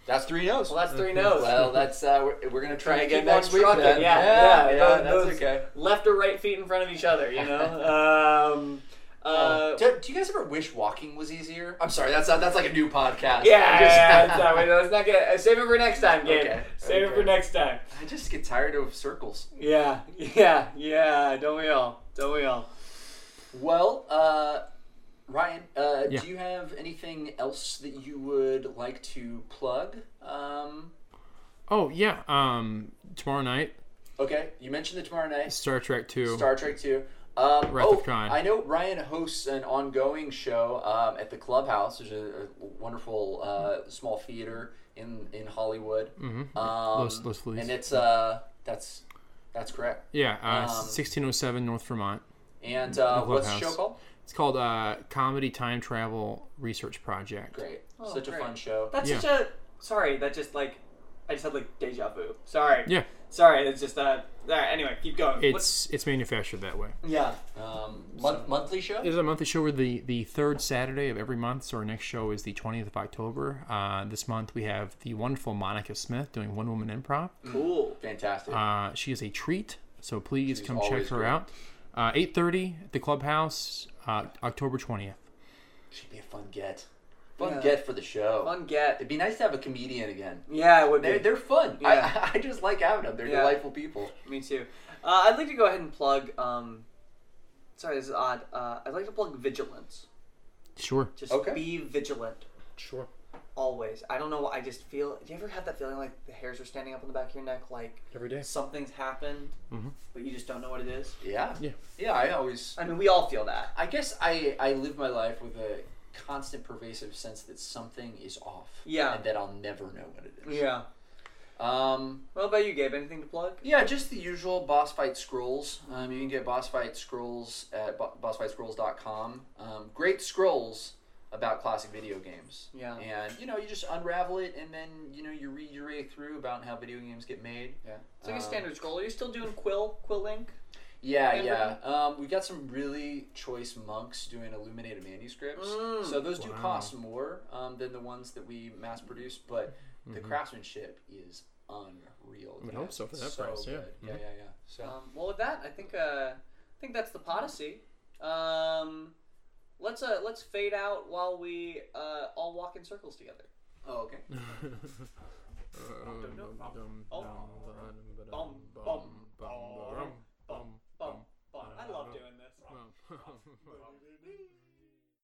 [SPEAKER 3] That's three no's. Well,
[SPEAKER 1] Oh, that's three no's.
[SPEAKER 3] Well, that's uh, we're, we're gonna try
[SPEAKER 1] Keep
[SPEAKER 3] again
[SPEAKER 1] on
[SPEAKER 3] next week.
[SPEAKER 1] trucking,
[SPEAKER 3] Then.
[SPEAKER 1] yeah, yeah,
[SPEAKER 3] yeah, yeah,
[SPEAKER 1] those-
[SPEAKER 3] that's
[SPEAKER 1] those-
[SPEAKER 3] okay.
[SPEAKER 1] left or right feet in front of each other. You know. um, uh,
[SPEAKER 3] do, do you guys ever wish walking was easier? I'm sorry. That's not, that's like a new podcast.
[SPEAKER 1] Yeah,
[SPEAKER 3] I just,
[SPEAKER 1] yeah, yeah, sorry, let's not get uh, save it for next time, Gabe.
[SPEAKER 3] Okay,
[SPEAKER 1] Save it
[SPEAKER 3] okay.
[SPEAKER 1] for next time.
[SPEAKER 3] I just get tired of circles.
[SPEAKER 1] Yeah, yeah, yeah. Don't we all? Don't we all?
[SPEAKER 3] Well, uh, Ryan, uh,
[SPEAKER 2] Yeah.
[SPEAKER 3] do you have anything else that you would like to plug? Um,
[SPEAKER 2] Oh yeah. Um, tomorrow night,
[SPEAKER 3] okay, you mentioned the tomorrow night
[SPEAKER 2] Star Trek Two.
[SPEAKER 3] Star Trek Two. Um,
[SPEAKER 2] Wrath of
[SPEAKER 3] oh,
[SPEAKER 2] Khan.
[SPEAKER 3] I know Ryan hosts an ongoing show um, at the Clubhouse, which is a wonderful uh, small theater in in Hollywood. Mm-hmm. Um,
[SPEAKER 2] Los- Los Feliz.
[SPEAKER 3] and it's uh, that's that's correct.
[SPEAKER 2] Yeah, uh,
[SPEAKER 3] um,
[SPEAKER 2] 1607 North Vermont.
[SPEAKER 3] And uh, what's the show
[SPEAKER 2] Clubhouse.
[SPEAKER 3] called?
[SPEAKER 2] It's called uh, Comedy Time Travel Research Project.
[SPEAKER 3] Great, such a
[SPEAKER 1] Oh, great.
[SPEAKER 3] fun show.
[SPEAKER 1] That's
[SPEAKER 2] Yeah.
[SPEAKER 1] such a sorry. That just like I just had like deja vu. Sorry.
[SPEAKER 2] Yeah,
[SPEAKER 1] Sorry. It's just uh. All right. Anyway, keep going. What's-
[SPEAKER 2] it's it's manufactured that way.
[SPEAKER 1] yeah.
[SPEAKER 3] um, month, monthly show.
[SPEAKER 2] There's a monthly show where the, the third Saturday of every month, so our next show is the 20th of October. Uh, this month we have the wonderful Monica Smith doing one woman improv.
[SPEAKER 1] Cool.
[SPEAKER 3] Fantastic.
[SPEAKER 2] Uh, she is a treat, so please
[SPEAKER 3] She's
[SPEAKER 2] come check
[SPEAKER 3] always
[SPEAKER 2] her
[SPEAKER 3] great.
[SPEAKER 2] out. Uh, 8.30 at the Clubhouse, uh, October 20th.
[SPEAKER 3] Should be a fun get. Fun get for the show.
[SPEAKER 1] Fun get.
[SPEAKER 3] It'd be nice to have a comedian again.
[SPEAKER 1] Yeah, it would
[SPEAKER 3] They're,
[SPEAKER 1] be.
[SPEAKER 3] they're fun.
[SPEAKER 1] Yeah.
[SPEAKER 3] I, I just like having them. They're
[SPEAKER 1] Yeah.
[SPEAKER 3] delightful people.
[SPEAKER 1] Me too. Uh, I'd like to go ahead and plug. Um, sorry, this is odd. Uh, I'd like to plug vigilance.
[SPEAKER 2] Sure.
[SPEAKER 1] Just
[SPEAKER 3] Okay.
[SPEAKER 1] be vigilant.
[SPEAKER 2] Sure.
[SPEAKER 1] always. I don't know. I just feel. Do you ever have that feeling like the hairs are standing up on the back of your neck, like
[SPEAKER 2] Every day.
[SPEAKER 1] something's happened, but you just don't know what it is?
[SPEAKER 3] Yeah.
[SPEAKER 2] Yeah.
[SPEAKER 3] Yeah, I always.
[SPEAKER 1] I mean, we all feel that.
[SPEAKER 3] I guess I, I live my life with a constant pervasive sense that something is off.
[SPEAKER 1] Yeah.
[SPEAKER 3] And that I'll never know what it is.
[SPEAKER 1] Yeah.
[SPEAKER 3] Um,
[SPEAKER 1] What about you, Gabe? Anything to plug?
[SPEAKER 3] yeah, just the usual boss fight scrolls. Um, you can get boss fight scrolls at bo- bossfightscrolls.com. Um, great scrolls about classic video games.
[SPEAKER 1] Yeah.
[SPEAKER 3] And you know, you just unravel it, and then you know, you read your way through about how video games get made.
[SPEAKER 1] Yeah. It's like a
[SPEAKER 3] Um,
[SPEAKER 1] standard scroll. Are you still doing quill, quill link?
[SPEAKER 3] Yeah,
[SPEAKER 1] And
[SPEAKER 3] yeah. Um, we got some really choice monks doing illuminated manuscripts. So those do cost more um, than the ones that we mass produce, but the craftsmanship is unreal.
[SPEAKER 2] Mm-hmm. would
[SPEAKER 3] dude.
[SPEAKER 2] hope so for that price, yeah. Mm-hmm.
[SPEAKER 3] good. Yeah, yeah, yeah. So
[SPEAKER 1] Um, well, with that, I think uh, I think that's the Podyssey. Um, let's uh, let's fade out while we uh, all walk in circles together.
[SPEAKER 3] oh, okay.
[SPEAKER 2] Oh.
[SPEAKER 1] Bum, bum. I love doing this.